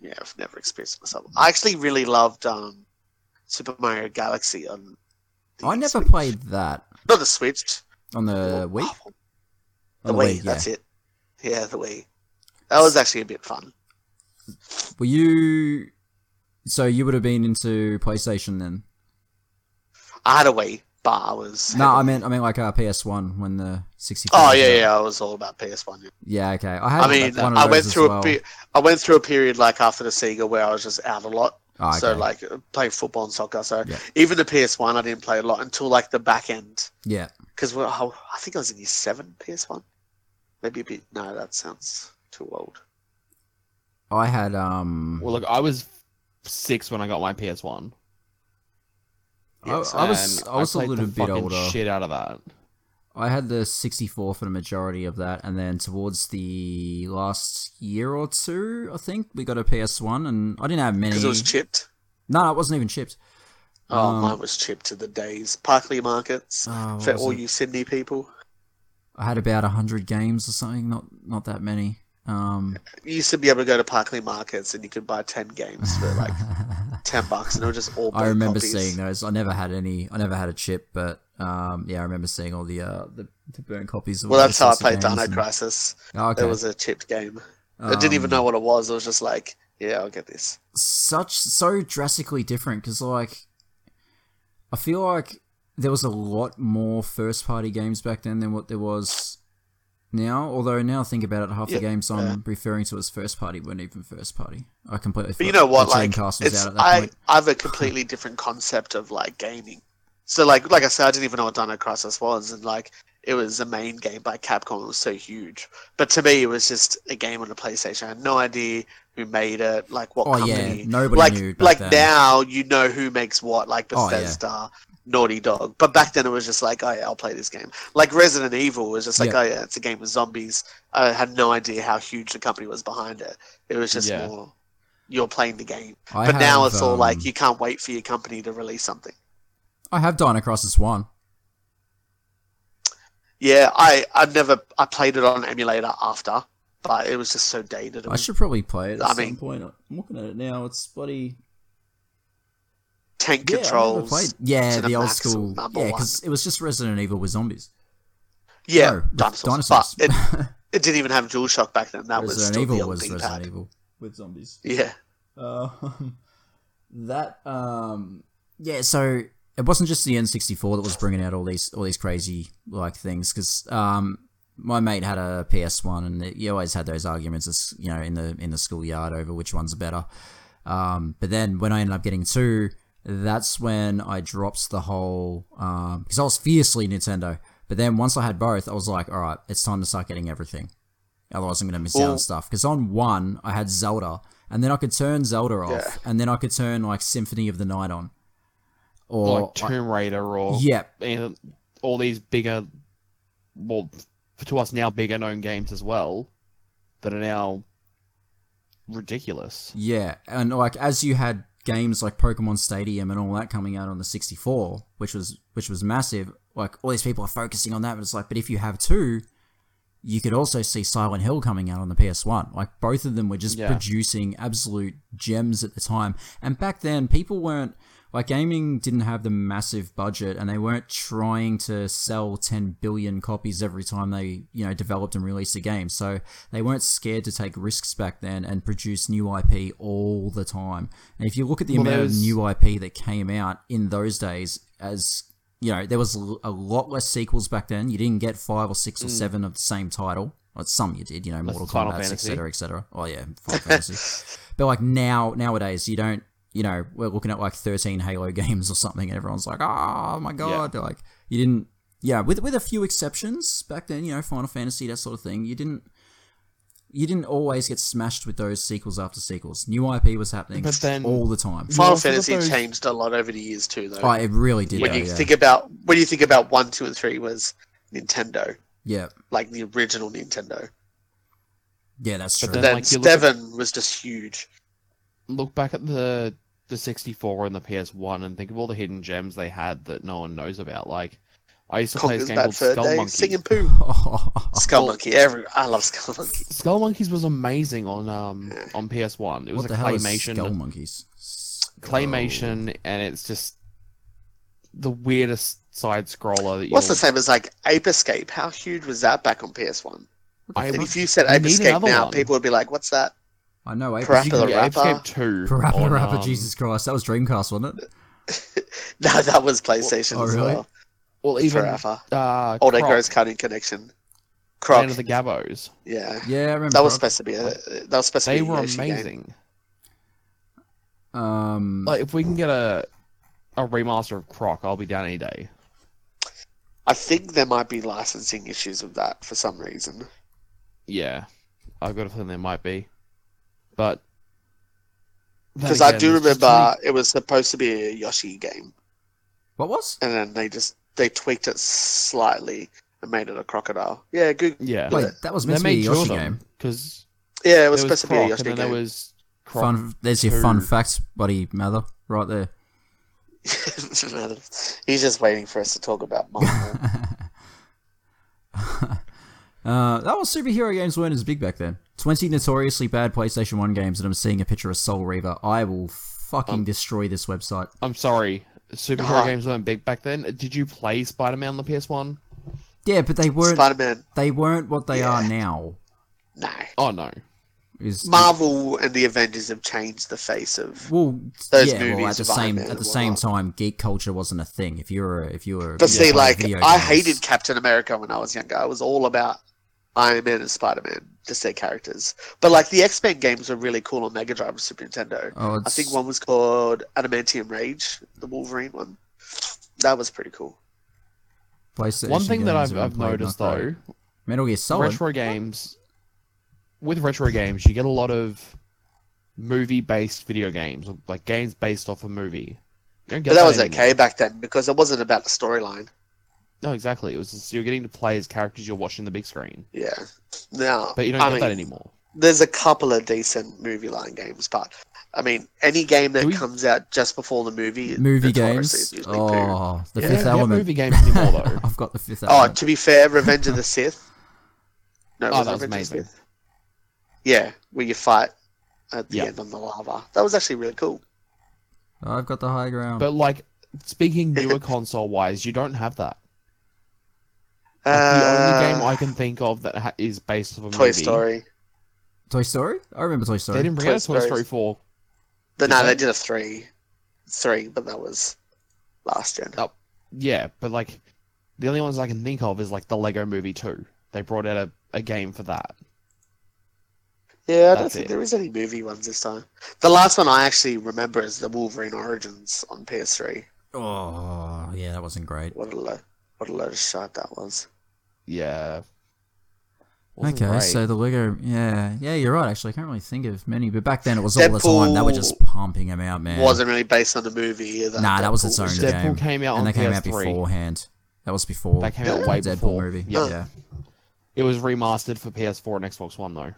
Speaker 2: yeah, I've never experienced it myself. I actually really loved um, Super Mario Galaxy on. the
Speaker 1: I never
Speaker 2: Switch.
Speaker 1: played that
Speaker 2: Not the Switch.
Speaker 1: on the Wii.
Speaker 2: Oh,
Speaker 1: On the
Speaker 2: the Wii.
Speaker 1: Wii,
Speaker 2: That's it. Yeah, the Wii. That was actually a bit fun.
Speaker 1: Were you? So you would have been into PlayStation then?
Speaker 2: I had a Wii. bar was.
Speaker 1: No, I mean, I mean like uh, PS One when the sixty.
Speaker 2: Oh yeah, yeah. I was all about PS One.
Speaker 1: yeah. Okay, I had.
Speaker 2: I mean,
Speaker 1: one of
Speaker 2: I
Speaker 1: those
Speaker 2: went
Speaker 1: as
Speaker 2: through
Speaker 1: well.
Speaker 2: a pe- I went through a period like after the Sega where I was just out a lot.
Speaker 1: Oh,
Speaker 2: So
Speaker 1: okay.
Speaker 2: like uh, playing football and soccer. So
Speaker 1: Yeah.
Speaker 2: even the PS One, I didn't play a lot until like the back end
Speaker 1: yeah,
Speaker 2: because I I think I was in year seven PS One, maybe a bit. No, that sounds too old.
Speaker 1: I had um.
Speaker 3: Well, look, I was six when I got my PS One.
Speaker 1: I-
Speaker 2: Yes,
Speaker 1: I, was
Speaker 3: and
Speaker 1: I was a
Speaker 3: played the
Speaker 1: little bit
Speaker 3: fucking
Speaker 1: older.
Speaker 3: Shit out of that.
Speaker 1: I had the 64 for the majority of that, and then towards the last year or two, I think we got a PS1, and I didn't have many.
Speaker 2: Because um, it was chipped.
Speaker 1: no, it wasn't even chipped.
Speaker 2: Oh,
Speaker 1: Um,
Speaker 2: mine was chipped to the days. Parkley Markets
Speaker 1: Oh, what
Speaker 2: for
Speaker 1: was
Speaker 2: all
Speaker 1: it?
Speaker 2: you Sydney people.
Speaker 1: I had about hundred games or something. Not not that many. Um,
Speaker 2: You used to be able to go to Parkley Markets and you could buy ten games for like ten bucks, and they were just all.
Speaker 1: I
Speaker 2: both
Speaker 1: remember
Speaker 2: copies.
Speaker 1: seeing those. I never had any. I never had a chip, but um, yeah, I remember seeing all the uh, the, the burnt copies. Of
Speaker 2: Well,
Speaker 1: all
Speaker 2: that's
Speaker 1: the
Speaker 2: how I
Speaker 1: sorts of
Speaker 2: played
Speaker 1: games
Speaker 2: Dino
Speaker 1: and-
Speaker 2: Crisis.
Speaker 1: Oh, okay.
Speaker 2: It was a chipped game. I didn't even
Speaker 1: Um,
Speaker 2: know what it was. I was just like, yeah, I'll get this.
Speaker 1: such so drastically different because like i feel like there was a lot more first party games back then than what there was now although now I think about it half
Speaker 2: Yeah,
Speaker 1: the games i'm
Speaker 2: yeah.
Speaker 1: referring to as first party weren't even first party i completely
Speaker 2: But you
Speaker 1: forgot
Speaker 2: know what?
Speaker 1: the
Speaker 2: Like,
Speaker 1: Dreamcast was
Speaker 2: it's
Speaker 1: out at that
Speaker 2: I,
Speaker 1: point.
Speaker 2: I have a completely different concept of like gaming. So, like, like I said, I didn't even know what Dino Crisis was, and like, it was the main game by Capcom. It was so huge, but to me, it was just a game on the PlayStation. I had no idea who made it, like what
Speaker 1: oh
Speaker 2: company.
Speaker 1: yeah nobody
Speaker 2: like,
Speaker 1: knew back
Speaker 2: like
Speaker 1: then.
Speaker 2: now you know who makes what, like
Speaker 1: Oh, yeah.
Speaker 2: Bethesda, Naughty Dog. But back then it was just like, oh yeah, I'll play this game. Like Resident Evil was just like,
Speaker 1: Yeah.
Speaker 2: oh yeah, it's a game with zombies. I had no idea how huge the company was behind it. It was just
Speaker 3: Yeah.
Speaker 2: more you're playing the game.
Speaker 1: I
Speaker 2: but now
Speaker 1: have,
Speaker 2: it's all
Speaker 1: um,
Speaker 2: like you can't wait for your company to release something.
Speaker 1: i have dino crisis 1
Speaker 2: Yeah, I I've never I played it on emulator after, but it was just so dated. It
Speaker 1: i
Speaker 2: was
Speaker 1: should probably play it at
Speaker 2: I
Speaker 1: some
Speaker 2: mean-
Speaker 1: point i'm looking at it now it's bloody
Speaker 2: tank
Speaker 1: yeah, I've never
Speaker 2: controls.
Speaker 1: played- yeah
Speaker 2: to the
Speaker 1: the old
Speaker 2: max,
Speaker 1: school
Speaker 2: number
Speaker 1: yeah
Speaker 2: one.
Speaker 1: because it was just resident evil with zombies
Speaker 2: Yeah,
Speaker 1: No, with
Speaker 2: dinosaurs.
Speaker 1: dinosaurs.
Speaker 2: But it, it didn't even have DualShock back then. That was still
Speaker 1: Resident
Speaker 2: the
Speaker 1: Evil
Speaker 2: old
Speaker 1: was
Speaker 2: D-pad.
Speaker 1: Resident Evil with zombies.
Speaker 2: Yeah.
Speaker 1: Um, that um, yeah. So it wasn't just the N64 that was bringing out all these all these crazy like things because um, my mate had a PS1 and it- you always had those arguments as you know in the in the schoolyard over which one's better. Um, but then when I ended up getting two, that's when I dropped the whole because I was fiercely Nintendo. But then once I had both, I was like, all right, it's time to start getting everything. Otherwise, I'm going to miss out
Speaker 2: Well-
Speaker 1: on stuff. Because on one, I had Zelda, and then I could turn Zelda off,
Speaker 2: Yeah.
Speaker 1: and then I could turn like Symphony of the Night on,
Speaker 3: Or
Speaker 1: or
Speaker 3: like Tomb Raider
Speaker 1: I-
Speaker 3: or
Speaker 1: yeah,
Speaker 3: and all these bigger, well, to us now bigger known games as well, that are now ridiculous.
Speaker 1: yeah, and like as you had games like Pokemon Stadium and all that coming out on the 64, which was which was massive. Like all these people are focusing on that, but it's like, but if you have two, you could also see Silent Hill coming out on the PS1. Like both of them were just
Speaker 3: Yeah.
Speaker 1: producing absolute gems at the time. And back then, people weren't like gaming didn't have the massive budget, and they weren't trying to sell 10 billion copies every time they you know developed and released a game. So they weren't scared to take risks back then and produce new IP all the time. And if you look at the
Speaker 3: Well,
Speaker 1: amount of
Speaker 3: there's-
Speaker 1: new IP that came out in those days, as you know, there was l- a lot less sequels back then. You didn't get five or six or
Speaker 3: Mm.
Speaker 1: seven of the same title. Well, some you did, you know,
Speaker 3: Unless
Speaker 1: Mortal
Speaker 3: it's Final
Speaker 1: Kombat,
Speaker 3: Fantasy.
Speaker 1: etc., etc. Oh yeah, Final Fantasy. But like now, nowadays, you don't. You know, we're looking at like thirteen Halo games or something, and everyone's like, "Oh my god!" Like you didn't. Yeah, with with a few exceptions back then, you know, Final Fantasy, that sort of thing. You didn't. You didn't always get smashed with those sequels after sequels. New IP was happening
Speaker 3: But then-
Speaker 1: all the time.
Speaker 2: Final
Speaker 3: also got
Speaker 2: Fantasy
Speaker 3: those-
Speaker 2: changed a lot over the years too, though.
Speaker 1: Oh, it really did.
Speaker 2: when
Speaker 1: though,
Speaker 2: you
Speaker 1: yeah.
Speaker 2: think about when you think about one, two, and three was Nintendo,
Speaker 1: yeah,
Speaker 2: like the original Nintendo.
Speaker 1: yeah, that's true.
Speaker 3: But
Speaker 2: Then
Speaker 3: like, you look at-
Speaker 2: Seven was just huge.
Speaker 3: Look back at the the 64 and the PS1 and think of all the hidden gems they had that no one knows about. Like, I used to play this
Speaker 2: Conker's
Speaker 3: game
Speaker 2: Bad
Speaker 3: called
Speaker 2: Fur
Speaker 3: Skull
Speaker 2: Day,
Speaker 3: Monkey.
Speaker 2: singing poo.
Speaker 1: Oh.
Speaker 2: Skull Monkey. Every I love Skull Monkey.
Speaker 3: Skull Monkeys was amazing on um on PS1. It was
Speaker 1: what
Speaker 3: a
Speaker 1: the hell is
Speaker 3: claymation
Speaker 1: Skull Monkeys? Skull-
Speaker 3: claymation and it's just the weirdest side scroller that you
Speaker 2: What's the same as like Ape Escape? How huge was that back on PS One?
Speaker 3: I
Speaker 2: And
Speaker 3: would
Speaker 2: if you said
Speaker 3: we
Speaker 2: Ape
Speaker 3: need
Speaker 2: Escape
Speaker 3: another
Speaker 2: now,
Speaker 3: one.
Speaker 2: people would be like, "What's that?"
Speaker 1: I know. Ape
Speaker 2: Parappa
Speaker 1: Escape-
Speaker 2: the
Speaker 3: you can get
Speaker 2: Rapper.
Speaker 3: Escape 2
Speaker 1: Parappa the
Speaker 3: on,
Speaker 1: Rapper.
Speaker 3: um,
Speaker 1: Jesus Christ, that was Dreamcast, wasn't it?
Speaker 2: No, that was PlayStation
Speaker 1: Oh,
Speaker 2: as
Speaker 1: really?
Speaker 2: well.
Speaker 3: Well, even uh,
Speaker 2: forever.
Speaker 3: Croc,
Speaker 2: Old Echo's Cunning Connection. Croc.
Speaker 3: Land of the Gabos.
Speaker 2: yeah.
Speaker 1: Yeah, I remember.
Speaker 2: That was
Speaker 1: Croc.
Speaker 2: supposed to be a that was supposed
Speaker 3: They
Speaker 2: to be a
Speaker 3: were
Speaker 2: Yoshi game.
Speaker 3: amazing.
Speaker 1: Um,
Speaker 3: Like, if we can get a a remaster of Croc, I'll be down any day.
Speaker 2: I think there might be licensing issues with that for some reason.
Speaker 3: Yeah, I've got a feeling there might be, but then
Speaker 2: Because I
Speaker 3: again,
Speaker 2: do
Speaker 3: there's just too
Speaker 2: remember it was supposed to be a Yoshi game,
Speaker 1: what was?
Speaker 2: and then they just they tweaked it slightly and made it a crocodile. Yeah, good.
Speaker 3: many- yeah,
Speaker 1: Wait, that was meant to be a Yoshi game.
Speaker 3: because
Speaker 2: Yeah, it
Speaker 3: there
Speaker 2: was supposed
Speaker 3: was
Speaker 2: to
Speaker 3: Croc,
Speaker 2: be a
Speaker 3: and
Speaker 2: Yoshi
Speaker 3: then
Speaker 2: game.
Speaker 3: there was Croc.
Speaker 1: Fun. There's your fun
Speaker 3: two.
Speaker 1: fact, buddy Mather, right there.
Speaker 2: He's just waiting for us to talk about Marvel.
Speaker 1: Uh, that was superhero games weren't as big back then. Twenty notoriously bad PlayStation One games, and I'm seeing a picture of Soul Reaver. I will fucking
Speaker 2: Um,
Speaker 1: destroy this website.
Speaker 3: I'm sorry, superhero
Speaker 2: Nah.
Speaker 3: games weren't big back then. Did you play Spider-Man on the PS1?
Speaker 1: Yeah, but they weren't.
Speaker 2: Spider Man,
Speaker 1: they weren't what they are now.
Speaker 2: no.
Speaker 3: Oh no,
Speaker 1: Is
Speaker 2: Marvel and the Avengers have changed the face of.
Speaker 1: well,
Speaker 2: those
Speaker 1: yeah, well, at
Speaker 2: movies
Speaker 1: the
Speaker 2: of Iron
Speaker 1: same
Speaker 2: Man
Speaker 1: at the
Speaker 2: and
Speaker 1: same
Speaker 2: whatnot.
Speaker 1: time, geek culture wasn't a thing. If you were, if you were,
Speaker 2: But
Speaker 1: if you
Speaker 2: see,
Speaker 1: played
Speaker 2: like,
Speaker 1: video
Speaker 2: I
Speaker 1: games-
Speaker 2: hated Captain America when I was younger. I was all about Iron Man and Spider Man, just their characters. But, like, the X Men games were really cool on Mega Drive and Super Nintendo.
Speaker 1: Oh,
Speaker 2: I
Speaker 1: it's-
Speaker 2: think one was called Adamantium Rage, the Wolverine one. That was pretty cool.
Speaker 1: PlayStation
Speaker 3: one thing that
Speaker 1: games
Speaker 3: I've,
Speaker 1: weren't
Speaker 3: I've
Speaker 1: played,
Speaker 3: noticed
Speaker 1: not
Speaker 3: though,
Speaker 1: that. Metal Gear Solid.
Speaker 3: retro games with retro games, you get a lot of movie-based video games, like games based off a movie. You don't get
Speaker 2: But that was
Speaker 3: anymore.
Speaker 2: okay back then because it wasn't about the storyline.
Speaker 3: No, exactly. It was just, you're getting to play as characters you're watching the big screen,
Speaker 2: Yeah. Now,
Speaker 3: but you don't
Speaker 2: I
Speaker 3: get
Speaker 2: mean,
Speaker 3: that anymore.
Speaker 2: there's a couple of decent movie line games, but I mean, any game that
Speaker 3: Do we-
Speaker 2: comes out just before the movie,
Speaker 1: Movie
Speaker 2: notoriously
Speaker 1: games.
Speaker 2: is usually poo.
Speaker 1: Oh, the
Speaker 3: You
Speaker 1: Fifth
Speaker 3: don't get
Speaker 1: Element.
Speaker 3: movie games anymore though.
Speaker 1: I've got the Fifth
Speaker 2: Oh,
Speaker 1: Element.
Speaker 2: to be fair, Revenge of the Sith. No, it
Speaker 3: Oh,
Speaker 2: wasn't
Speaker 3: that
Speaker 2: Revenge
Speaker 3: was
Speaker 2: of the
Speaker 3: amazing.
Speaker 2: Sith. Yeah, where you fight at the
Speaker 3: Yeah.
Speaker 2: end on the lava. That was actually really cool.
Speaker 1: I've got the high ground.
Speaker 3: But like speaking newer console wise, you don't have that.
Speaker 2: Uh,
Speaker 3: the only game I can think of that ha- is based off a
Speaker 2: Toy
Speaker 3: movie.
Speaker 2: Story.
Speaker 1: Toy Story? I remember Toy
Speaker 3: They
Speaker 1: Story.
Speaker 3: didn't bring
Speaker 2: Toy
Speaker 3: out Toy Story
Speaker 2: Story.
Speaker 3: four.
Speaker 2: But
Speaker 3: Did
Speaker 2: no,
Speaker 3: they?
Speaker 2: they did a three, three, but that was last gen.
Speaker 3: Oh. Yeah, but like the only ones I can think of is like the Lego Movie two. They brought out a, a game for that.
Speaker 2: Yeah, I don't
Speaker 3: That's
Speaker 2: think
Speaker 3: it.
Speaker 2: there is any movie ones this time. The last one I actually remember is the Wolverine Origins on PS3.
Speaker 1: Oh, yeah, that wasn't great.
Speaker 2: What a lo- what a load of shit that was.
Speaker 3: Yeah. Wasn't
Speaker 1: Okay,
Speaker 3: great.
Speaker 1: so the Lego, yeah, yeah, you're right. Actually, I can't really think of many, but back then it was all the
Speaker 2: Deadpool
Speaker 1: time. They were just pumping them out, man.
Speaker 2: Wasn't really based on the movie either.
Speaker 1: Nah, that was
Speaker 2: Deadpool
Speaker 1: its own
Speaker 3: Deadpool
Speaker 1: game,
Speaker 3: came out
Speaker 1: and
Speaker 3: on
Speaker 2: Oh,
Speaker 1: they came
Speaker 3: PS3.
Speaker 1: out beforehand. That was before.
Speaker 3: They came out
Speaker 1: the
Speaker 3: way
Speaker 1: Deadpool
Speaker 3: before.
Speaker 1: movie.
Speaker 3: Yeah.
Speaker 1: yeah.
Speaker 3: It was remastered for PS4 and Xbox One though.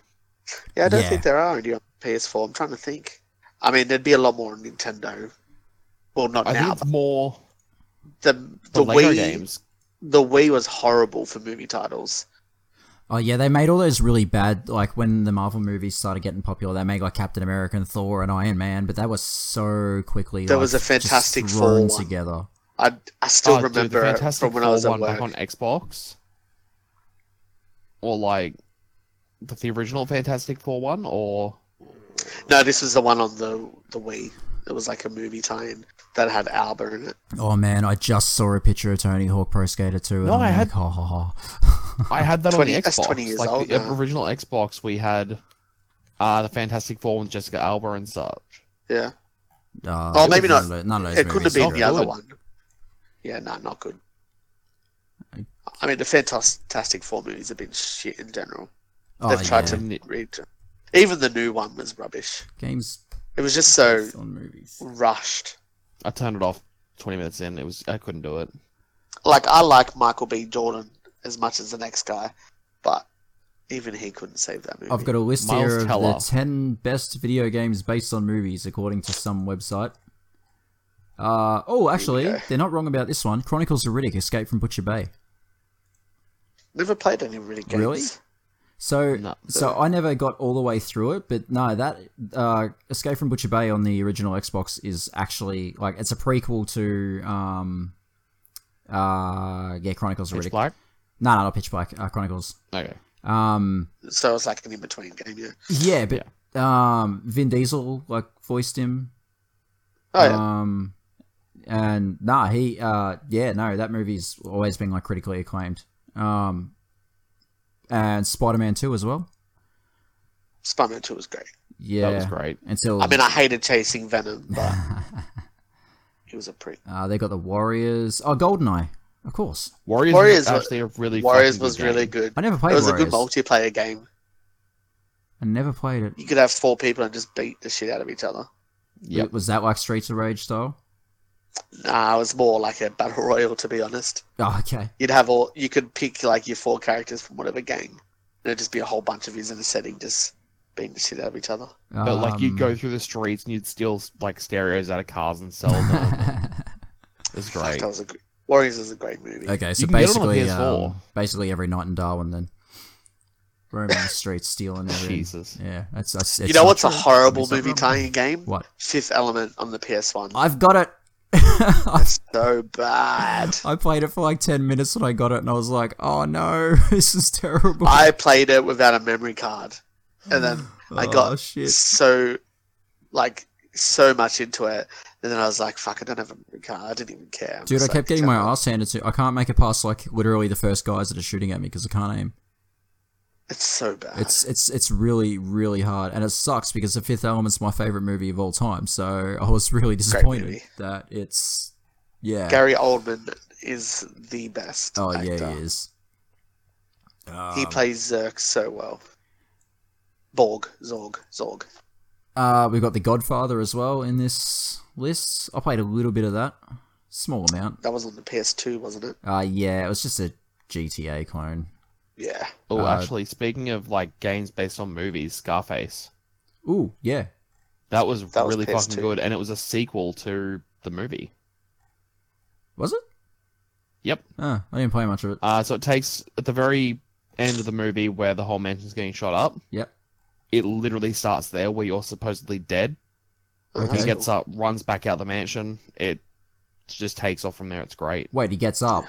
Speaker 2: Yeah, I don't
Speaker 1: Yeah.
Speaker 2: think there are any on PS4. I'm trying to think. I mean, there'd be a lot more on Nintendo. Well, not
Speaker 3: I
Speaker 2: now.
Speaker 3: think it's more
Speaker 2: but The
Speaker 3: the,
Speaker 2: the,
Speaker 3: Lego
Speaker 2: Wii
Speaker 3: games.
Speaker 2: the Wii was horrible for movie titles.
Speaker 1: Oh yeah, they made all those really bad. Like when the Marvel movies started getting popular, they made like Captain America and Thor and Iron Man, but that was so quickly.
Speaker 2: There
Speaker 1: like,
Speaker 2: was a
Speaker 1: just
Speaker 2: Fantastic
Speaker 1: thrown
Speaker 2: Four one.
Speaker 1: together.
Speaker 2: I I still
Speaker 3: Oh, dude, the
Speaker 2: remember it
Speaker 3: Fantastic
Speaker 2: from when I was
Speaker 3: Four
Speaker 2: at
Speaker 3: one back
Speaker 2: work.
Speaker 3: on Xbox, or like the, the original Fantastic Four one, or
Speaker 2: No, this was the one on the the Wii. It was like a movie tie-in that had Alba in it.
Speaker 1: Oh man, I just saw a picture of Tony Hawk Pro Skater 2. And
Speaker 3: No,
Speaker 1: I'm
Speaker 3: I
Speaker 1: like,
Speaker 3: had-
Speaker 1: ha ha ha.
Speaker 3: I had that
Speaker 2: 20
Speaker 3: on the
Speaker 2: that's
Speaker 3: Xbox.
Speaker 2: 20 years
Speaker 3: like
Speaker 2: old
Speaker 3: the
Speaker 2: now.
Speaker 3: original Xbox, we had uh, the Fantastic Four with Jessica Alba and such.
Speaker 2: Yeah,
Speaker 1: Uh,
Speaker 2: Oh, maybe
Speaker 1: none Of, none of those
Speaker 2: it couldn't
Speaker 1: movies
Speaker 2: have been
Speaker 1: are
Speaker 3: not
Speaker 2: the other
Speaker 3: good.
Speaker 2: one. Yeah, no, not good.
Speaker 1: I-
Speaker 2: I mean, the Fantastic Four movies have been shit in general.
Speaker 1: great.
Speaker 2: They've
Speaker 1: Oh,
Speaker 2: tried
Speaker 1: yeah.
Speaker 2: to read. Even the new one was rubbish.
Speaker 1: games
Speaker 2: It was just so
Speaker 1: based on movies.
Speaker 2: rushed.
Speaker 3: I turned it off twenty minutes in. It was I couldn't do it.
Speaker 2: Like I like Michael B. Jordan as much as the next guy, but even he couldn't save that movie.
Speaker 1: I've got a list
Speaker 3: Miles
Speaker 1: here of
Speaker 3: Teller.
Speaker 1: the 10 best video games based on movies, according to some website. Uh, oh, actually,
Speaker 2: go.
Speaker 1: they're not wrong about this one. Chronicles of Riddick: Escape from Butcher Bay.
Speaker 2: never played any really games.
Speaker 1: Really? So,
Speaker 3: No.
Speaker 1: so I never got all the way through it, but no, that uh, Escape from Butcher Bay on the original Xbox is actually like it's a prequel to um, uh, yeah, Chronicles of
Speaker 3: Pitch
Speaker 1: Riddick.
Speaker 3: Black.
Speaker 1: No, no, not Pitch Black. Uh, Chronicles.
Speaker 3: Okay.
Speaker 1: Um,
Speaker 2: So it's like an in between game, yeah.
Speaker 1: yeah, but um, Vin Diesel like voiced him.
Speaker 2: Oh yeah.
Speaker 1: Um, and nah, he uh yeah, no, that movie's always been like critically acclaimed. Um and Spider Man two as well.
Speaker 2: Spider Man 2 was great.
Speaker 1: Yeah.
Speaker 3: That was great.
Speaker 1: Until
Speaker 2: I mean, I hated chasing Venom, but he was a prick.
Speaker 1: uh, they got the Warriors. Oh, Goldeneye, of course.
Speaker 3: Warriors,
Speaker 2: Warriors
Speaker 3: was
Speaker 2: was-
Speaker 3: actually a really
Speaker 2: Warriors
Speaker 3: fucking
Speaker 2: was
Speaker 3: good
Speaker 2: really
Speaker 3: game.
Speaker 2: good.
Speaker 1: I never
Speaker 2: It
Speaker 1: played
Speaker 2: was a
Speaker 1: Warriors.
Speaker 2: good multiplayer game.
Speaker 1: I never played it.
Speaker 2: You could have four people and just beat the shit out of each other.
Speaker 3: Yep.
Speaker 1: Was that like Streets of Rage style?
Speaker 2: Nah, it was more like a battle royal, to be honest.
Speaker 1: Oh, okay.
Speaker 2: You'd have all, you could pick like your four characters from whatever gang. And it'd just be a whole bunch of yous in a setting just beating the shit out of each other.
Speaker 3: But like
Speaker 1: Um,
Speaker 3: you'd go through the streets and you'd steal like stereos out of cars and sell them. it was
Speaker 2: Fuck,
Speaker 3: great.
Speaker 2: that was a, gr- Warriors is a great movie.
Speaker 1: okay, so
Speaker 3: You can get it on
Speaker 1: basically,
Speaker 3: PS4.
Speaker 1: um, basically every night in Darwin, then roaming the streets, stealing everything.
Speaker 3: Jesus.
Speaker 1: Yeah, that's, that's
Speaker 2: you
Speaker 1: it's
Speaker 2: know
Speaker 1: not
Speaker 2: what's a
Speaker 1: true.
Speaker 2: horrible
Speaker 1: It's not
Speaker 2: movie
Speaker 1: wrong.
Speaker 2: tying game?
Speaker 1: What?
Speaker 2: Fifth Element on the PS1.
Speaker 1: I've got it.
Speaker 2: That's so bad.
Speaker 1: I played it for like ten minutes when I got it, and I was like, "Oh no, this is terrible."
Speaker 2: I played it without a memory card, and then I
Speaker 1: oh,
Speaker 2: got
Speaker 1: shit.
Speaker 2: so like so much into it, and then I was like, "Fuck, I don't have a memory card. I didn't even care." I'm
Speaker 1: Dude, I
Speaker 2: just
Speaker 1: kept
Speaker 2: like,
Speaker 1: getting my
Speaker 2: "Shut up."
Speaker 1: ass handed to. I can't make it past like literally the first guys that are shooting at me because I can't aim.
Speaker 2: It's so bad.
Speaker 1: It's it's it's really really hard, and it sucks because The Fifth Element's my favorite movie of all time. So I was really disappointed
Speaker 2: movie.
Speaker 1: that it's yeah.
Speaker 2: Gary Oldman is the best.
Speaker 1: oh
Speaker 2: actor.
Speaker 1: yeah, he is.
Speaker 2: He
Speaker 1: Um,
Speaker 2: plays Zerk so well. Borg, Zorg, Zorg.
Speaker 1: Uh, we've got The Godfather as well in this list. I played a little bit of that, small amount.
Speaker 2: That was on the PS2, wasn't it?
Speaker 1: Uh, yeah, it was just a GTA clone.
Speaker 2: Yeah.
Speaker 3: Oh,
Speaker 1: Uh,
Speaker 3: actually, speaking of like games based on movies, Scarface.
Speaker 1: Ooh, yeah.
Speaker 3: That was
Speaker 2: That was
Speaker 3: really
Speaker 2: PS2.
Speaker 3: fucking good, and it was a sequel to the movie.
Speaker 1: Was it?
Speaker 3: Yep.
Speaker 1: Ah, I didn't play much of it.
Speaker 3: Uh, so it takes at the very end of the movie where the whole mansion's getting shot up.
Speaker 1: Yep.
Speaker 3: It literally starts there where you're supposedly dead.
Speaker 2: Oh,
Speaker 1: Okay.
Speaker 2: that's
Speaker 3: He gets
Speaker 2: cool.
Speaker 3: up, runs back out the mansion. It just takes off from there. It's great.
Speaker 1: Wait, he gets up.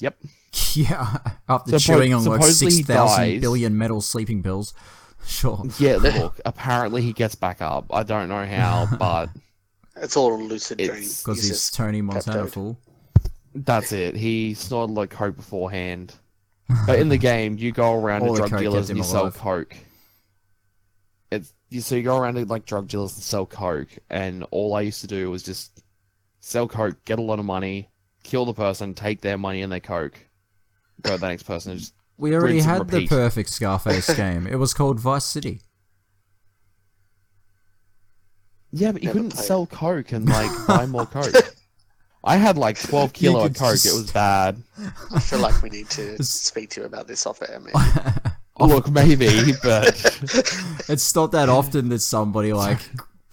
Speaker 3: Yep.
Speaker 1: yeah, after
Speaker 3: Suppo-
Speaker 1: chewing on like
Speaker 3: supposedly he
Speaker 1: six thousand
Speaker 3: dies.
Speaker 1: billion metal sleeping pills. Sure.
Speaker 3: Yeah, look, apparently he gets back up. I don't know how, but
Speaker 2: It's all a lucid
Speaker 3: It's-
Speaker 2: dream. He's
Speaker 1: Because he's
Speaker 2: just-
Speaker 1: Tony Montana
Speaker 2: peptide.
Speaker 1: fool.
Speaker 3: that's it. He snorted like coke beforehand. But in the game, you go around
Speaker 1: All
Speaker 3: to
Speaker 1: the
Speaker 3: drug
Speaker 1: coke kept
Speaker 3: dealers and
Speaker 1: him
Speaker 3: you sell
Speaker 1: alive.
Speaker 3: coke. It's you, so you go around to like drug dealers and sell coke, and all I used to do was just sell coke, get a lot of money, kill the person, take their money and their coke, go to the next person. and Just,
Speaker 1: We already
Speaker 3: Rinse and
Speaker 1: had the
Speaker 3: repeat.
Speaker 1: perfect Scarface game. It was called Vice City.
Speaker 3: yeah, but you
Speaker 2: Never
Speaker 3: couldn't
Speaker 2: played.
Speaker 3: sell coke and like buy more coke. I had like twelve
Speaker 1: You
Speaker 3: kilo of
Speaker 1: could
Speaker 3: coke. It
Speaker 1: just-
Speaker 3: was bad.
Speaker 2: I feel like we need to
Speaker 1: It's-
Speaker 2: speak to you about this off air, man.
Speaker 1: Oh.
Speaker 3: Look, maybe, but
Speaker 1: It's not that often that somebody like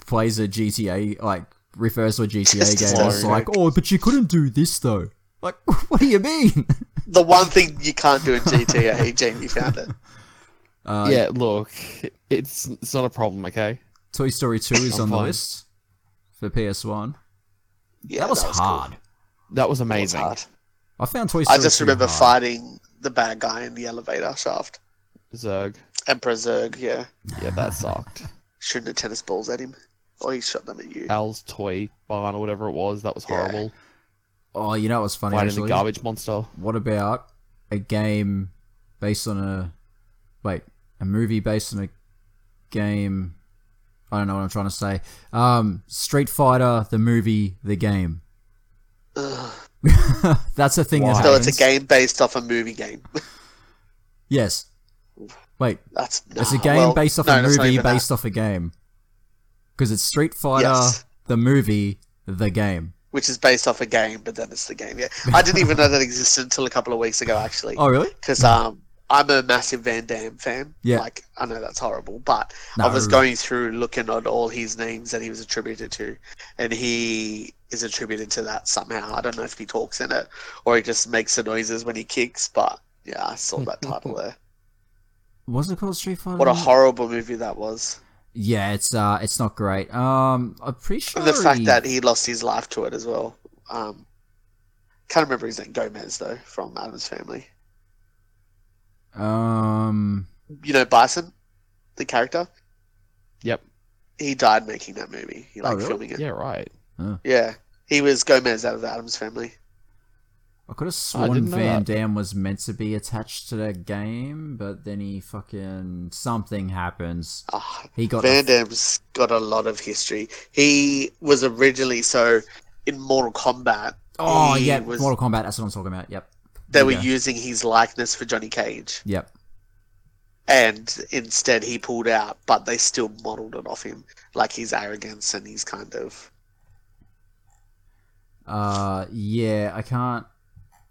Speaker 1: plays a GTA like refers to a GTA
Speaker 2: Just
Speaker 1: game as
Speaker 3: slow.
Speaker 1: like, oh, but you couldn't do this though. Like, what do you mean?
Speaker 2: the one thing you can't do in GTA, Jamie found it.
Speaker 1: Uh,
Speaker 3: yeah, look, it's it's not a problem. Okay,
Speaker 1: Toy Story Two is
Speaker 3: I'm
Speaker 1: on the
Speaker 3: fine.
Speaker 1: list for PS One.
Speaker 2: Yeah,
Speaker 1: that was,
Speaker 2: cool.
Speaker 1: hard.
Speaker 3: that was
Speaker 2: That was
Speaker 3: amazing.
Speaker 2: hard.
Speaker 1: I found Toy
Speaker 2: I
Speaker 1: Story.
Speaker 2: just
Speaker 1: 2
Speaker 2: remember
Speaker 1: hard.
Speaker 2: fighting the bad guy in the elevator shaft.
Speaker 3: Zerg.
Speaker 2: Emperor Zurg, yeah.
Speaker 3: Yeah, that sucked.
Speaker 2: Shooting the tennis balls at him. Or he shot them at you.
Speaker 3: Al's toy barn or whatever it was, that was
Speaker 2: Yeah.
Speaker 3: horrible.
Speaker 1: Oh, you know what's funny?
Speaker 3: Fighting
Speaker 1: actually?
Speaker 3: the garbage monster.
Speaker 1: What about a game based on a wait, a movie based on a game? I don't know what I'm trying to say. Um, Street Fighter, the movie, the game.
Speaker 2: Ugh.
Speaker 1: That's a thing that
Speaker 3: Why?
Speaker 2: So
Speaker 1: happens.
Speaker 2: it's a game based off a movie game.
Speaker 1: Yes. Wait,
Speaker 2: That's
Speaker 1: it's a
Speaker 2: nah,
Speaker 1: game
Speaker 2: well,
Speaker 1: based off
Speaker 2: no,
Speaker 1: a
Speaker 2: that's not
Speaker 1: movie
Speaker 2: even that.
Speaker 1: based off a game. Because it's Street Fighter,
Speaker 2: Yes.
Speaker 1: the movie, the game.
Speaker 2: Which is based off a game, but then it's the game. Yeah, I didn't even know that existed until a couple of weeks ago, actually.
Speaker 1: Oh, really?
Speaker 2: because um, I'm a massive Van Damme fan.
Speaker 1: Yeah.
Speaker 2: Like, I know that's horrible, but I
Speaker 1: No.
Speaker 2: was going through looking at all his names that he was attributed to, and he is attributed to that somehow. I don't know if he talks in it or he just makes the noises when he kicks, but yeah, I saw that title there.
Speaker 1: Was it called Street Fighter?
Speaker 2: What a
Speaker 1: the-
Speaker 2: horrible movie that was.
Speaker 1: Yeah, it's uh, it's not great. Um, I'm pretty sure
Speaker 2: And the fact
Speaker 1: he-
Speaker 2: that he lost his life to it as well. Um, can't remember his name, Gomez, though, from Adam's family.
Speaker 1: um,
Speaker 2: You know, Bison, the character?
Speaker 3: Yep.
Speaker 2: He died making that movie. He
Speaker 1: Oh,
Speaker 2: like
Speaker 1: really?
Speaker 2: filming it.
Speaker 3: Yeah, right.
Speaker 2: Yeah, He was Gomez out of the Adams family.
Speaker 1: I could have
Speaker 3: I
Speaker 1: sworn
Speaker 3: didn't know
Speaker 1: Van
Speaker 3: that.
Speaker 1: Dam was meant to be attached to that game, but then he fucking something happens.
Speaker 2: Ah,
Speaker 1: He got
Speaker 2: Van Damme's got a lot of history. He was originally so in Mortal Kombat.
Speaker 1: oh
Speaker 2: he
Speaker 1: yeah,
Speaker 2: was-
Speaker 1: Mortal Kombat. That's what I'm talking about. Yep.
Speaker 2: They
Speaker 1: There
Speaker 2: were
Speaker 1: you go.
Speaker 2: using his likeness for Johnny Cage,
Speaker 1: Yep.
Speaker 2: and instead he pulled out. But they still modeled it off him, like his arrogance and his kind of.
Speaker 1: Uh, yeah, I can't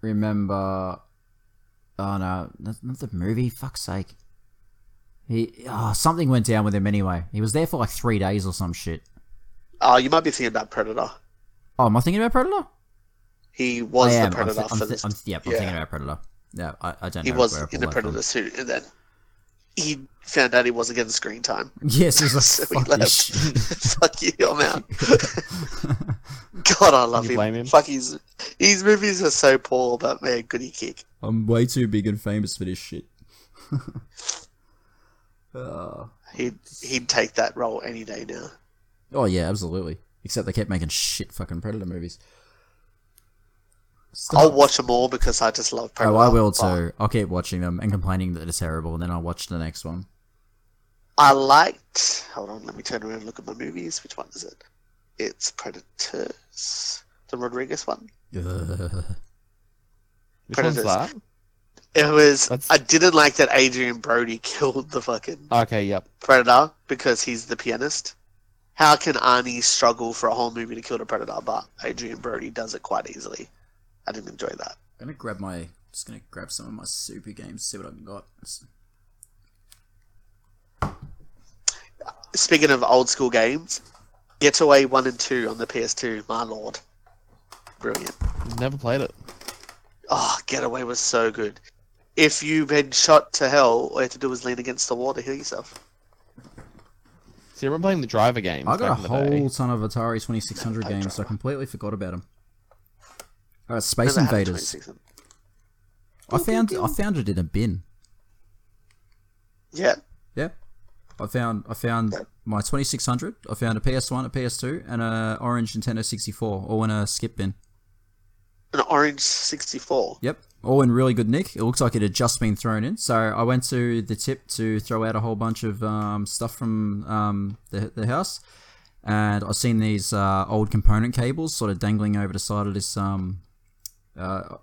Speaker 1: remember. Oh no, not, not the movie. Fuck's sake. He oh, something went down with him anyway. He was there for like three days or some shit.
Speaker 2: Oh, you might be thinking about Predator.
Speaker 1: Oh, am I thinking about Predator?
Speaker 2: He was
Speaker 1: I
Speaker 2: the
Speaker 1: am. I'm
Speaker 2: Predator
Speaker 1: thi- I'm
Speaker 2: for
Speaker 1: thi-
Speaker 2: this.
Speaker 1: I'm th- yep, I'm
Speaker 2: Yeah.
Speaker 1: thinking about Predator. Yeah, I, I don't
Speaker 2: he
Speaker 1: know.
Speaker 2: was
Speaker 1: where I
Speaker 2: in
Speaker 1: pulled
Speaker 2: the
Speaker 1: that from.
Speaker 2: Predator suit, and then he found out he wasn't getting screen time.
Speaker 1: Yes, he's like,
Speaker 2: So he
Speaker 1: fuck this shit.
Speaker 2: Fuck you, I'm out. God, I love
Speaker 3: you
Speaker 2: him.
Speaker 3: blame him?
Speaker 2: Fuck his his movies are so poor, but man, goody kick.
Speaker 1: I'm way too big and famous for this shit. Uh,
Speaker 2: He'd he'd take that role any day now.
Speaker 1: oh yeah, absolutely. Except they kept making shit fucking Predator movies. Stop.
Speaker 2: I'll watch them all because I just love Predator.
Speaker 1: Oh, I will
Speaker 2: but
Speaker 1: too. I'll keep watching them and complaining that they're terrible, and then I'll watch the next one.
Speaker 2: I liked. Hold on, let me turn around and look at my movies. Which one is it? It's Predators, the Rodriguez one.
Speaker 1: Ugh.
Speaker 3: Which one's
Speaker 2: Predators.
Speaker 3: that?
Speaker 2: It was.
Speaker 3: That's-
Speaker 2: I didn't like that Adrian Brody killed the fucking
Speaker 3: Okay, yep.
Speaker 2: Predator because he's the pianist. How can Arnie struggle for a whole movie to kill the Predator, but Adrian Brody does it quite easily? I didn't enjoy that.
Speaker 1: I'm gonna grab my just gonna grab some of my super games, see what I've got.
Speaker 2: Speaking of old school games, Getaway 1 and 2 on the PS2, my lord. Brilliant.
Speaker 3: Never played it.
Speaker 2: Oh, Getaway was so good. If you've been shot to hell, all you have to do is lean against the wall to heal yourself.
Speaker 3: See, I remember playing the driver games.
Speaker 1: I got
Speaker 3: back
Speaker 1: a
Speaker 3: in the day.
Speaker 1: whole ton of Atari 2600 games. So I completely forgot about them. All right, Space
Speaker 2: Never had a
Speaker 1: Invaders.
Speaker 2: 26.
Speaker 1: I found I found it in a bin.
Speaker 2: Yeah.
Speaker 1: Yeah. I found I found my 2600. I found a PS1, a PS2, and a orange Nintendo 64, all in a skip bin.
Speaker 2: An Orange 64.
Speaker 1: Yep. All in really good nick. It looks like it had just been thrown in. So I went to the tip to throw out a whole bunch of um, stuff from um, the, the house. And I've seen these uh, old component cables sort of dangling over the side of this um, uh,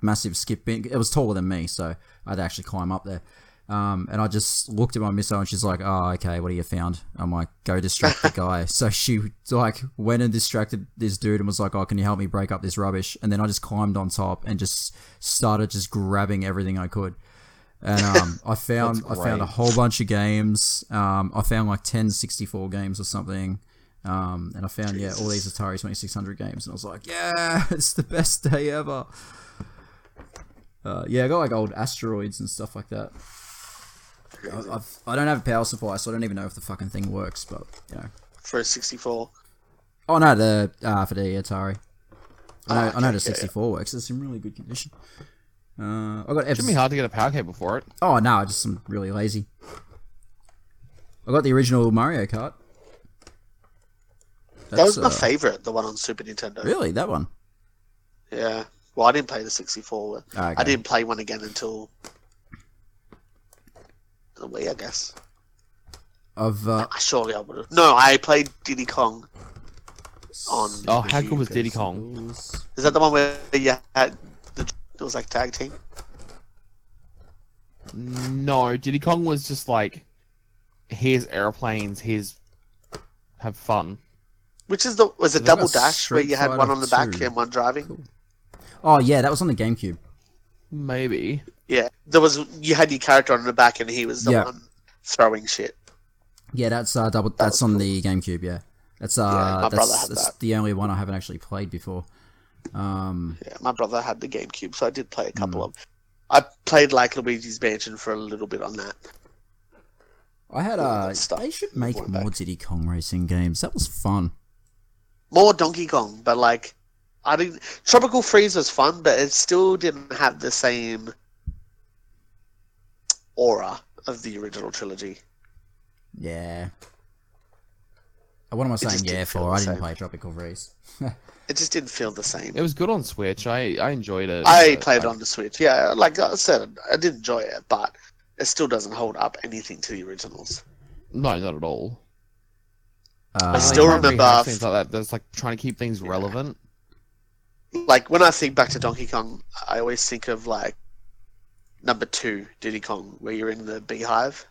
Speaker 1: massive skip bin. It was taller than me, so I had to actually climb up there. Um, and I just looked at my missile and she's like, oh, okay, what have you found? I'm like, go distract the guy. So she like went and distracted this dude and was like, oh, can you help me break up this rubbish? And then I just climbed on top and just started just grabbing everything I could. And um, I found I
Speaker 3: That's
Speaker 1: found a
Speaker 3: great.
Speaker 1: whole bunch of games. Um, I found like 10 64 games or something. Um, and I found yeah all these Atari 2600 games and I was like, yeah, it's the best day ever. Uh, yeah, I got like old asteroids and stuff like that. I- I've, I don't have a power supply, so I don't even know if the fucking thing works. But you know,
Speaker 2: For a 64.
Speaker 1: oh no, the uh, for the Atari, I know,
Speaker 2: Ah,
Speaker 1: I know
Speaker 2: okay,
Speaker 1: the
Speaker 2: yeah, yeah.
Speaker 1: sixty four works. It's in really good condition. Uh, I got F-
Speaker 3: Shouldn't be hard to get a power cable for it.
Speaker 1: oh no, I just I'm really lazy. I got the original Mario Kart.
Speaker 2: that was
Speaker 1: That's,
Speaker 2: my
Speaker 1: uh,
Speaker 2: favorite, the one on Super Nintendo.
Speaker 1: Really, that one.
Speaker 2: Yeah. Well, I didn't play the 64. one.
Speaker 1: Ah, okay.
Speaker 2: I didn't play one again until the Wii, I guess. Ah,
Speaker 1: Of uh,
Speaker 2: Surely I would have. No, I played Diddy Kong on.
Speaker 3: Oh, how good was Diddy Kong?
Speaker 2: Is that the one where you had the it was like tag team?
Speaker 3: No, Diddy Kong was just like, here's airplanes, here's have fun.
Speaker 2: Which is the was it
Speaker 1: Is that
Speaker 2: double
Speaker 1: about
Speaker 2: dash where
Speaker 1: Street
Speaker 2: you had
Speaker 1: Fighter
Speaker 2: one on the back
Speaker 1: 2?
Speaker 2: and one driving?
Speaker 1: Oh yeah, that was on the GameCube.
Speaker 3: Maybe.
Speaker 2: Yeah, there was you had your character on the back and he was the
Speaker 1: Yeah.
Speaker 2: one throwing shit.
Speaker 1: Yeah, that's uh, double. That's on the GameCube. Yeah, that's uh,
Speaker 2: Yeah, my brother
Speaker 1: that's,
Speaker 2: had
Speaker 1: that's
Speaker 2: that.
Speaker 1: the only one I haven't actually played before. Um,
Speaker 2: Yeah, my brother had the GameCube, so I did play a couple of. I played like Luigi's Mansion for a little bit on that.
Speaker 1: I had
Speaker 2: Yeah,
Speaker 1: uh,
Speaker 2: that's stuff.
Speaker 1: they should make
Speaker 2: Going back.
Speaker 1: more Diddy Kong racing games. That was fun.
Speaker 2: More Donkey Kong, but like I didn't. Tropical Freeze was fun, but it still didn't have the same aura of the original trilogy.
Speaker 1: Yeah. Uh, What am I saying?
Speaker 2: just
Speaker 1: Yeah,
Speaker 2: didn't feel
Speaker 1: for
Speaker 2: the
Speaker 1: I didn't
Speaker 2: same.
Speaker 1: play Tropical Freeze.
Speaker 2: It just didn't feel the same.
Speaker 3: It was uh, good on Switch. I, I enjoyed it.
Speaker 2: I
Speaker 3: but
Speaker 2: played it on the Switch. Yeah, like I said, I did enjoy it, but it still doesn't hold up anything to the originals.
Speaker 3: No, not at all.
Speaker 1: Uh,
Speaker 2: I still
Speaker 3: Like,
Speaker 2: remember-
Speaker 3: rehash things like that. That's like trying to keep things
Speaker 2: Yeah.
Speaker 3: relevant.
Speaker 2: Like when I think back to Donkey Kong, I always think of like number two Diddy Kong, where you're in the beehive.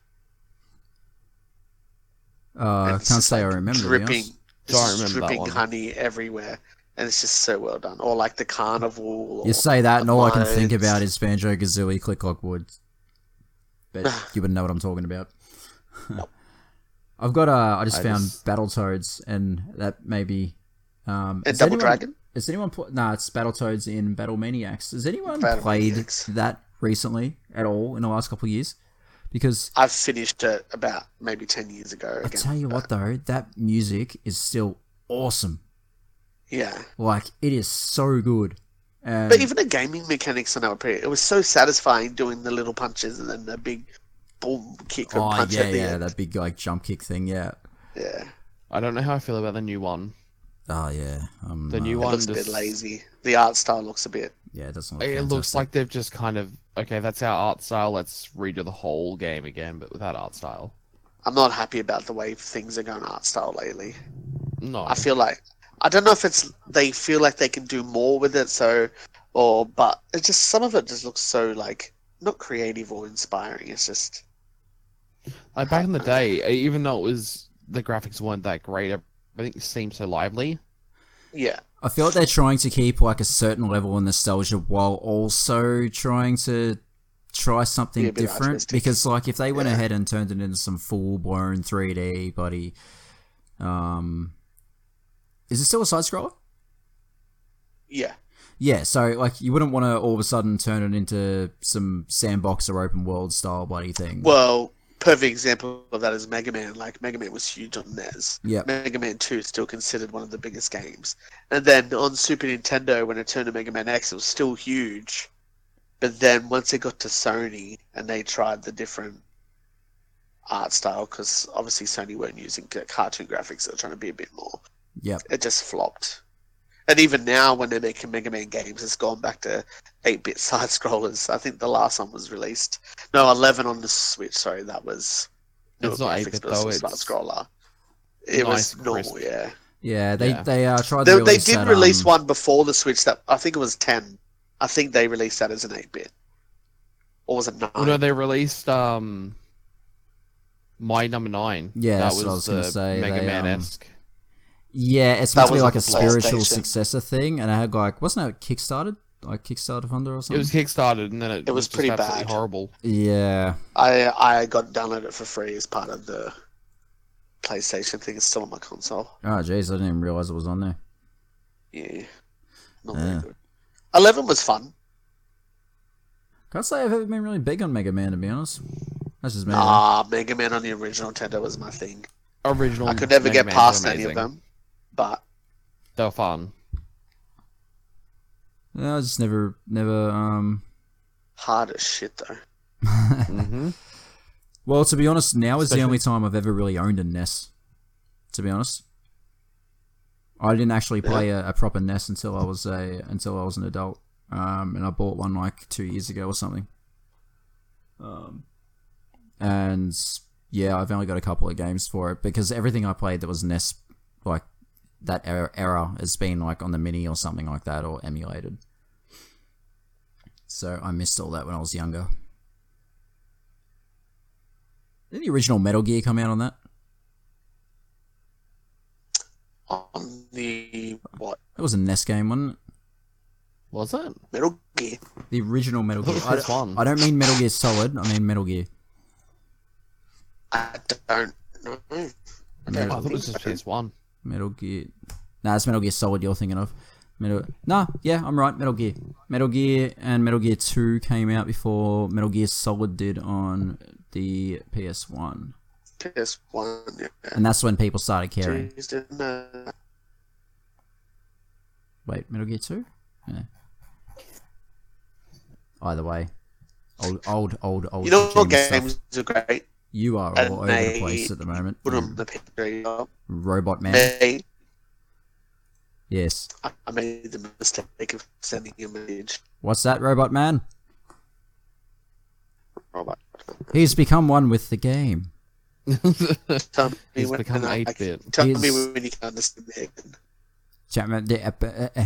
Speaker 2: and
Speaker 1: Uh,
Speaker 2: it's
Speaker 1: can't
Speaker 2: just,
Speaker 1: say I
Speaker 2: like,
Speaker 1: remember. to be
Speaker 2: Dripping,
Speaker 1: honest.
Speaker 2: it's
Speaker 3: Don't
Speaker 2: just
Speaker 3: remember that
Speaker 2: dripping
Speaker 3: one.
Speaker 2: honey everywhere, and it's just so well done. Or like the carnival. Or...
Speaker 1: You say that, and all I can think
Speaker 2: Appliance.
Speaker 1: about is Banjo Kazooie, Click Clock Wood. But you wouldn't know what I'm talking about. I've got. Uh, I just
Speaker 3: I
Speaker 1: found
Speaker 3: just-
Speaker 1: Battletoads, and that may be. Um,
Speaker 2: and
Speaker 1: has
Speaker 2: Double
Speaker 1: anyone-
Speaker 2: Dragon.
Speaker 1: Has anyone pl- nah, it's Battletoads in Battle Maniacs. Has anyone
Speaker 2: Battle
Speaker 1: played
Speaker 2: Maniacs.
Speaker 1: that recently at all in the last couple of years? Because
Speaker 2: I finished it about maybe ten years ago.
Speaker 1: I
Speaker 2: again,
Speaker 1: tell you
Speaker 2: but-
Speaker 1: what though, that music is still awesome.
Speaker 2: Yeah,
Speaker 1: Like it is so good. And
Speaker 2: but even the gaming mechanics on that were pretty. It was so satisfying doing the little punches and then the big boom kick and
Speaker 1: oh
Speaker 2: punch
Speaker 1: yeah,
Speaker 2: at the
Speaker 1: yeah,
Speaker 2: end.
Speaker 1: that big like jump kick thing, yeah.
Speaker 2: Yeah,
Speaker 3: I don't know how I feel about the new one.
Speaker 1: Oh yeah, um,
Speaker 3: The new
Speaker 1: uh,
Speaker 2: it
Speaker 3: one
Speaker 2: looks a
Speaker 3: just
Speaker 2: bit lazy. The art style looks a bit.
Speaker 1: Yeah, it doesn't. Look
Speaker 3: It looks
Speaker 1: fantastic.
Speaker 3: like they've just kind of okay. That's our art style. Let's redo the whole game again, but without art style.
Speaker 2: I'm not happy about the way things are going art style lately.
Speaker 3: No,
Speaker 2: I feel like I don't know if it's they feel like they can do more with it, so or but it just some of it just looks so like not creative or inspiring. It's just
Speaker 3: like back in the day, e, even though it was the graphics weren't that great, everything seemed so lively.
Speaker 2: yeah,
Speaker 1: I feel like they're trying to keep like a certain level of nostalgia while also trying to try something
Speaker 2: Be a bit
Speaker 1: different.
Speaker 2: artistic.
Speaker 1: Because like if they went
Speaker 2: Yeah.
Speaker 1: ahead and turned it into some full blown three D buddy, um, is it still a side scroller?
Speaker 2: yeah.
Speaker 1: Yeah, so like you wouldn't want to all of a sudden turn it into some sandbox or open world style bloody thing.
Speaker 2: Well, perfect example of that is Mega Man. Like Mega Man was huge on NES.
Speaker 1: yeah,
Speaker 2: Mega Man Two is still considered one of the biggest games, and then on Super Nintendo when it turned to Mega Man X, it was still huge. But then once it got to Sony and they tried the different art style, because obviously Sony weren't using c- cartoon graphics, they were trying to be a bit more.
Speaker 1: Yep.
Speaker 2: It just flopped. And even now, when they're making Mega Man games, it's gone back to 8 bit side scrollers. I think the last one was released. No, 11 on the Switch, sorry, that was. newer
Speaker 3: It's not 8-bit
Speaker 2: graphics, but it was
Speaker 3: though,
Speaker 2: a side
Speaker 3: it's
Speaker 2: scroller. It
Speaker 3: nice
Speaker 2: was
Speaker 3: and
Speaker 2: normal,
Speaker 3: crisp.
Speaker 2: yeah.
Speaker 1: yeah, they
Speaker 3: Yeah.
Speaker 1: they uh, tried. to
Speaker 2: They, they
Speaker 1: release
Speaker 2: did
Speaker 1: that,
Speaker 2: release
Speaker 1: um,
Speaker 2: one before the Switch that I think it was 10. I think they released that as an 8 bit. Or was it 9?
Speaker 3: Well, Oh, no, they released um, my number nine.
Speaker 1: Yeah,
Speaker 3: that
Speaker 1: that's
Speaker 3: was,
Speaker 1: what I was
Speaker 3: the
Speaker 1: gonna say,
Speaker 3: Mega
Speaker 1: they,
Speaker 3: Man esque.
Speaker 2: um,
Speaker 1: Yeah, it's
Speaker 2: That
Speaker 1: meant to be
Speaker 2: was
Speaker 1: like a
Speaker 2: on the
Speaker 1: spiritual
Speaker 2: PlayStation.
Speaker 1: successor thing, and I had like wasn't it kickstarted like Kickstarter Thunder or something?
Speaker 3: it was kickstarted and then it,
Speaker 2: It was
Speaker 3: just
Speaker 2: pretty
Speaker 3: absolutely
Speaker 2: bad.
Speaker 3: horrible.
Speaker 1: yeah,
Speaker 2: I I got downloaded it for free as part of the PlayStation thing. It's still on my console.
Speaker 1: Oh, jeez, I didn't even realize it was on there.
Speaker 2: Yeah, not very
Speaker 1: Yeah.
Speaker 2: good. Eleven was fun.
Speaker 1: Can't say I've ever been really big on Mega Man, to be honest. That's just me. though.
Speaker 2: Ah, Mega Man on the original Nintendo was my thing.
Speaker 3: Original.
Speaker 2: I could never
Speaker 3: Mm, Mega
Speaker 2: get
Speaker 3: Mans were
Speaker 2: past any of
Speaker 3: amazing.
Speaker 2: them, but
Speaker 3: They were fun.
Speaker 1: No, I just never, never. Um.
Speaker 2: hard as shit though.
Speaker 3: hmm
Speaker 1: Well, to be honest, now is the
Speaker 3: Especially-
Speaker 1: only time I've ever really owned a NES. To be honest, I didn't actually play a, a proper NES until I was a until I was an adult, um, and I bought one like two years ago or something. Um, and yeah, I've only got a couple of games for it because everything I played that was NES, like that era, era has been like on the mini or something like that or emulated. So I missed all that when I was younger. Did the original Metal Gear come out on that?
Speaker 2: On the what
Speaker 1: It was a NES game, wasn't it?
Speaker 3: Was it?
Speaker 2: Metal Gear?
Speaker 1: The original Metal
Speaker 3: I thought
Speaker 1: Gear.
Speaker 3: it
Speaker 1: I,
Speaker 3: was fun.
Speaker 1: I don't mean Metal Gear Solid. I mean Metal Gear.
Speaker 2: I don't know. I
Speaker 3: I
Speaker 2: don't
Speaker 3: thought it was
Speaker 2: think
Speaker 3: just PS One.
Speaker 1: Metal Gear. Nah, it's Metal Gear Solid you're thinking of. Metal. Nah, yeah, I'm right. Metal Gear. Metal Gear and Metal Gear 2 came out before Metal Gear Solid did on the PS1.
Speaker 2: PS One. Yeah.
Speaker 1: And that's when people started caring.
Speaker 2: Jeez, didn't know.
Speaker 1: Wait, Metal Gear 2? Yeah. Either way. Old, old, old, old.
Speaker 2: You know what
Speaker 1: Kojima stuff.
Speaker 2: games are great?
Speaker 1: You are
Speaker 2: and
Speaker 1: all over the
Speaker 2: they
Speaker 3: Mm.
Speaker 1: place at the moment.
Speaker 2: Put on the picture.
Speaker 1: Robot Man.
Speaker 2: May
Speaker 1: Yes.
Speaker 2: I, I made the mistake of sending a message.
Speaker 1: What's that, Robot Man?
Speaker 2: Robot,
Speaker 1: He's become one with the game.
Speaker 2: tell me
Speaker 3: He's
Speaker 2: when
Speaker 3: become
Speaker 2: I,
Speaker 3: 8 bit.
Speaker 2: tell me
Speaker 1: He's-
Speaker 2: when you can understand me again.
Speaker 1: Chapman- the- uh, uh, uh.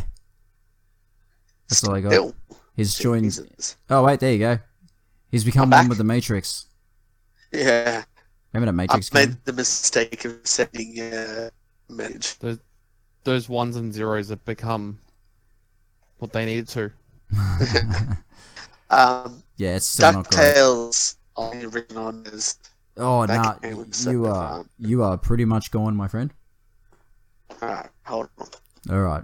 Speaker 1: That's all I got.
Speaker 2: Still,
Speaker 1: He's
Speaker 2: two
Speaker 1: joined.
Speaker 2: reasons.
Speaker 1: Oh wait, there you go. He's become
Speaker 2: I'm
Speaker 1: one
Speaker 2: back.
Speaker 1: with the Matrix.
Speaker 2: Yeah,
Speaker 1: Remember that
Speaker 2: I
Speaker 1: Matrix game?
Speaker 2: made the mistake of sending a message.
Speaker 3: Those ones and zeros have become what they needed to.
Speaker 2: Um,
Speaker 1: Yeah, it's still not great.
Speaker 2: DuckTales on the original one is
Speaker 1: Oh
Speaker 2: that
Speaker 1: nah,
Speaker 2: game was
Speaker 1: you
Speaker 2: so
Speaker 1: are
Speaker 2: fun.
Speaker 1: you are pretty much gone, my friend.
Speaker 2: Alright, uh, hold on.
Speaker 1: All right.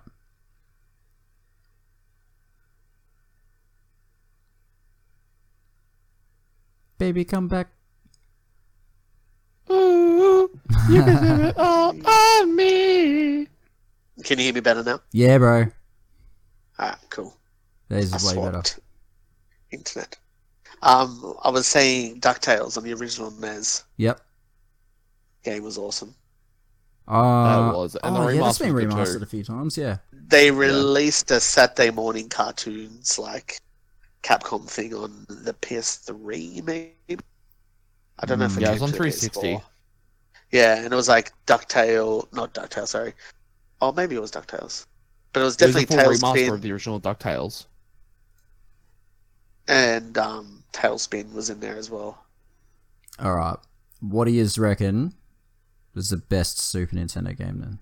Speaker 1: Baby, come back.
Speaker 3: Ooh, you can have it all on me.
Speaker 2: Can you hear me better now?
Speaker 1: yeah, bro.
Speaker 2: Alright, cool.
Speaker 1: That is
Speaker 2: I
Speaker 1: way better.
Speaker 2: swapped internet. Um, I was saying DuckTales on the original NES
Speaker 1: Yep.
Speaker 2: game was awesome.
Speaker 1: Uh,
Speaker 3: that was. And
Speaker 1: oh,
Speaker 3: the
Speaker 1: yeah, that's
Speaker 3: remaster
Speaker 1: been
Speaker 3: was good
Speaker 1: remastered
Speaker 3: too.
Speaker 1: a few times. Yeah.
Speaker 2: They released a Saturday morning cartoons like Capcom thing on the PS3, maybe. I don't know if
Speaker 1: Mm.
Speaker 2: it
Speaker 3: Yeah, it
Speaker 2: came
Speaker 3: was on
Speaker 2: to the
Speaker 3: 360.
Speaker 2: PS4. Yeah, and it was like DuckTale, not DuckTales, sorry. Oh, maybe it was DuckTales, but it was
Speaker 3: It was a
Speaker 2: definitely
Speaker 3: full remaster
Speaker 2: Tailspin,
Speaker 3: of the original DuckTales.
Speaker 2: and um, Tailspin was in there as well.
Speaker 1: All right. What do you reckon was the best Super Nintendo game then?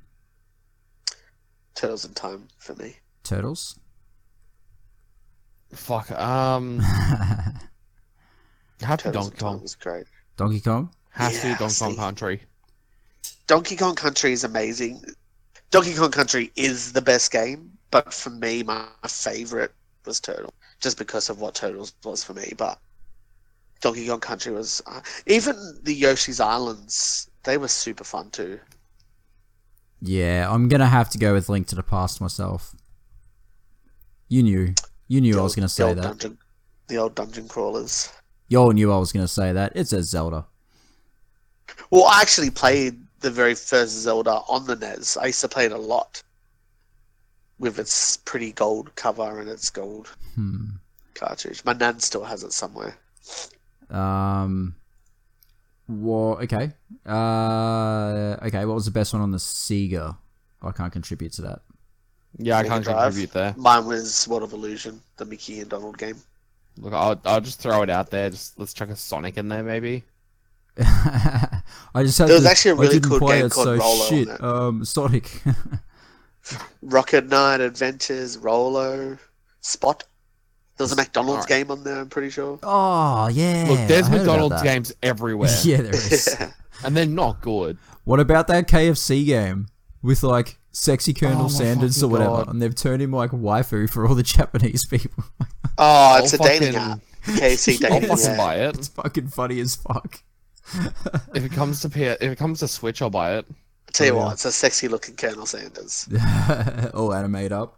Speaker 2: Turtles in Time for me.
Speaker 1: Turtles.
Speaker 3: Fuck. Um, had to
Speaker 2: Turtles in
Speaker 3: Donkey
Speaker 2: Time
Speaker 3: Kong.
Speaker 2: was great.
Speaker 1: Donkey Kong.
Speaker 3: Has to be
Speaker 2: Yeah,
Speaker 3: Donkey Kong
Speaker 2: see.
Speaker 3: Country.
Speaker 2: Donkey Kong Country is amazing. Donkey Kong Country is the best game, but for me, my favorite was Turtle, just because of what Turtles was for me. But Donkey Kong Country was uh, even the Yoshi's Islands; they were super fun too.
Speaker 1: Yeah, I'm gonna have to go with Link to the Past myself. You knew. You knew I was gonna say
Speaker 2: old
Speaker 1: that.
Speaker 2: Dungeon, the old dungeon crawlers.
Speaker 1: Y'all knew I was gonna say that. It says Zelda.
Speaker 2: Well, I actually played the very first Zelda on the NES. I used to play it a lot with its pretty gold cover and its gold
Speaker 1: Hmm.
Speaker 2: cartridge. My nan still has it somewhere.
Speaker 1: Um. What? Okay. Uh. Okay. What was the best one on the Sega? I can't contribute to that.
Speaker 3: Yeah, I
Speaker 2: Mega
Speaker 3: can't
Speaker 2: Drive.
Speaker 3: contribute there.
Speaker 2: Mine was World of Illusion, the Mickey and Donald game.
Speaker 3: Look, I'll, I'll just throw it out there. Just let's chuck a Sonic in there, maybe.
Speaker 1: I just had
Speaker 2: There was
Speaker 1: to-
Speaker 2: actually a
Speaker 1: I
Speaker 2: really
Speaker 1: didn't
Speaker 2: cool
Speaker 1: play
Speaker 2: game
Speaker 1: it,
Speaker 2: called
Speaker 1: so
Speaker 2: Roller on
Speaker 1: shit.
Speaker 2: it.
Speaker 1: Um, Sonic.
Speaker 2: Rocket Knight Adventures, Rolo, Spot. There was a McDonald's
Speaker 3: Alright.
Speaker 2: game on there, I'm pretty sure.
Speaker 1: oh yeah.
Speaker 3: Look, there's
Speaker 1: I heard about
Speaker 3: McDonald's
Speaker 1: that.
Speaker 3: games everywhere,
Speaker 1: Yeah, there is.
Speaker 2: Yeah.
Speaker 3: and they're not good.
Speaker 1: what about that KFC game with like sexy
Speaker 3: Oh,
Speaker 1: Colonel
Speaker 3: my
Speaker 1: Sanders or
Speaker 3: fucking
Speaker 1: whatever,
Speaker 3: God.
Speaker 1: and they've turned him like waifu for all the Japanese people.
Speaker 2: Oh, it's
Speaker 3: I'll
Speaker 2: a dating
Speaker 3: fucking-
Speaker 2: app. KFC
Speaker 1: I'll
Speaker 3: I'll
Speaker 2: dating.
Speaker 3: fucking
Speaker 2: yeah.
Speaker 3: buy it
Speaker 1: it's fucking funny as fuck.
Speaker 3: if it comes to P- if it comes to Switch. I'll buy it.
Speaker 2: I'll tell you
Speaker 1: Yeah.
Speaker 2: what, it's a sexy looking Colonel Sanders.
Speaker 1: all animate up.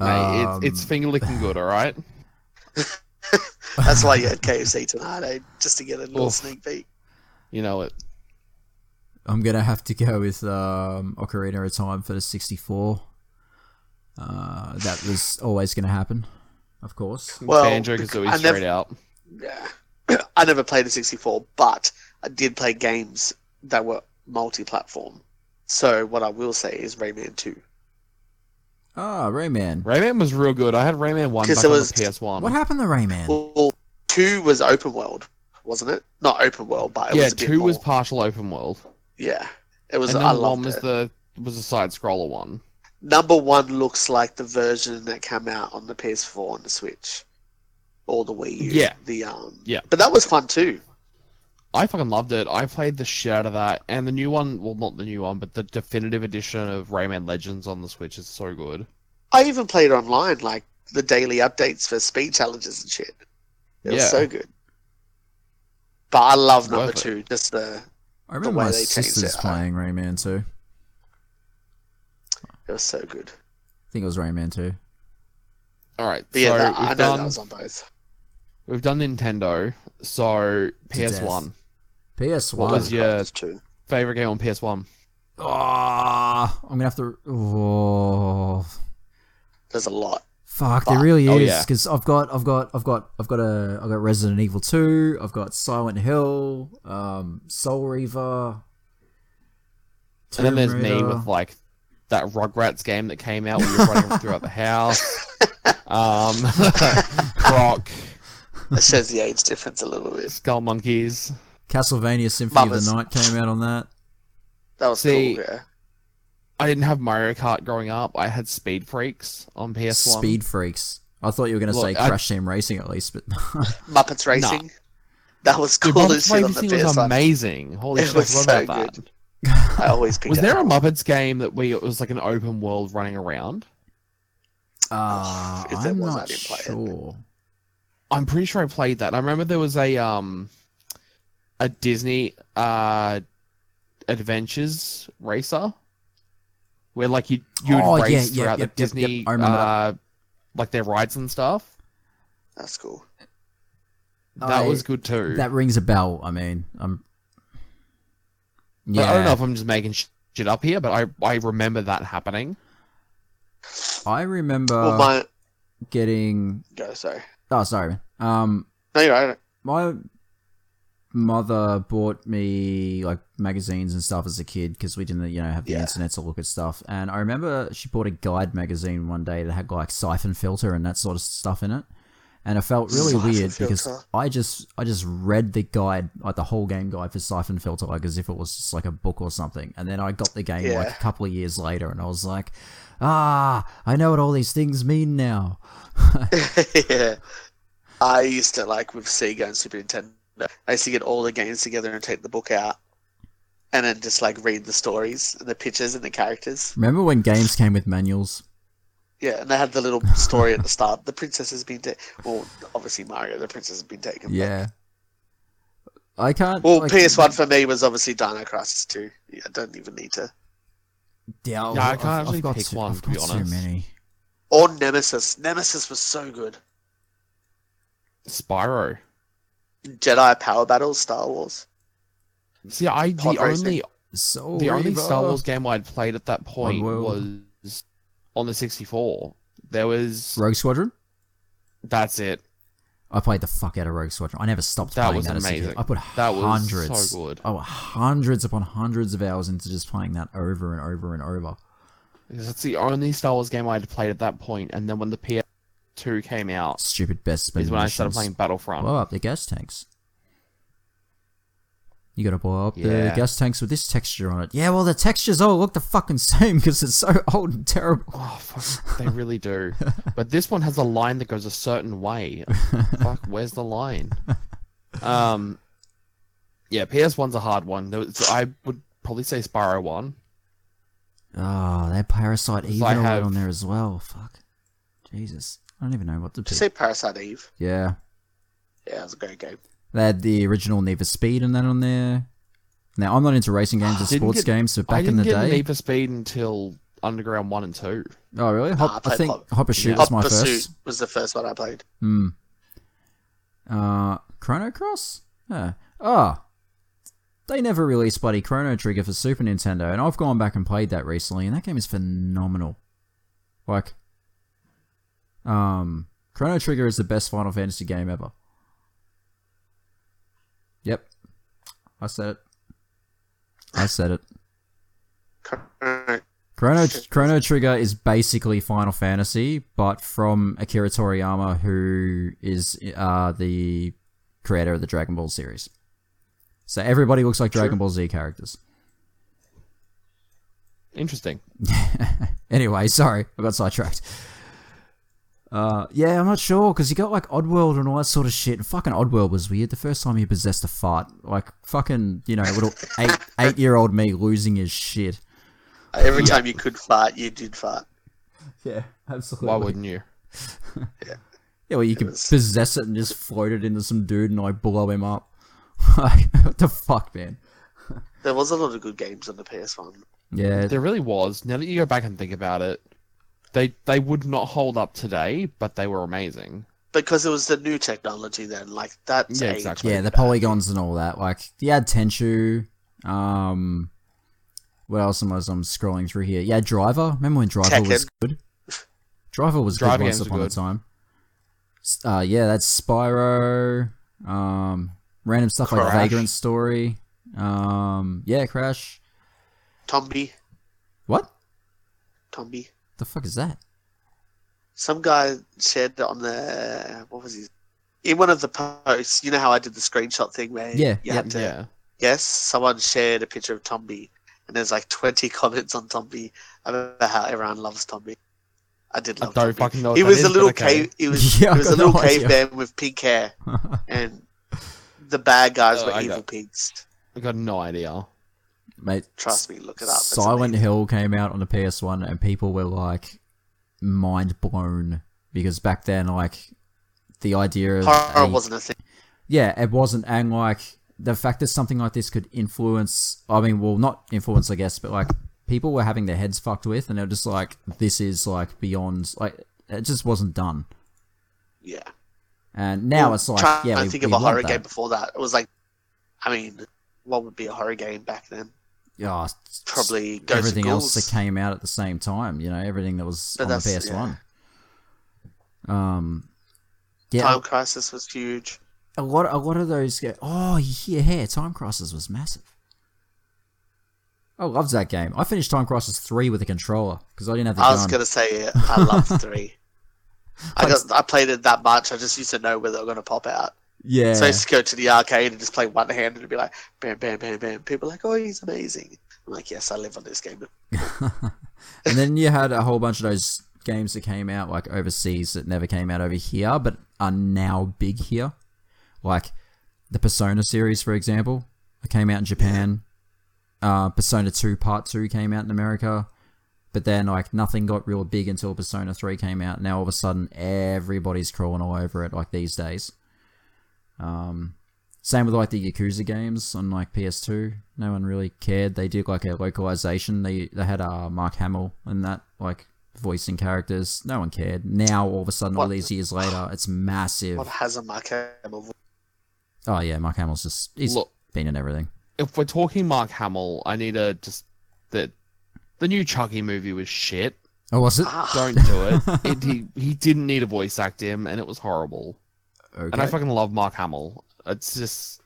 Speaker 3: Mate,
Speaker 1: Um,
Speaker 3: it's, it's finger licking good. All right.
Speaker 2: That's why you had KFC tonight, eh? Just to get a little
Speaker 3: Oof.
Speaker 2: sneak peek.
Speaker 3: You know it.
Speaker 1: I'm gonna have to go with um, Ocarina of Time for the 64. Uh, that was always gonna happen, of course.
Speaker 2: Well,
Speaker 3: Banjo Kazooie
Speaker 2: I
Speaker 3: straight
Speaker 2: never-
Speaker 3: out.
Speaker 2: Yeah. I never played a 64, but I did play games that were multi platform. So, what I will say is Rayman 2.
Speaker 1: Ah, Rayman.
Speaker 3: Rayman was real good. I had Rayman one back
Speaker 2: Because it
Speaker 3: on
Speaker 2: was-
Speaker 3: the PS One.
Speaker 1: What happened to Rayman?
Speaker 2: Well, two was open world, wasn't it? Not open world, but it
Speaker 3: yeah,
Speaker 2: was a bit
Speaker 3: two was
Speaker 2: more-
Speaker 3: partial open world,
Speaker 2: yeah, it was.
Speaker 3: and
Speaker 2: I
Speaker 3: then one
Speaker 2: loved
Speaker 3: was
Speaker 2: it.
Speaker 3: the was a side scroller one.
Speaker 2: Number one looks like the version that came out on the PS4 and the Switch, or the Wii U.
Speaker 3: Yeah.
Speaker 2: the um.
Speaker 3: Yeah.
Speaker 2: but that was fun too.
Speaker 3: I fucking loved it. I played the shit out of that, and the new one. Well, not the new one, but the definitive edition of Rayman Legends on the Switch is so good.
Speaker 2: I even played online, like the daily updates for speed challenges and shit. It
Speaker 3: Yeah.
Speaker 2: was so good. But I love number
Speaker 3: Worth it.
Speaker 2: two, just the
Speaker 1: I remember
Speaker 2: way
Speaker 1: my
Speaker 2: they changed
Speaker 1: sister's
Speaker 2: it up.
Speaker 1: playing Rayman 2.
Speaker 2: it was so good.
Speaker 1: I think it was Rayman 2.
Speaker 3: All right,
Speaker 2: But yeah,
Speaker 3: so
Speaker 2: that, I
Speaker 3: we've
Speaker 2: know
Speaker 3: done
Speaker 2: that was on both.
Speaker 3: we've done Nintendo. So
Speaker 1: To
Speaker 3: PS One,
Speaker 1: PS1.
Speaker 3: What was
Speaker 2: Both
Speaker 3: your-
Speaker 2: consoles too.
Speaker 3: favorite game on PS One?
Speaker 1: Oh, I'm gonna have to. Oh,
Speaker 2: There's a lot.
Speaker 1: fuck! There
Speaker 2: Fuck.
Speaker 1: really
Speaker 3: Oh,
Speaker 1: is
Speaker 3: yeah.
Speaker 1: because I've got, I've got, I've got, I've got a, I've got Resident Evil Two. I've got Silent Hill, um, Soul Reaver.
Speaker 3: And then
Speaker 1: Tomb
Speaker 3: there's me
Speaker 1: Raider.
Speaker 3: with like that Rugrats game that came out where you're running throughout the house. Um, Croc,
Speaker 2: That shows the age difference a little bit.
Speaker 3: Skull Monkeys.
Speaker 1: Castlevania Symphony of
Speaker 2: Mamas.
Speaker 1: the Night came out on that.
Speaker 2: That was
Speaker 3: See,
Speaker 2: cool. Yeah.
Speaker 3: I didn't have Mario Kart growing up. I had Speed Freaks on PS1.
Speaker 1: Speed Freaks. I thought you were gonna
Speaker 3: Look,
Speaker 1: say
Speaker 3: I-
Speaker 1: Crash Team Racing at least, but
Speaker 2: Muppets Racing. That was
Speaker 3: Dude,
Speaker 2: cool
Speaker 3: Muppet
Speaker 2: as shit on the
Speaker 3: Racing was
Speaker 2: PS1.
Speaker 3: amazing. Holy
Speaker 2: It
Speaker 3: shit,
Speaker 2: was so
Speaker 3: I forgot about that.
Speaker 2: good. I always picked
Speaker 3: Was
Speaker 2: it
Speaker 3: there a
Speaker 2: up.
Speaker 3: Muppets game that we it was like an open world running around?
Speaker 1: uh,
Speaker 2: If there
Speaker 1: I'm
Speaker 2: was, I
Speaker 1: not
Speaker 2: didn't play it.
Speaker 1: sure.
Speaker 3: I'm pretty sure I played that. I remember there was a um a Disney uh adventures racer where like you you would
Speaker 1: Oh, yeah,
Speaker 3: race
Speaker 1: yeah,
Speaker 3: throughout
Speaker 1: yep,
Speaker 3: the
Speaker 1: yep, yep.
Speaker 3: Disney
Speaker 1: I remember that.
Speaker 3: uh like their rides and stuff.
Speaker 2: That's cool.
Speaker 3: That
Speaker 1: I-
Speaker 3: was good too.
Speaker 1: Oh, That rings a bell. I mean, I'm.
Speaker 3: But
Speaker 1: Yeah,
Speaker 3: I don't know if I'm just making sh- shit up here, but I I remember that happening.
Speaker 1: I remember
Speaker 2: well,
Speaker 3: Uh,
Speaker 2: my
Speaker 1: getting.
Speaker 2: go. Sorry.
Speaker 1: Oh, sorry. man. Um,
Speaker 2: No, you're right.
Speaker 1: my mother bought me like magazines and stuff as a kid because we didn't, you know, have the
Speaker 2: Yeah.
Speaker 1: internet to look at stuff. And I remember she bought a guide magazine one day that had like siphon filter and that sort of stuff in it. And it felt really
Speaker 2: Siphon
Speaker 1: weird because
Speaker 2: Filter.
Speaker 1: I just I just read the guide, like the whole game guide for Siphon Filter, like as if it was just like a book or something. And then I got the game like a
Speaker 2: Yeah.
Speaker 1: couple of years later, and I was like, ah, I know what all these things mean now.
Speaker 2: yeah. I used to like with Sega and Super Nintendo. I used to get all the games together and take the book out, and then just like read the stories and the pictures and the characters.
Speaker 1: Remember when games came with manuals?
Speaker 2: Yeah, and they had the little story at the start. The princess has been taken. Well, obviously Mario, the princess has been taken. but-
Speaker 1: Yeah. I can't.
Speaker 2: Well,
Speaker 1: like,
Speaker 2: PS1 for me was obviously Dino Crisis 2. Yeah, I don't even need to.
Speaker 1: Yeah, I've-
Speaker 3: Yeah, I
Speaker 1: I've-
Speaker 3: can't
Speaker 1: I've
Speaker 3: actually
Speaker 1: got
Speaker 3: pick
Speaker 1: too-
Speaker 3: one,
Speaker 1: I've
Speaker 3: to be
Speaker 1: got too
Speaker 3: honest.
Speaker 1: many.
Speaker 2: Or Nemesis. Nemesis was so good.
Speaker 3: Spyro.
Speaker 2: Jedi Power Battles, Star Wars.
Speaker 3: See, I the
Speaker 2: Pod racing.
Speaker 3: only
Speaker 1: So
Speaker 3: the only
Speaker 1: Reaver.
Speaker 3: Star Wars game I'd played at that point
Speaker 1: Oddworld.
Speaker 3: was on the 64. There was
Speaker 1: Rogue Squadron.
Speaker 3: that's it.
Speaker 1: I played the fuck out of Rogue Squadron. I never stopped
Speaker 3: That
Speaker 1: playing
Speaker 3: was
Speaker 1: that. as a kid.
Speaker 3: amazing.
Speaker 1: I put
Speaker 3: That was
Speaker 1: hundreds.
Speaker 3: so good.
Speaker 1: Oh, hundreds upon hundreds of hours into just playing that over and over and over.
Speaker 3: Because That's the only Star Wars game I'd played at that point, and then when the PS2 came out,
Speaker 1: Stupid best.
Speaker 3: is when I started playing Battlefront.
Speaker 1: Blow up the gas tanks. You gotta blow up the
Speaker 3: Yeah.
Speaker 1: gas tanks with this texture on it. Yeah, well, the textures all look the fucking same because it's so old and terrible.
Speaker 3: Oh, fuck, they really do. But this one has a line that goes a certain way. fuck, where's the line? Um, yeah, PS1's a hard one. There was- I would probably say Spyro 1.
Speaker 1: Oh, that Parasite Eve
Speaker 3: I
Speaker 1: and all that
Speaker 3: have-
Speaker 1: on there as well. Fuck. Jesus. I don't even know what to
Speaker 2: Did you
Speaker 1: pick.
Speaker 2: say Parasite Eve?
Speaker 1: Yeah.
Speaker 2: Yeah, it was a great game.
Speaker 1: They had the original Need for Speed and that on there. Now, I'm not into racing games or
Speaker 3: Didn't
Speaker 1: sports
Speaker 3: get-
Speaker 1: games, but
Speaker 3: I
Speaker 1: back in
Speaker 3: didn't
Speaker 1: the
Speaker 3: get
Speaker 1: day.
Speaker 3: Need for Speed until Underground 1 and 2.
Speaker 1: Oh, really?
Speaker 2: Nah, I
Speaker 1: Hop, I
Speaker 2: played
Speaker 1: think
Speaker 2: Hop-
Speaker 1: Hopper Shoot
Speaker 3: yeah.
Speaker 1: was
Speaker 2: Hot
Speaker 1: my
Speaker 2: Pursuit
Speaker 1: first.
Speaker 2: was the first one I played.
Speaker 1: Hmm. Uh, Chrono Cross? Yeah. Oh. They never released bloody Chrono Trigger for Super Nintendo, and I've gone back and played that recently, and that game is phenomenal. Like, um, Chrono Trigger is the best Final Fantasy game ever. Yep. I said it. I said it.
Speaker 2: Correct.
Speaker 1: Chrono Chrono Trigger is basically Final Fantasy, but from Akira Toriyama, who is uh, the creator of the Dragon Ball series. So everybody looks like Dragon
Speaker 3: Sure.
Speaker 1: Ball Z characters.
Speaker 3: Interesting.
Speaker 1: Anyway, sorry, I got sidetracked. Uh, yeah, I'm not sure because you got like Oddworld and all that sort of shit. And fucking Oddworld was weird. The first time he possessed a fart, like fucking you know little eight eight year old me losing his shit.
Speaker 2: Every time you could fart, you did fart.
Speaker 1: Yeah, absolutely.
Speaker 3: Why wouldn't you?
Speaker 1: Yeah, well, you could
Speaker 2: was-
Speaker 1: possess it and just float it into some dude and I blow him up. Like, what the fuck, man?
Speaker 2: There was a lot of good games on the PS1.
Speaker 1: Yeah,
Speaker 3: There really was. Now that you go back and think about it, they they would not hold up today, but they were amazing.
Speaker 2: Because it was the new technology then, like that's
Speaker 3: Yeah,
Speaker 2: age
Speaker 3: exactly.
Speaker 1: yeah, the polygons and all that. Like, you had Tenchu. Um, What else am I? I'm scrolling through here. Yeah, Driver. Remember when Driver was
Speaker 2: Tekken.
Speaker 1: good? Driver was
Speaker 3: Driver
Speaker 1: good once
Speaker 3: games were
Speaker 1: upon a
Speaker 3: good.
Speaker 1: time. S- Uh, yeah, that's Spyro. Um, random stuff like
Speaker 2: Crash.
Speaker 1: Vagrant Story. Um, yeah, Crash.
Speaker 2: Tombi,
Speaker 1: What
Speaker 2: Tombi.
Speaker 1: the fuck is that?
Speaker 2: Some guy shared it on the what was his in one of the posts. You know how I did the screenshot thing where
Speaker 1: Yeah,
Speaker 2: you
Speaker 1: yeah,
Speaker 2: had to
Speaker 3: Yeah.
Speaker 2: guess. Someone shared a picture of Tombi, and there's like 20 comments on Tombi about how everyone loves Tombi. I did
Speaker 3: I
Speaker 2: love.
Speaker 3: don't
Speaker 2: Tombi.
Speaker 3: fucking know. what
Speaker 2: He
Speaker 3: that
Speaker 2: was
Speaker 3: is,
Speaker 2: a
Speaker 3: but
Speaker 2: little
Speaker 3: okay.
Speaker 2: cave. He was,
Speaker 1: Yeah,
Speaker 2: he
Speaker 1: I've
Speaker 2: was a
Speaker 1: got no
Speaker 2: little
Speaker 1: idea.
Speaker 2: caveman with pink hair, and the bad guys
Speaker 3: Oh,
Speaker 2: were
Speaker 3: I
Speaker 2: evil
Speaker 3: got-
Speaker 2: pigs.
Speaker 3: I got no idea.
Speaker 1: Mate,
Speaker 2: Trust me, look it up. It's
Speaker 1: Silent
Speaker 2: amazing.
Speaker 1: Hill came out on the PS1 and people were like mind blown because back then like the idea of
Speaker 2: Horror
Speaker 1: a-
Speaker 2: wasn't a thing.
Speaker 1: yeah, it wasn't and like the fact that something like this could influence I mean, well not influence I guess, but like people were having their heads fucked with and they were just like this is like beyond like it just wasn't done.
Speaker 2: Yeah.
Speaker 1: And now
Speaker 2: Well,
Speaker 1: it's like
Speaker 2: trying
Speaker 1: yeah,
Speaker 2: to
Speaker 1: we,
Speaker 2: think
Speaker 1: we
Speaker 2: of a
Speaker 1: want
Speaker 2: horror
Speaker 1: that.
Speaker 2: game before that. It was like, I mean, what would be a horror game back then?
Speaker 1: Yeah, s-
Speaker 2: Probably Ghosts
Speaker 1: everything
Speaker 2: and
Speaker 1: else
Speaker 2: Ghouls.
Speaker 1: that came out at the same time. You know, everything that was
Speaker 2: But
Speaker 1: on the
Speaker 2: that's-
Speaker 1: PS1. Um, yeah,
Speaker 2: Time Crisis was huge.
Speaker 1: a lot, a lot of those. Go- oh yeah, Time Crisis was massive. I loved that game. I finished Time Crisis three with a controller because I didn't have the
Speaker 2: I was
Speaker 1: gun.
Speaker 2: gonna say it. I love three. I just I played it that much. I just used to know whether they were gonna pop out.
Speaker 1: Yeah,
Speaker 2: So I used to go to the arcade and just play one hand and it'd be like bam, bam, bam, bam. People are like, oh, he's amazing. I'm like, yes, I live on this game.
Speaker 1: and then you had a whole bunch of those games that came out like overseas that never came out over here but are now big here like the persona series for example it came out in japan uh, persona 2 part 2 came out in america but then like nothing got real big until persona 3 came out now all of a sudden everybody's crawling all over it like these days um, same with like the Yakuza games on like PS2. No one really cared. They did like a localization. They they had uh, Mark Hamill and that like voicing characters. No one cared. Now all of a sudden, all
Speaker 2: What-
Speaker 1: these years later, it's massive.
Speaker 2: What has a Makamo?
Speaker 1: Oh yeah, Mark Hamill's just he's
Speaker 3: Look,
Speaker 1: been in everything.
Speaker 3: if we're talking Mark Hamill, I need to just the the new Chucky movie was shit.
Speaker 1: Oh, was it?
Speaker 2: Ah,
Speaker 3: Don't do it. it he, he didn't need a voice act him, and it was horrible.
Speaker 1: Okay.
Speaker 3: And I fucking love Mark Hamill. It's just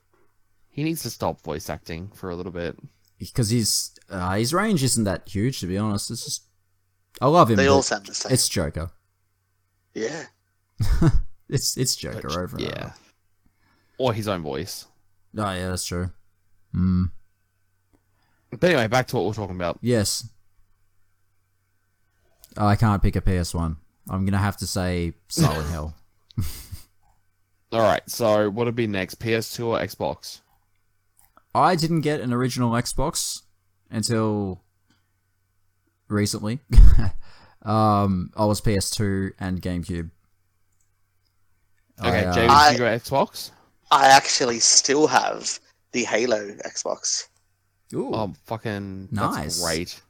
Speaker 3: he needs to stop voice acting for a little bit.
Speaker 1: Because he's uh, his range isn't that huge to be honest. It's just I love him.
Speaker 2: they
Speaker 1: but
Speaker 2: all sound the same.
Speaker 1: it's Joker.
Speaker 2: yeah.
Speaker 1: It's it's Joker
Speaker 3: But,
Speaker 1: over. and
Speaker 3: yeah.
Speaker 1: over.
Speaker 3: Or his own voice.
Speaker 1: Oh yeah, that's true. Hmm.
Speaker 3: But anyway, back to what we're talking about.
Speaker 1: Yes. I can't pick a PS1. I'm gonna have to say Silent Hill.
Speaker 3: All right, so what would be next, PS2 or Xbox?
Speaker 1: I didn't get an original Xbox until recently. um, I was PS2 and GameCube.
Speaker 3: Okay,
Speaker 1: I, uh,
Speaker 3: James,
Speaker 2: I-
Speaker 3: you go Xbox.
Speaker 2: I actually still have the Halo Xbox.
Speaker 1: ooh,
Speaker 3: Oh, fucking
Speaker 1: Nice.
Speaker 3: That's great.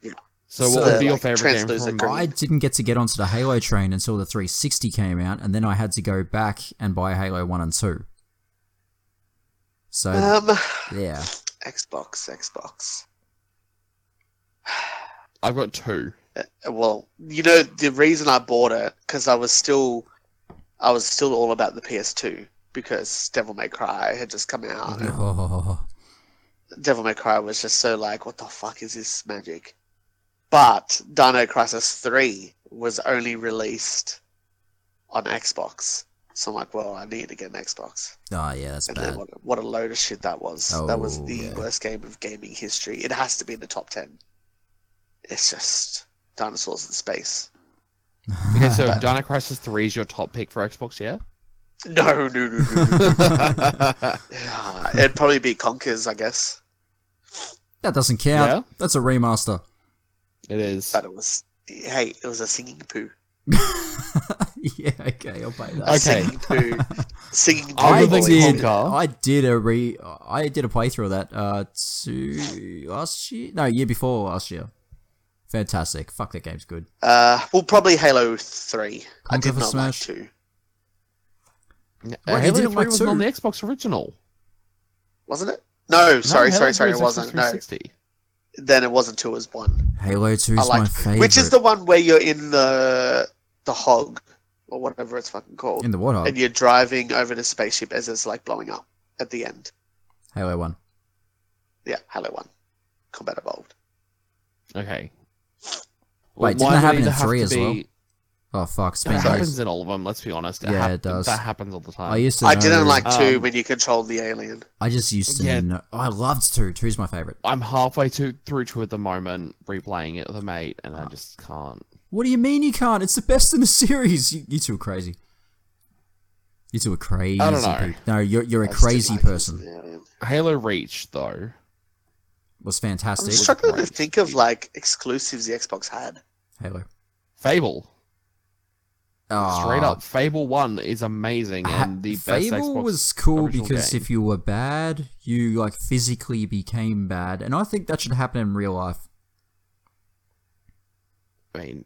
Speaker 2: Yeah.
Speaker 3: So,
Speaker 1: So,
Speaker 3: what would be your
Speaker 2: like,
Speaker 3: favorite game
Speaker 2: translucent
Speaker 3: from?
Speaker 2: green.
Speaker 1: I didn't get to get onto the Halo train until the 360 came out, and then I had to go back and buy Halo 1 and 2. So,
Speaker 3: Uh,
Speaker 2: Um,
Speaker 1: yeah.
Speaker 2: Xbox, Xbox.
Speaker 3: I've got two.
Speaker 2: Uh, Well, you know the reason I bought it because I was still, I was still all about the PS2 because Devil May Cry had just come out. and
Speaker 1: Oh.
Speaker 2: Devil May Cry was just so like, what the fuck is this magic? But Dino Crisis 3 was only released on Xbox. So I'm like, well, I need to get an Xbox.
Speaker 1: Oh yeah, that's
Speaker 2: And then
Speaker 1: bad.
Speaker 2: what, what a load of shit that was. that was
Speaker 1: Oh,
Speaker 2: the
Speaker 1: yeah.
Speaker 2: worst game of gaming history. It has to be in the top 10. It's just dinosaurs in space.
Speaker 3: Okay, so Dino Crisis Three is your top pick for Xbox, yeah?
Speaker 2: No, no, no, no. no.
Speaker 3: yeah,
Speaker 2: Yeah, It'd probably be Conkers, I guess.
Speaker 1: That doesn't count.
Speaker 3: Yeah?
Speaker 1: That's a remaster.
Speaker 3: it is.
Speaker 2: But it was, hey, it was a singing poo.
Speaker 1: yeah, okay, I'll pay that.
Speaker 2: A
Speaker 3: Okay.
Speaker 2: Singing poo. singing poo.
Speaker 1: I
Speaker 3: Other than
Speaker 2: voice.
Speaker 1: did.
Speaker 3: Conker.
Speaker 1: I did a re. I did a playthrough of that uh two last year. No, year before last year. Fantastic. Fuck that game's good.
Speaker 2: Uh, well, probably Halo Three. I
Speaker 1: Conker
Speaker 2: did
Speaker 1: for
Speaker 2: not
Speaker 1: Smash.
Speaker 2: like two.
Speaker 1: Well,
Speaker 3: Uh,
Speaker 1: you
Speaker 3: Halo
Speaker 1: didn't
Speaker 3: Three
Speaker 1: like
Speaker 3: wasn't on
Speaker 1: two.
Speaker 3: the Xbox original.
Speaker 2: Wasn't it? No,
Speaker 3: No,
Speaker 2: sorry, sorry,
Speaker 3: Halo 3
Speaker 2: sorry,
Speaker 3: was
Speaker 2: it
Speaker 3: Xbox
Speaker 2: wasn't. No,
Speaker 3: 360.
Speaker 2: then it wasn't two as one.
Speaker 1: Halo Two
Speaker 2: I
Speaker 1: is my
Speaker 2: liked-
Speaker 1: favorite.
Speaker 2: Which is the one where you're in the the hog or whatever it's fucking called,
Speaker 1: in the water.
Speaker 2: and you're driving over the spaceship as it's like blowing up at the end.
Speaker 1: Halo One.
Speaker 2: Yeah, Halo One, Combat Evolved.
Speaker 3: Okay.
Speaker 1: Wait, didn't
Speaker 3: why
Speaker 1: that
Speaker 3: do they
Speaker 1: happen in
Speaker 3: have
Speaker 1: three
Speaker 3: to
Speaker 1: as well?
Speaker 3: be-
Speaker 1: Oh fuck, it's
Speaker 3: That
Speaker 1: been
Speaker 3: happens
Speaker 1: years.
Speaker 3: in all of them. Let's be honest. It
Speaker 1: Yeah,
Speaker 3: hap-
Speaker 1: it does.
Speaker 3: That happens all the time.
Speaker 1: I used to.
Speaker 2: I
Speaker 1: know-
Speaker 2: didn't like two
Speaker 3: Um,
Speaker 2: when you controlled the alien.
Speaker 1: I just used to
Speaker 3: Yeah.
Speaker 1: know. I loved two. Two's my favorite.
Speaker 3: I'm halfway to, through to at the moment, replaying it with a mate, and I
Speaker 1: Ah.
Speaker 3: just can't.
Speaker 1: What do you mean you can't? It's the best in the series. You, you two are crazy. You two are crazy.
Speaker 3: I don't know.
Speaker 1: people. No, you're you're a
Speaker 2: I just didn't
Speaker 1: crazy
Speaker 2: like it as
Speaker 1: person.
Speaker 2: an alien.
Speaker 3: Halo Reach, though.
Speaker 1: Was
Speaker 2: I'm
Speaker 1: fantastic.
Speaker 2: struggling to
Speaker 3: great.
Speaker 2: think of like exclusives the Xbox had.
Speaker 1: Halo.
Speaker 3: Fable.
Speaker 1: Oh,
Speaker 3: Straight up, Fable 1 is amazing, and the best
Speaker 1: Fable
Speaker 3: Xbox
Speaker 1: was cool
Speaker 3: original
Speaker 1: because
Speaker 3: game.
Speaker 1: if you were bad, you like physically became bad, and I think that should happen in real life.
Speaker 3: I mean,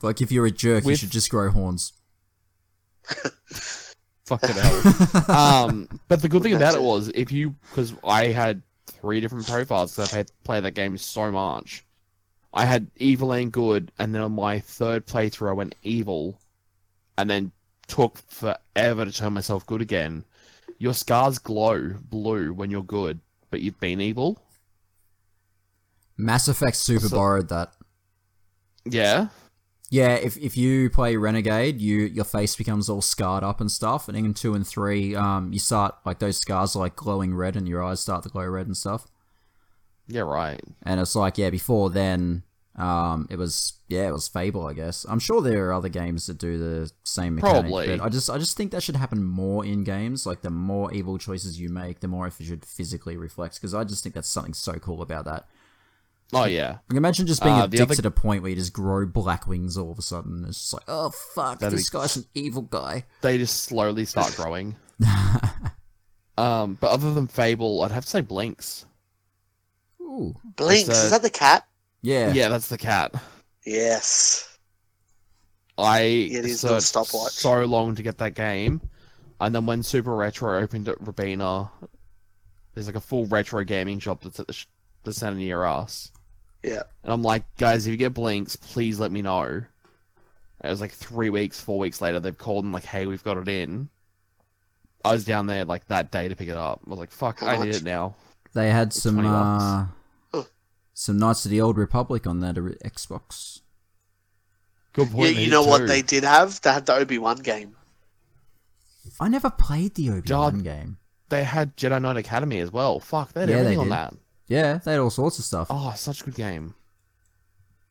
Speaker 1: Like if you're a jerk, you
Speaker 3: With-
Speaker 1: should just grow horns.
Speaker 3: fucking hell. um, but the good thing about
Speaker 2: That's
Speaker 3: it
Speaker 2: it.
Speaker 3: was if you because I had three different profiles because I played that game so much. I had evil and good, and then on my third playthrough, I went evil, and then took forever to turn myself good again. Your scars glow blue when you're good, but you've been evil.
Speaker 1: Mass Effect super
Speaker 3: So-
Speaker 1: borrowed that.
Speaker 3: Yeah,
Speaker 1: Yeah, if, if you play Renegade, you your face becomes all scarred up and stuff, and in two and three, um, you start like those scars are like glowing red, and your eyes start to glow red and stuff.
Speaker 3: yeah, right.
Speaker 1: And it's like, yeah, before then, um, it was yeah, it was Fable, I guess. I'm sure there are other games that do the same mechanic,
Speaker 3: Probably.
Speaker 1: but I just I just think that should happen more in games. Like the more evil choices you make, the more it should physically reflect. Because I just think that's something so cool about that.
Speaker 3: Oh yeah,
Speaker 1: Like, imagine just being
Speaker 3: Uh,
Speaker 1: a
Speaker 3: the
Speaker 1: dick
Speaker 3: other-
Speaker 1: to the point where you just grow black wings all of a sudden. It's just like, oh fuck,
Speaker 3: That'd
Speaker 1: this
Speaker 3: be-
Speaker 1: guy's an evil guy.
Speaker 3: they just slowly start growing. Um, but other than Fable, I'd have to say Blinks.
Speaker 1: Ooh,
Speaker 2: Blinks,
Speaker 3: It's, uh,
Speaker 2: is that the cat?
Speaker 1: yeah,
Speaker 3: yeah that's the cat.
Speaker 2: Yes.
Speaker 3: I
Speaker 2: it is
Speaker 3: searched
Speaker 2: non-stop watch.
Speaker 3: so long to get that game, and then when Super Retro opened at Rabina, there's like a full retro gaming shop that's at the, sh- that's down near us,
Speaker 2: Yeah.
Speaker 3: and I'm like, guys, if you get Blinks, please let me know. And It was like three weeks, four weeks later, they've called and like, hey, we've got it in. I was down there like that day to pick it up. I was like, fuck,
Speaker 2: How
Speaker 3: I need
Speaker 2: much?
Speaker 3: it now.
Speaker 1: They had some
Speaker 3: 20 bucks.
Speaker 1: uh,
Speaker 2: Huh.
Speaker 1: some Knights of the Old Republic on that uh, Xbox.
Speaker 3: Good
Speaker 2: You,
Speaker 3: point.
Speaker 2: you know what
Speaker 3: too.
Speaker 2: they did have? They had the Obi Wan game.
Speaker 1: I never played the Obi Wan game.
Speaker 3: they had Jedi Knight Academy as well. Fuck, they had
Speaker 1: Yeah, they
Speaker 3: everything on
Speaker 1: did.
Speaker 3: that.
Speaker 1: Yeah, they had all sorts of stuff.
Speaker 3: Oh, such a good game.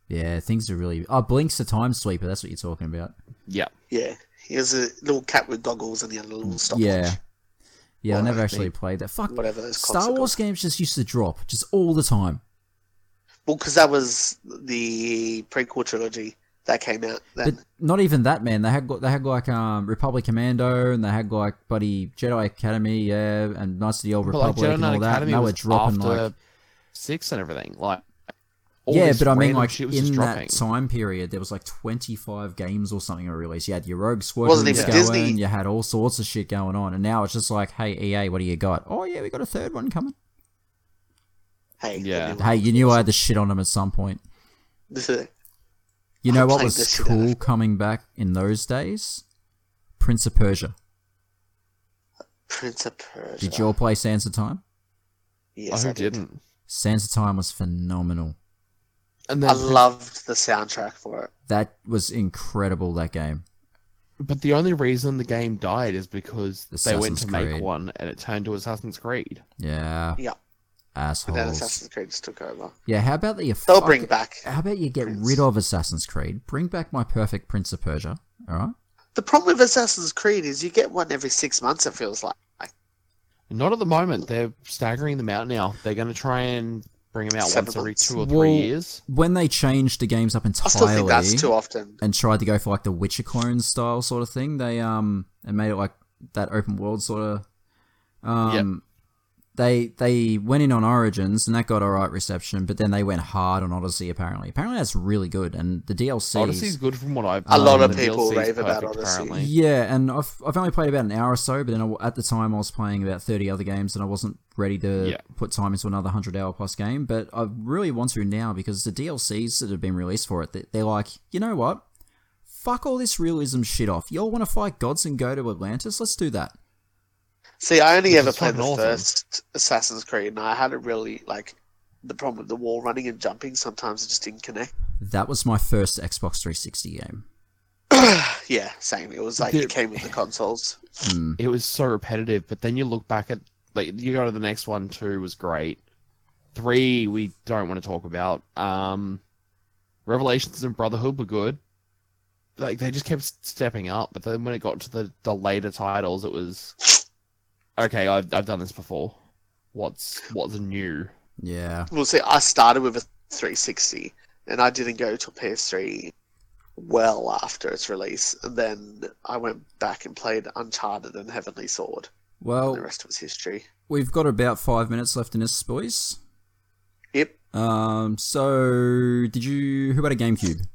Speaker 1: Yeah, things are really. Oh, Blink's the time sweeper. That's what you're talking about.
Speaker 3: Yeah.
Speaker 2: Yeah. He was a little cat with goggles and he had a little
Speaker 1: Mm,
Speaker 2: stopwatch.
Speaker 1: Yeah, yeah. I
Speaker 2: Well,
Speaker 1: never
Speaker 2: I
Speaker 1: actually played that. Fuck.
Speaker 2: Whatever those
Speaker 1: Star Wars games just used to drop just all the time.
Speaker 2: Well, because that was the prequel trilogy that came out then.
Speaker 1: But not even that, man. They had got- they had like um Republic Commando and they had like buddy Jedi Academy, yeah, and Knights of the Old
Speaker 3: But, like,
Speaker 1: Republic
Speaker 3: Jedi
Speaker 1: and
Speaker 3: Knight
Speaker 1: all that. And
Speaker 3: Academy
Speaker 1: they were
Speaker 3: was
Speaker 1: dropping
Speaker 3: after
Speaker 1: like
Speaker 3: six and everything. Like, all
Speaker 1: yeah,
Speaker 3: this
Speaker 1: but I mean
Speaker 3: random
Speaker 1: like
Speaker 3: shit
Speaker 1: in
Speaker 3: was just
Speaker 1: that
Speaker 3: dropping.
Speaker 1: time period, there was like twenty five games or something were released. You had your Rogue Squadron
Speaker 2: Wasn't
Speaker 1: going,
Speaker 2: even Disney.
Speaker 1: you had all sorts of shit going on, and now it's just like, hey EA, what do you got? Oh yeah, we got a third one coming.
Speaker 2: hey.
Speaker 3: yeah.
Speaker 1: Hey, you knew I had the shit on them at some point.
Speaker 2: Hey.
Speaker 1: You know
Speaker 2: I
Speaker 1: what
Speaker 2: played
Speaker 1: was
Speaker 2: this shit out of
Speaker 1: cool coming back in those days? Prince of Persia.
Speaker 2: Prince of Persia.
Speaker 1: Did you all play Sands of Time?
Speaker 2: Yes,
Speaker 3: I
Speaker 2: I did.
Speaker 3: Oh, didn't.
Speaker 1: Sands of Time was phenomenal.
Speaker 3: And
Speaker 2: I
Speaker 3: then,
Speaker 2: loved the soundtrack for it.
Speaker 1: That was incredible. That game.
Speaker 3: but the only reason the game died is because they went
Speaker 1: Assassin's
Speaker 3: to make
Speaker 1: Creed.
Speaker 3: one and it turned to Assassin's Creed.
Speaker 1: Yeah.
Speaker 2: Yeah. But then
Speaker 1: Assholes.
Speaker 2: Assassin's Creed took over.
Speaker 1: Yeah. How about that you?
Speaker 2: They'll
Speaker 1: fuck-
Speaker 2: bring back.
Speaker 1: How about you get
Speaker 2: Prince.
Speaker 1: rid of Assassin's Creed? Bring back my perfect Prince of Persia. All right.
Speaker 2: The problem with Assassin's Creed is you get one every six months, it feels like.
Speaker 3: Not at the moment. They're staggering them out now. They're going to try and bring them out
Speaker 2: Seven
Speaker 3: once every
Speaker 2: months.
Speaker 3: two or three
Speaker 1: Well,
Speaker 3: years.
Speaker 1: When they changed the games up
Speaker 2: I
Speaker 1: entirely
Speaker 2: still think that's too often.
Speaker 1: and tried to go for like the Witcher clone style sort of thing, they um and made it like that open world sort of. Um, they they went in on Origins and that got alright reception, but then they went hard on Odyssey. Apparently, apparently that's really good, and the DLC.
Speaker 3: Odyssey's good from what I've.
Speaker 2: A
Speaker 1: lot
Speaker 3: um,
Speaker 1: of
Speaker 3: the
Speaker 2: people
Speaker 3: DLC's
Speaker 2: rave about
Speaker 3: perfect,
Speaker 2: Odyssey.
Speaker 3: apparently.
Speaker 1: Yeah, and I've, I've only played about an hour or so, but then I, at the time I was playing about 30 other games and I wasn't ready to
Speaker 3: Yeah.
Speaker 1: put time into another 100 hour plus game. But I really want to now because the DLCs that have been released for it, they- they're like, you know what? Fuck all this realism shit off. Y'all want to fight gods and go to Atlantis? Let's do that.
Speaker 2: See, I only
Speaker 3: Which
Speaker 2: ever
Speaker 3: is
Speaker 2: played
Speaker 3: fucking
Speaker 2: the
Speaker 3: awesome.
Speaker 2: first Assassin's Creed, and I had a really like the problem with the wall running and jumping. Sometimes it just didn't connect.
Speaker 1: That was my first Xbox 360 game.
Speaker 2: yeah, same. It was like
Speaker 3: Dude.
Speaker 2: it came with the consoles.
Speaker 1: Hmm.
Speaker 3: It was so repetitive, but then you look back at like you go to the next one. Two was great. Three we don't want to talk about. Um, Revelations and Brotherhood were good. Like they just kept s- stepping up, but then when it got to the the later titles, it was okay. I've I've done this before. What's what's new?
Speaker 1: Yeah.
Speaker 2: Well, see, I started with a 360, and I didn't go to PS3 well after its release, and then I went back and played Uncharted and Heavenly Sword.
Speaker 1: Well,
Speaker 2: The rest was history.
Speaker 1: we've got about five minutes left in this, boys.
Speaker 2: Yep.
Speaker 1: Um, so did you? Who had a GameCube?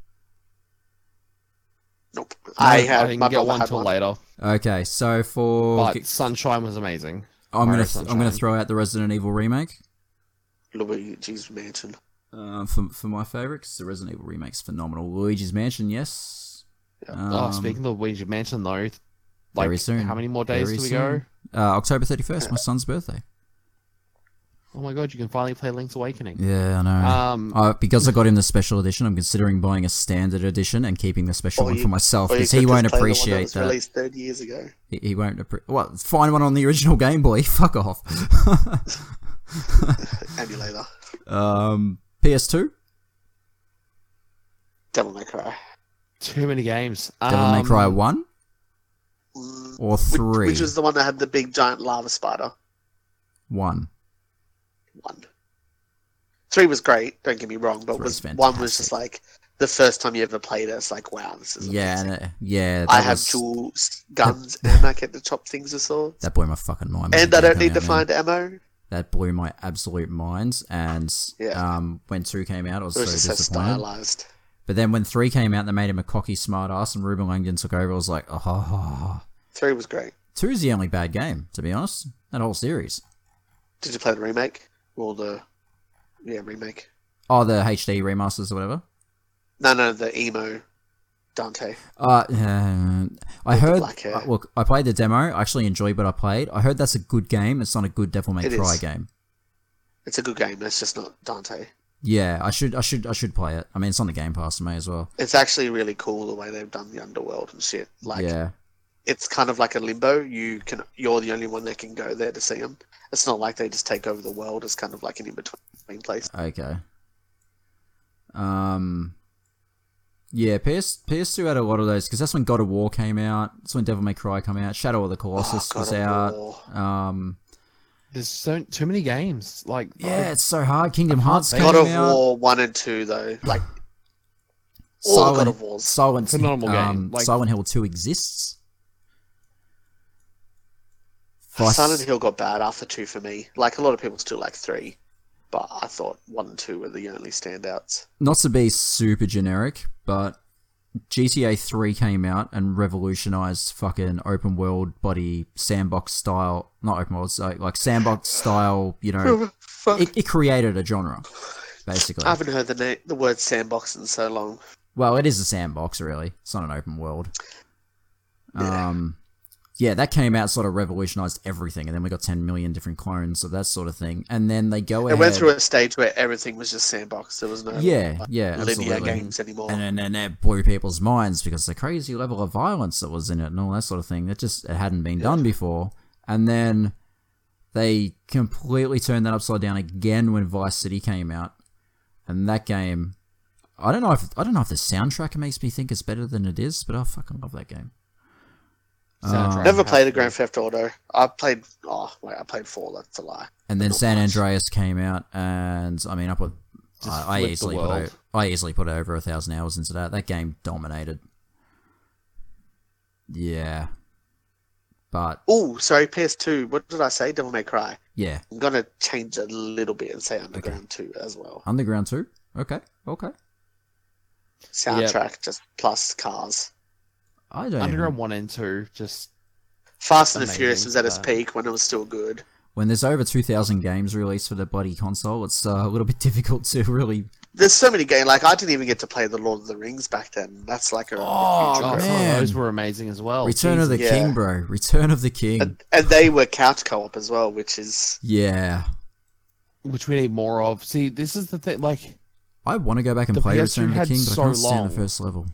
Speaker 2: Nope. I
Speaker 3: No,
Speaker 2: had
Speaker 3: didn't
Speaker 2: my
Speaker 3: get
Speaker 2: brother
Speaker 3: one
Speaker 2: had
Speaker 3: till
Speaker 2: one.
Speaker 3: later.
Speaker 1: Okay, so for
Speaker 3: But Sunshine was amazing.
Speaker 1: I'm gonna
Speaker 3: Mario
Speaker 1: th- I'm gonna
Speaker 3: Sunshine.
Speaker 1: throw out the Resident Evil remake
Speaker 2: Luigi's Mansion.
Speaker 1: uh, for for my favorite 'cause the Resident Evil remake's phenomenal. Luigi's Mansion, yes.
Speaker 2: Yeah.
Speaker 3: oh,
Speaker 1: Um,
Speaker 3: speaking of Ouija Mansion, though, th- like
Speaker 1: very soon.
Speaker 3: how many more days
Speaker 1: Very
Speaker 3: do we
Speaker 1: soon.
Speaker 3: go?
Speaker 1: uh, October 31st, my son's birthday.
Speaker 3: Oh my god, you can finally play Link's Awakening.
Speaker 1: Yeah, I know.
Speaker 3: Um,
Speaker 1: uh, because I got him the special edition, I'm considering buying a standard edition and keeping the special
Speaker 2: Or
Speaker 1: one
Speaker 2: you-
Speaker 1: for myself
Speaker 2: Or you
Speaker 1: because Oh, he
Speaker 2: could
Speaker 1: won't
Speaker 2: just play the one that
Speaker 1: appreciate
Speaker 2: was
Speaker 1: that.
Speaker 2: Released thirty years ago.
Speaker 1: He, he won't appre- What? Find one on the original Game Boy. Fuck off.
Speaker 2: Emulator.
Speaker 1: um, PS2.
Speaker 2: Devil May Cry.
Speaker 3: too many games.
Speaker 1: Devil May
Speaker 3: Um,
Speaker 1: Cry one
Speaker 2: Mm,
Speaker 1: or three.
Speaker 2: Which, which was the one that had the big giant lava spider.
Speaker 1: one.
Speaker 2: One. Three was great. Don't get me wrong, but was
Speaker 1: Three's
Speaker 2: one was just like the first time you ever played it. It's like wow, this is
Speaker 1: Yeah,
Speaker 2: amazing.
Speaker 1: and, uh, yeah.
Speaker 2: I
Speaker 1: that
Speaker 2: have
Speaker 1: was-
Speaker 2: dual s- guns and I get to chop things with swords.
Speaker 1: That blew my fucking mind. when
Speaker 2: And
Speaker 1: that
Speaker 2: I
Speaker 1: game
Speaker 2: don't need
Speaker 1: came
Speaker 2: to
Speaker 1: out, man.
Speaker 2: find ammo.
Speaker 1: that blew my absolute mind. And
Speaker 2: Yeah.
Speaker 1: um, when two came out, I was
Speaker 2: It was just
Speaker 1: so
Speaker 2: so
Speaker 1: disappointed.
Speaker 2: stylized.
Speaker 1: but then when three came out, they made him a cocky smart ass, and Ruben Langdon took over. I was like, oh, ha, ha, ha.
Speaker 2: Three was great.
Speaker 1: two's the only bad game, to be honest. That whole series.
Speaker 2: Did you play the remake? Or the yeah remake?
Speaker 1: Oh, the HD remasters or whatever.
Speaker 2: No, no, the emo Dante.
Speaker 1: Uh, um, I
Speaker 2: With the
Speaker 1: heard.
Speaker 2: black hair.
Speaker 1: uh, look, I played the demo. I actually enjoyed what I played. I heard that's a good game. It's not a good Devil May
Speaker 2: It
Speaker 1: Cry
Speaker 2: is.
Speaker 1: game.
Speaker 2: It's a good game. It's just not Dante.
Speaker 1: Yeah, I should, I should, I should play it. I mean, it's on the Game Pass. I may as well.
Speaker 2: It's actually really cool the way they've done the underworld and shit. Like
Speaker 1: yeah,
Speaker 2: it's kind of like a limbo. You can you're the only one that can go there to see them. It's not like they just take over the world. It's kind of like an in between place.
Speaker 1: Okay. Um. Yeah, PS PS2 had a lot of those because that's when God of War came out. That's when Devil May Cry came out. Shadow of the Colossus
Speaker 2: Oh, God
Speaker 1: was
Speaker 2: of
Speaker 1: out.
Speaker 2: War.
Speaker 1: Um.
Speaker 3: There's so too many games. Like
Speaker 1: Yeah, it's so hard. Kingdom Hearts
Speaker 3: think-
Speaker 1: came
Speaker 2: God of
Speaker 1: out.
Speaker 2: War one and two though, like all
Speaker 1: Silent,
Speaker 2: God of Wars.
Speaker 1: Silent,
Speaker 3: Phenomenal game,
Speaker 1: um,
Speaker 3: like-
Speaker 1: Silent Hill 2 exists. Vice-
Speaker 2: Silent Hill got bad after two for me. Like a lot of people still like three, but I thought one and two were the only standouts.
Speaker 1: Not to be super generic, but GTA 3 came out and revolutionized fucking open world body sandbox style not open world so like sandbox style you know
Speaker 2: Fuck.
Speaker 1: it, it created a genre basically
Speaker 2: I haven't heard the na- the word sandbox in so long.
Speaker 1: well it is a sandbox really it's not an open world
Speaker 2: Yeah.
Speaker 1: um yeah that came out sort of revolutionized everything and then we got 10 million different clones of that sort of thing and then they go
Speaker 2: It
Speaker 1: ahead
Speaker 2: went through a stage where everything was just sandbox. There was no
Speaker 1: yeah
Speaker 2: like,
Speaker 1: yeah
Speaker 2: linear
Speaker 1: absolutely
Speaker 2: games anymore.
Speaker 1: and then and that blew people's minds because the crazy level of violence that was in it and all that sort of thing that just it hadn't been done before and then they completely turned that upside down again when vice city came out and that game i don't know if i don't know if the soundtrack makes me think it's better than it is but i fucking love that game Oh.
Speaker 3: Soundtrack.
Speaker 2: Never played a Grand Theft Auto. I played. Oh wait, I played four. That's a lie.
Speaker 1: and then
Speaker 2: Not
Speaker 1: san
Speaker 2: much.
Speaker 1: andreas came out and i mean i put
Speaker 3: Just
Speaker 1: I, I
Speaker 3: flipped the
Speaker 1: easily put
Speaker 3: world.
Speaker 1: o- I easily put over a thousand hours into that. That game dominated. Yeah. But
Speaker 2: Oh, sorry, PS2. What did I say? Devil May Cry.
Speaker 1: yeah,
Speaker 2: I'm gonna change a little bit and say Underground 2 as well.
Speaker 1: Underground Two. Okay, okay.
Speaker 2: Soundtrack just plus cars.
Speaker 1: I don't.
Speaker 3: Underground one and two, just
Speaker 2: Fast and the
Speaker 3: Amazing,
Speaker 2: Furious was at its
Speaker 3: uh,
Speaker 2: peak when it was still good.
Speaker 1: When there's over two thousand games released for the bloody console, it's uh, a little bit difficult to really.
Speaker 2: There's so many games. Like I didn't even get to play the Lord of the Rings back then. That's like a
Speaker 3: oh,
Speaker 2: huge
Speaker 1: God.
Speaker 3: God,
Speaker 2: gripe.
Speaker 3: some of
Speaker 1: man.
Speaker 3: those were amazing as well.
Speaker 1: Return of the
Speaker 2: Jesus. Yeah.
Speaker 1: King, bro. Return of the King.
Speaker 2: and, and they were couch co-op as well, which is
Speaker 1: Yeah,
Speaker 3: which we need more of. See, this is the thing. Like
Speaker 1: I want to go back and
Speaker 3: The
Speaker 1: play
Speaker 3: PS2
Speaker 1: Return of the
Speaker 3: had
Speaker 1: King, but
Speaker 3: so
Speaker 1: I can't stand the
Speaker 3: long.
Speaker 1: first level.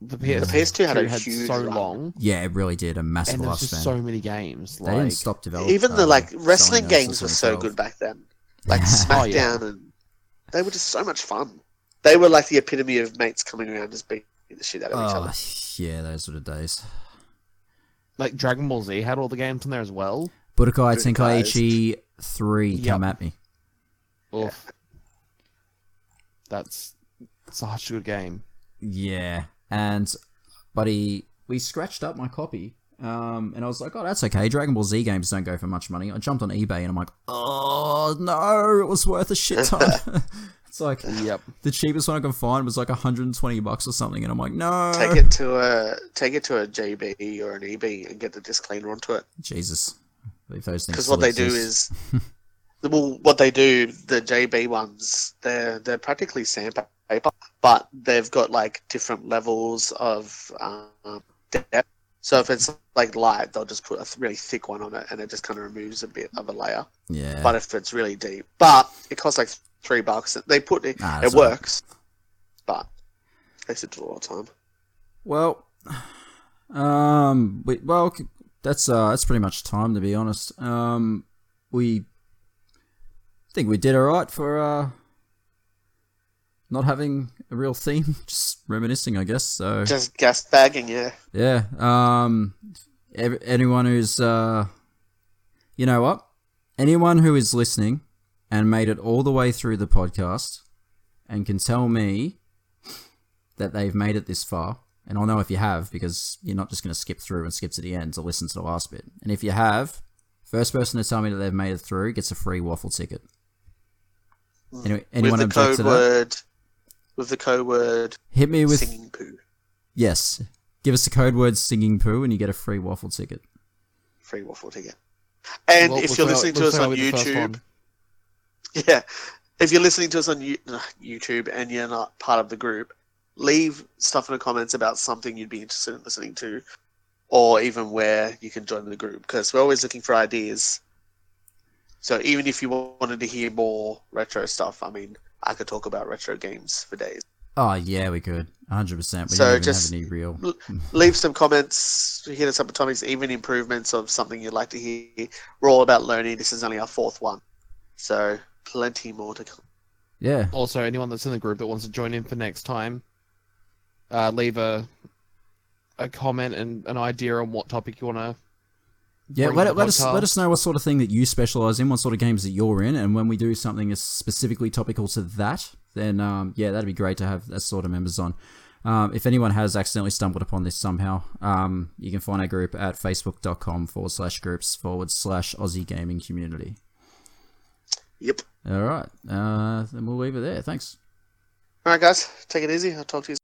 Speaker 3: the
Speaker 2: the
Speaker 3: PS,
Speaker 2: PS2 had a
Speaker 3: had
Speaker 2: huge
Speaker 3: so
Speaker 2: run.
Speaker 3: long,
Speaker 1: Yeah, it really did a massive
Speaker 3: and there's just
Speaker 1: lifespan.
Speaker 3: so many games.
Speaker 1: they
Speaker 3: Like,
Speaker 1: didn't stop uh, developing.
Speaker 2: Even
Speaker 3: um,
Speaker 2: the like wrestling games were so good back then. Like
Speaker 3: Oh,
Speaker 2: SmackDown
Speaker 3: yeah.
Speaker 2: and they were just so much fun. They were like the epitome of mates coming around just beating the shit out of each
Speaker 1: Oh,
Speaker 2: other.
Speaker 1: yeah, those were the days.
Speaker 3: like Dragon Ball Z had all the games in there as well.
Speaker 1: Budokai
Speaker 2: Good
Speaker 1: Tenkaichi 3,
Speaker 3: Yep.
Speaker 1: come at me.
Speaker 3: Oof. That's such a good game.
Speaker 1: Yeah. And, buddy, we scratched up my copy. Um, and I was like, oh, that's okay. Dragon Ball Z games don't go for much money. I jumped on eBay and I'm like, oh, no, it was worth a shit ton. it's like,
Speaker 3: Yep.
Speaker 1: the cheapest one I could find was like 120 bucks or something. And I'm like, no.
Speaker 2: Take it to a take it to a JB or an EB and get the disclaimer onto it.
Speaker 1: Jesus. Leave those things
Speaker 2: Because what
Speaker 1: still
Speaker 2: they do
Speaker 1: exist.
Speaker 2: is, well, what they do, the JB ones, they're they're practically sandpaper, but they've got like different levels of um, depth. So if it's like light, they'll just put a th- really thick one on it, and it just kind of removes a bit of a layer.
Speaker 1: Yeah.
Speaker 2: But if it's really deep, but it costs like three bucks. They put it,
Speaker 1: Nah,
Speaker 2: it
Speaker 1: that's all right.
Speaker 2: works, but they should do it all the time.
Speaker 1: Well, um, we, well, c- that's uh, that's pretty much time to be honest. Um, we think we did all right for uh, not having a real theme, just reminiscing, I guess. So
Speaker 2: Just gas bagging, yeah.
Speaker 1: yeah, um, ev- anyone who's uh, you know what, anyone who is listening and made it all the way through the podcast and can tell me that they've made it this far, and I'll know if you have because you're not just going to skip through and skip to the end to listen to the last bit. And if you have, first person to tell me that they've made it through gets a free waffle ticket. Any- anyone
Speaker 2: Hmm. with the
Speaker 1: object
Speaker 2: code
Speaker 1: to that?
Speaker 2: word, with the code word,
Speaker 1: Hit me with
Speaker 2: singing poo.
Speaker 1: yes. Give us the code word singing poo, and you get a free waffle ticket.
Speaker 2: free waffle ticket. And
Speaker 3: Well,
Speaker 2: if
Speaker 3: we'll
Speaker 2: you're
Speaker 3: say-
Speaker 2: listening to
Speaker 3: we'll
Speaker 2: us
Speaker 3: say
Speaker 2: on
Speaker 3: we're the first
Speaker 2: YouTube,
Speaker 3: one.
Speaker 2: yeah, if you're listening to us on you, uh, YouTube and you're not part of the group, leave stuff in the comments about something you'd be interested in listening to, or even where you can join the group because we're always looking for ideas. So even if you wanted to hear more retro stuff, I mean, I could talk about retro games for days.
Speaker 1: Oh yeah, we could. 100. percent We
Speaker 2: So
Speaker 1: don't even
Speaker 2: just-
Speaker 1: have any real.
Speaker 2: L- leave some comments, hit us up with topics, even improvements of something you'd like to hear. We're all about learning. This is only our fourth one, so plenty more to come.
Speaker 1: Yeah,
Speaker 3: Also, anyone that's in the group that wants to join in for next time, uh, leave a a comment and an idea on what topic you want to.
Speaker 1: yeah.
Speaker 3: Bring
Speaker 1: Let,
Speaker 3: the
Speaker 1: it- let us
Speaker 3: podcast.
Speaker 1: let us know what sort of thing that you specialize in, what sort of games that you're in, and when we do something that's specifically topical to that, then um, yeah, that'd be great to have that sort of members on. Um, if anyone has accidentally stumbled upon this somehow, um, you can find our group at facebook.com forward slash groups forward slash Aussie Gaming Community.
Speaker 2: Yep.
Speaker 1: All right, uh, then we'll leave it there. Thanks.
Speaker 2: All right, guys, take it easy. I'll talk to you.